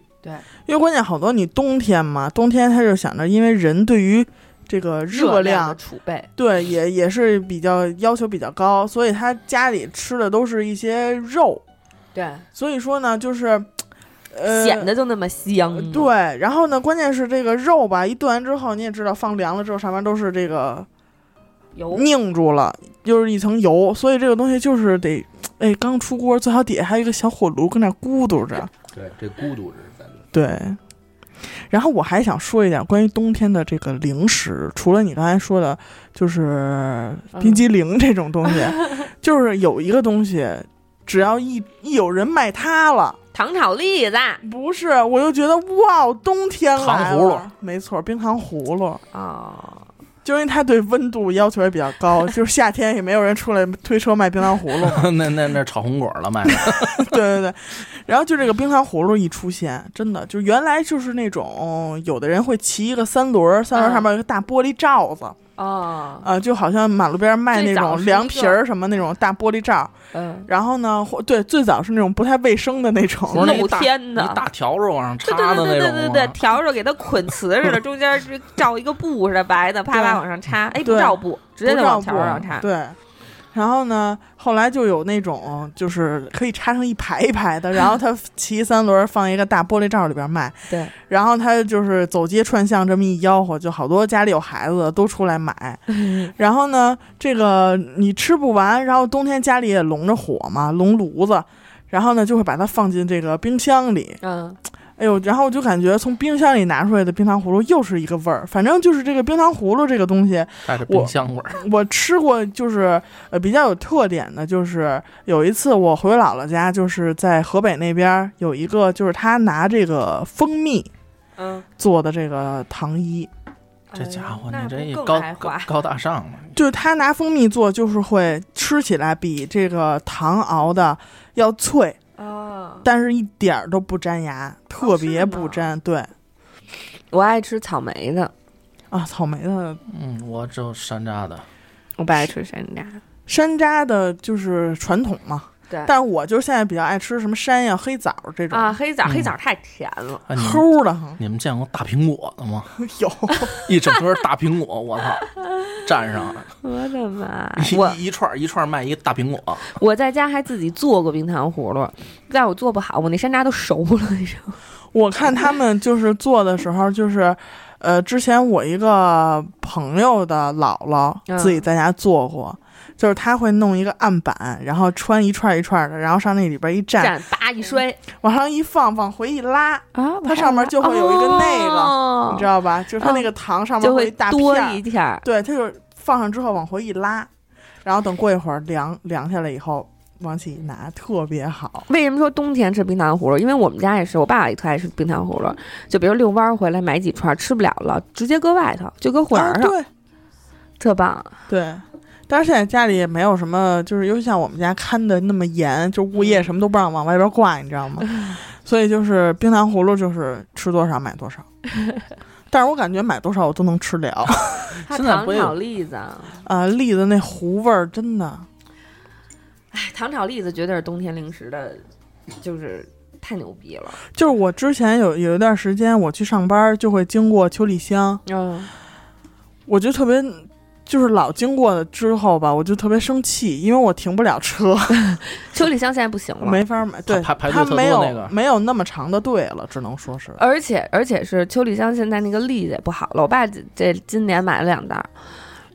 因为关键好多你冬天嘛，冬天他就想着，因为人对于这个热
热
量
的储备，
对也也是比较要求比较高，所以他家里吃的都是一些肉，
对，
所以说呢，就是呃
显得就那么香
呃
嘛。
对，然后呢，关键是这个肉吧，一炖完之后，你也知道放凉了之后，上面都是这个
油
凝住了，就是一层油，所以这个东西就是得，哎，刚出锅，最好底下还有一个小火炉跟那咕嘟着，
对，这孤独是在
对。然后我还想说一点关于冬天的这个零食，除了你刚才说的，就是冰激凌这种东西，就是有一个东西，只要一一有人卖它了，
糖炒栗子
不是我就觉得哇，冬天来
糖葫
了
芦，
没错，冰糖葫芦，
哦，
就因为它对温度要求也比较高，就是夏天也没有人出来推车卖冰糖
[LAUGHS]
葫芦嘛。
那那那炒红果了卖的，
对对对，然后就这个冰糖葫芦一出现，真的就原来就是那种有的人会骑一个三轮儿，
嗯
三轮儿上面有一个大玻璃罩子，
哦，
呃，就好像马路边儿卖那
最早
种
是一
凉
个
皮儿什么那种大玻璃罩。
[LAUGHS]
嗯，
然后呢，或对最早是那种不太卫生的那种，
不是那
露
一大
天的
一大条肉往上
对
插
对对
的那
对
种啊
对对
吗
对，条着给它捆瓷似
[LAUGHS]
的，中间是罩一个布似的白的，啪
对
啪往上插，哎，不
对
罩布，直接就往条上插。
对，然后呢，后来就有那种就是可以插成一排一排的，然后他骑三轮放一个大玻璃罩里边卖，
对，
然后他就是走街串巷这么一吆喝，就好多家里有孩子的都出来买。
嗯
然后呢，这个你吃不完，然后冬天家里也笼着火嘛，笼炉子。然后呢，就会把它放进这个冰箱里。
嗯，
哎呦，然后我就感觉从冰箱里拿出来的冰糖葫芦又是一个味儿。反正就是这个冰糖葫芦这个东西，
带着冰箱味儿。
我吃过，就是呃比较有特点的，就是有一次我回姥姥家，就是在河北那边儿有一个，就是他拿这个蜂蜜
嗯，
做的这个糖衣，
这家
嗯
伙，
哎
你
呦
这
那
也
不
高
更爱
高
花
高大上了。
就是他拿蜂蜜做，就是会吃起来比这个糖熬的要脆，
哦，
但是一点儿都不粘牙，特别不粘。对
我爱吃草莓的，
啊，草莓的
嗯，我只有山楂的，啊
我不爱吃山楂。
山楂的就是传统嘛，
对
但我就现在比较爱吃什么山药、黑枣这种
啊，黑枣，
嗯
黑枣太甜了。
啊，你们
齁的很，
你们见过大苹果的吗？
[LAUGHS] 有。
[LAUGHS] 一整个大苹果，我操，蘸上了
[LAUGHS] 我
[LAUGHS]
的妈！
哎
我
一一串一串卖一个大苹果，
我在家还自己做过冰糖葫芦，但我做不好，我那山楂都熟了，你知道吗？
我看他们就是做的时候，就是，呃，之前我一个朋友的姥姥
嗯
自己在家做过，就是她会弄一个案板，然后穿一串一串的，然后上那里边一站，
蘸叭一摔
往上一放，往回一拉，
啊，
它上面就会有一个那个
哦
你知道吧？就是它那个糖上面
就
会
会
有大片
多
儿
一片儿。
对，它就是放上之后往回一拉，然后等过一会儿凉凉下来以后往起一拿，特别好。
为什么说冬天吃冰糖葫芦？因为我们家也是，我爸爸也特爱吃冰糖葫芦。就比如遛弯儿回来买几串，吃不了了，直接搁外头，就搁火
啊
儿上，
对，
特棒。
对，但是现在家里也没有什么，就是尤其像我们家看的那么严，就物
嗯
业什么都不让往外边挂，你知道吗？所以就是冰糖葫芦就是吃多少买多
[LAUGHS]
少，但是我感觉买多少我都能吃了。 [LAUGHS]
还
现在
糖
不也有
炒栗子，
啊，栗子那糊味儿真的，
哎，糖炒栗子绝对是冬天零食的，就是太牛逼了。
就是我之前有有一段时间我去上班就会经过秋栗香，
嗯，
我就特别。就是老经过了之后吧，我就特别生气，因为我停不了车，
[LAUGHS] 秋里香现在不行了。
没法买。对，
排排队
它
特多
没有、
那个
没有那么长的队了，只能说是。
而且而且是秋梨香现在那个栗子也不好了，我爸这这今年买了两袋儿，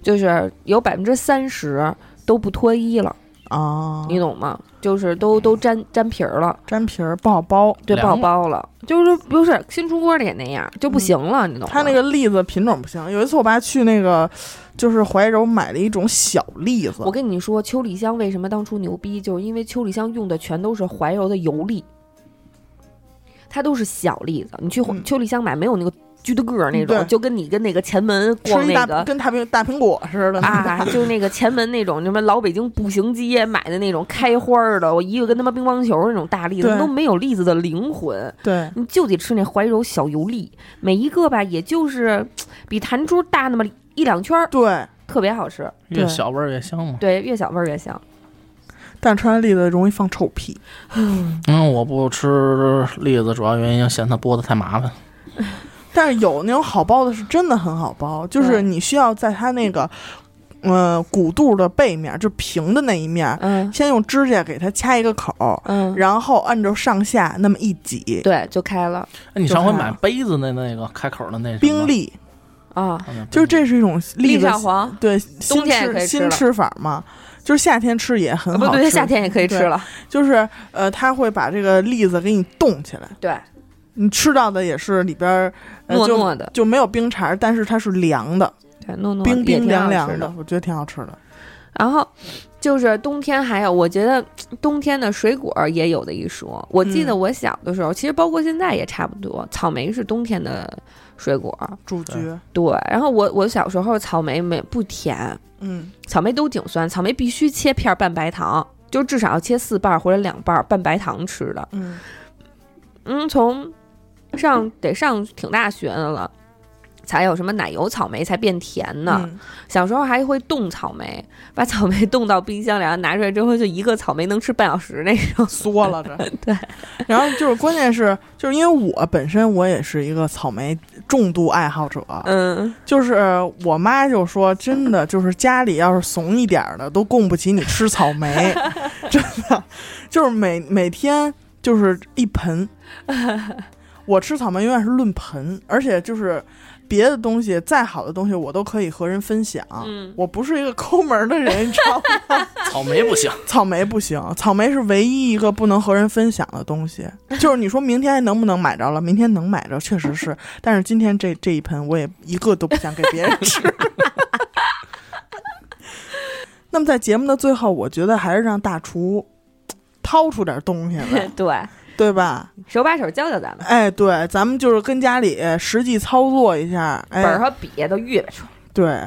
就是有百分之三十都不脱衣了，
啊，
你懂吗？就是都都粘粘皮儿了，
粘皮儿不好剥。
对，不
凉
好剥
了
了。就是不是新出锅的也那样，就不行了，你懂吗？
它那个栗子品种不行。有一次我爸去那个就是怀柔买了一种小栗子
我，跟你说，秋梨香为什么当初牛逼，就是因为秋梨香用的全都是怀柔的油栗，它都是小栗子。你去
嗯
秋梨香买没有那个巨的个儿那
对
种，就跟你跟那个前门逛
吃一大、
那个
跟大苹大苹果似的。
啊，就是那个前门那种什么老北京步行街买的那种开花儿的，我一个跟他妈乒乓球儿那种大栗子
对
都没有栗子的灵魂，
[LAUGHS] 对
你就得吃那怀柔小油栗，每一个吧也就是比弹珠大那么一两圈儿，
对，
特别好吃。
越
对
小味儿越香嘛。
对，越小味儿越香。
但吃完栗子容易放臭屁。
嗯，我不吃栗子，主要原因嫌它剥的太麻烦。
但是有那种好剥的，是真的很好剥，就是
对
你需要在它那个呃骨肚的背面，就平的那一面，
嗯
先用指甲给它掐一个口，
嗯，
然后按着上下那么一挤，
对，就开了
哎，你上回
就怕
买杯子那那个开口的那什么
嗯
冰，栗，
啊。
嗯
就是，这是一种栗
栗
子
少黄，
对，新
冬天也可
吃
以吃
新
了啊
吃法嘛，就是夏天吃也很
不
好吃。
对，夏天也可以吃
对
了。
就是呃，它会把这个栗子给你冻起来，
对，
你吃到的也是里边儿、呃、
糯
就
糯的，
就没有冰碴儿，但是它是凉的，
对，糯糯的
冰
也
冰
挺
凉
好
凉
吃的。
我觉得挺好吃的。
然后就是冬天还有，我觉得冬天的水果儿也有的一说。我记得
嗯
我小的时候，其实包括现在也差不多，草莓是冬天的水果儿。
主角，
对，然后我我小时候草莓没不甜，
嗯，
草莓都挺酸，草莓必须切片儿拌白糖，就至少要切四瓣儿或者两瓣儿拌白糖吃的。
嗯，
嗯，从上得上挺大学的了，才有什么奶油草莓才变甜呢。
嗯
小时候还会冻草莓，把草莓冻到冰箱里，然后拿出来之后，就一个草莓能吃半小时那种。
缩了着。
[LAUGHS] 对，
然后就是关键是，就是因为我本身我也是一个草莓重度爱好者，
嗯，
就是我妈就说，真的就是家里要是怂一点儿的，都供不起你吃草莓，真的，就是每每天就是一盆。我吃草莓永远是论盆，而且就是别的东西再好的东西，我都可以和人分享。
嗯
我不是一个抠门儿的人，你知道吗？
草莓不行，
草莓不行，草莓是唯一一个不能和人分享的东西。就是你说明天还能不能买着了？明天能买着，确实是。但是今天这这一盆，我也一个都不想给别人吃。 [LAUGHS] 那么在节目的最后，我觉得还是让大厨掏出点东西
[LAUGHS]
来，
对，
对吧？
手把手教教咱们，
哎，对，咱们就是跟家里实际操作一下。
本儿
哎，
和笔都预备出来。
对，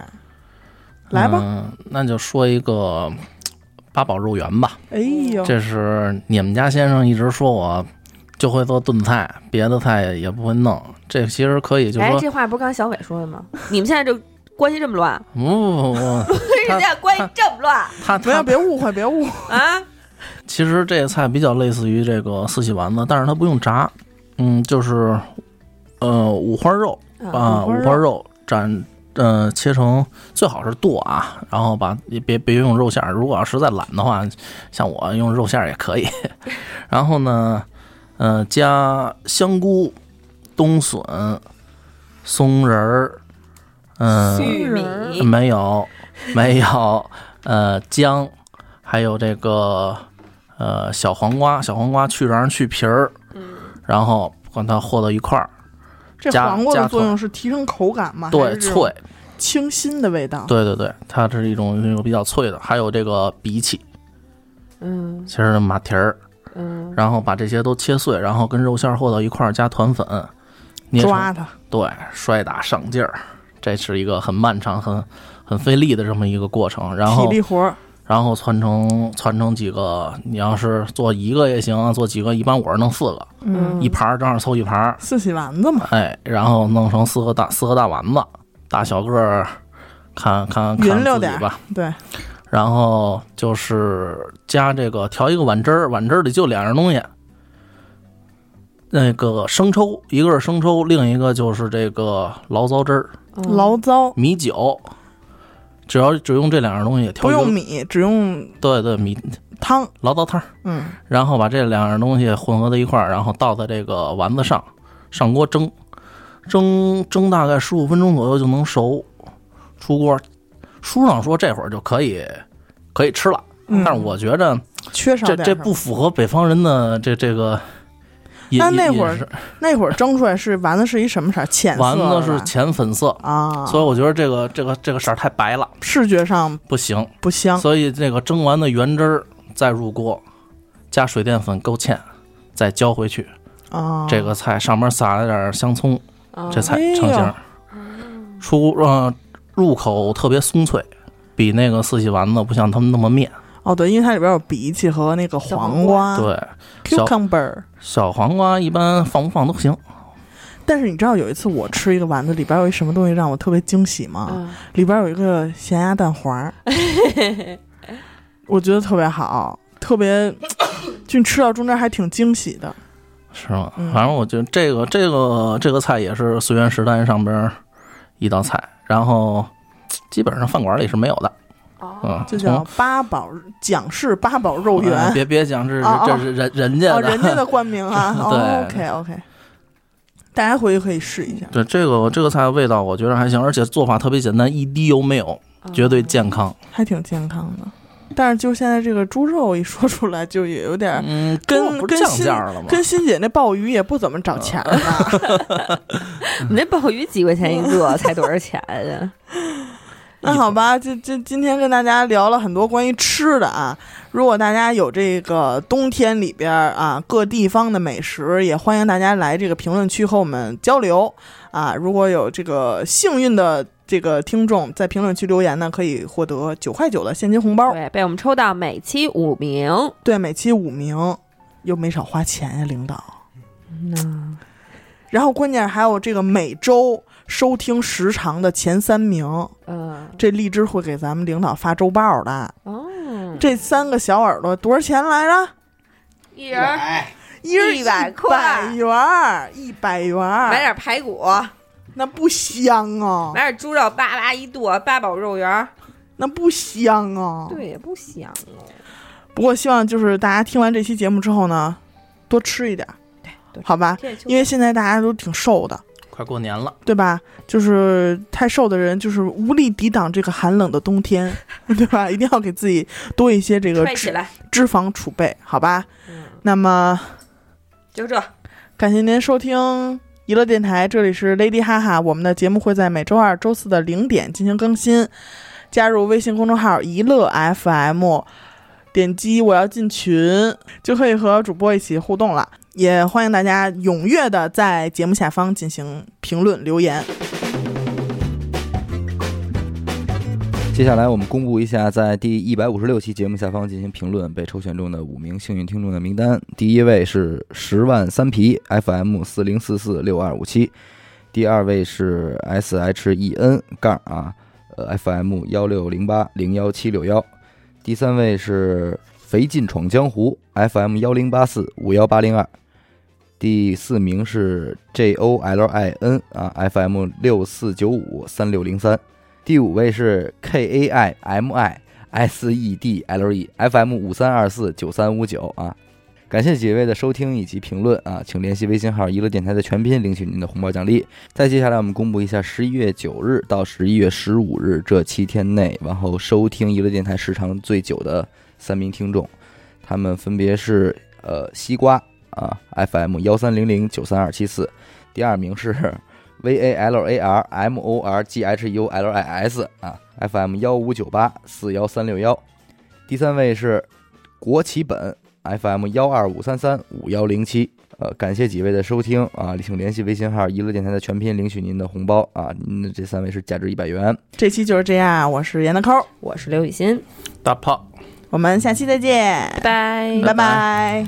来吧。
嗯，那就说一个八宝肉圆吧。
哎呦，
这是你们家先生一直说我就会做炖菜，别的菜也不会弄。这其实可以就
哎，
说
这话不是刚才小伟说的吗？你们现在这关系这么 [LAUGHS] 乱，
不不不不，
跟人家关系这么乱
他
不要
他
别误会，别误会。
[LAUGHS] 啊？
其实这个菜比较类似于这个四喜丸子，但是它不用炸，嗯，就是呃五花肉啊，
五花肉
五花肉斩呃切成最好是剁啊，然后把也别别用肉馅儿，如果要实在懒的话，像我用肉馅儿也可以。 [LAUGHS] 然后呢，呃加香菇、冬笋、松仁儿，嗯、
玉
嗯
米，
没有，没有，呃，姜，还有这个呃小黄瓜，小黄瓜去瓤儿去皮儿，
嗯
然后把它和到一块儿，
这
加
黄瓜
加
的作
葱
用是提升口感嘛？还
对，
啊是这种
脆，
清新的味道。
对对对，它是一种那种比较脆的，还有这个荸荠，
嗯
其实是马蹄儿，
嗯，
然后把这些都切碎，然后跟肉馅儿和到一块儿，加团粉，捏成
抓它。
对，摔打上劲儿，这是一个很漫长、很很费力的这么一个过程，然后
体力活儿，
然后攒成攒成几个，你要是做一个也行，做几个，一般我是弄四个，
嗯，
一盘儿正好凑一盘儿，
四喜丸子嘛，
哎，然后弄成四个大四个大丸子，大小个儿，看看
匀
看
溜
自
点
己
儿
吧。
嗯
对，
然后就是加这个调一个碗汁儿，碗汁儿里就两样东西，那个生抽，一个是生抽，另一个就是这个醪糟汁儿、
嗯
醪糟
米酒，只要只用这两样东西调
不
一个，
用米，只用
对对米
汤，
醪糟汤儿。
嗯，
然后把这两样东西混合在一块儿，然后倒在这个丸子上，上锅蒸，蒸蒸大概十五分钟左右就能熟，出锅。书上说这会儿就可以可以吃了，
嗯
但是我觉着
缺少
这
点
这
什么
不符合北方人的这这个饮。
那那
饮
会儿
食
那会儿蒸出来是丸子是一什么色儿？浅色
丸
的
子是
吧
浅粉色，
啊，
所以我觉得这个这个这个色儿太白了，
视觉上
不行。
不香。
所以这个蒸完的原汁儿再入锅，加水淀粉勾芡，再浇回去，
啊，
这个菜上面撒了点香葱，这菜成型
哎
儿。出呃入口特别松脆，比那个四喜丸子不像他们那么面。
哦对，因为它里边有荸荠和那个黄瓜
对，小
，cucumber。
小黄瓜一般放不放都行。
但是你知道有一次我吃一个丸子，里边有一什么东西让我特别惊喜吗？
嗯
啊
里边有一个咸鸭蛋黄
[LAUGHS]
儿，我觉得特别好，特别嗯就你吃到中间还挺惊喜的。
是吗？
嗯
反正我觉得这个这个这个菜也是随园食单上边儿一道菜，然后基本上饭馆里是没有的。嗯，
就
从
叫八宝蒋氏八宝肉圆
呃别别讲这
哦
是这是人人家
哦，
的，
人家的冠名
[LAUGHS]
啊。哦、
对
OK OK，大家回去可以试一下。
对这个这个菜味道我觉得还行，而且做法特别简单，一滴油没有，
哦
绝
嗯
对健康。
还挺健康的。但是就现在这个猪肉一说出来，就也有点儿
嗯，
跟
跟不
跟
是降
新
价了吗？
跟欣姐那鲍鱼也不怎么找钱儿吧？
[LAUGHS] 啊你那鲍鱼几块钱一个，才多少钱呀？
那好吧，这这今天跟大家聊了很多关于吃的啊。如果大家有这个冬天里边儿啊各地方的美食，也欢迎大家来这个评论区和我们交流啊。如果有这个幸运的这个听众在评论区留言呢，可以获得九块九的现金红包。
对，被我们抽到每期五名，
对，每期五名，又没少花钱呀，领导。
嗯，
然后关键还有这个每周收听时长的前三名，
呃，
这荔枝会给咱们领导发周报的。
哦，
这三个小耳朵多少钱来着？
一人儿
一人
100块
一百元儿，一百元儿，
买点排骨，
那不香啊，
买点猪肉，叭叭一剁，八宝肉圆儿，
那不香啊。
对，也不香哦。
不过希望就是大家听完这期节目之后呢，多吃一点儿，
多吃
好吧？
这就
因为现在大家都挺瘦的，
快过年了，
对吧？就是太瘦的人，就是无力抵挡这个寒冷的冬天， [LAUGHS] 对吧？一定要给自己多一些这个
揣起
脂
来，
脂肪储备，好吧？
嗯，
那么
就这，
感谢您收听娱乐电台，这里是 Lady 哈哈，我们的节目会在每周二、周四的零点进行更新。加入微信公众号“娱乐 FM”，点击我要进群，就可以和主播一起互动了。也欢迎大家踊跃的在节目下方进行评论留言。
接下来我们公布一下，在第一百五十六期节目下方进行评论被抽选中的五名幸运听众的名单。第一位是十万三皮 FM 四零四四六二五七，第二位是 S H E N 杠啊呃 FM 幺六零八零幺七六幺，第三位是肥进闯江湖 FM 幺零八四五幺八零二。第四名是 J O L I N 啊，FM 六四九五三六零三，第五位是 K A I M I S E D L E F M 五三二四九三五九啊。感谢几位的收听以及评论啊，请联系微信号“娱乐电台”的全拼领取您的红包奖励。再接下来，我们公布一下十一月九日到十一月十五日这七天内，然后收听娱乐电台时长最久的三名听众，他们分别是呃西瓜啊 FM 幺三零零九三二七四，第二名是 V A L A R M O R G H U L I S 啊，FM 幺五九八四幺三六幺。第三位是国企本 FM 幺二五三三五幺零七。呃，感谢几位的收听啊，请联系微信号“娱乐电台”的全拼领取您的红包啊。您的这三位是价值一百元。
这期就是这样，我是严德抠，
我是刘雨欣，
大炮。
我们下期再见，
拜拜
拜拜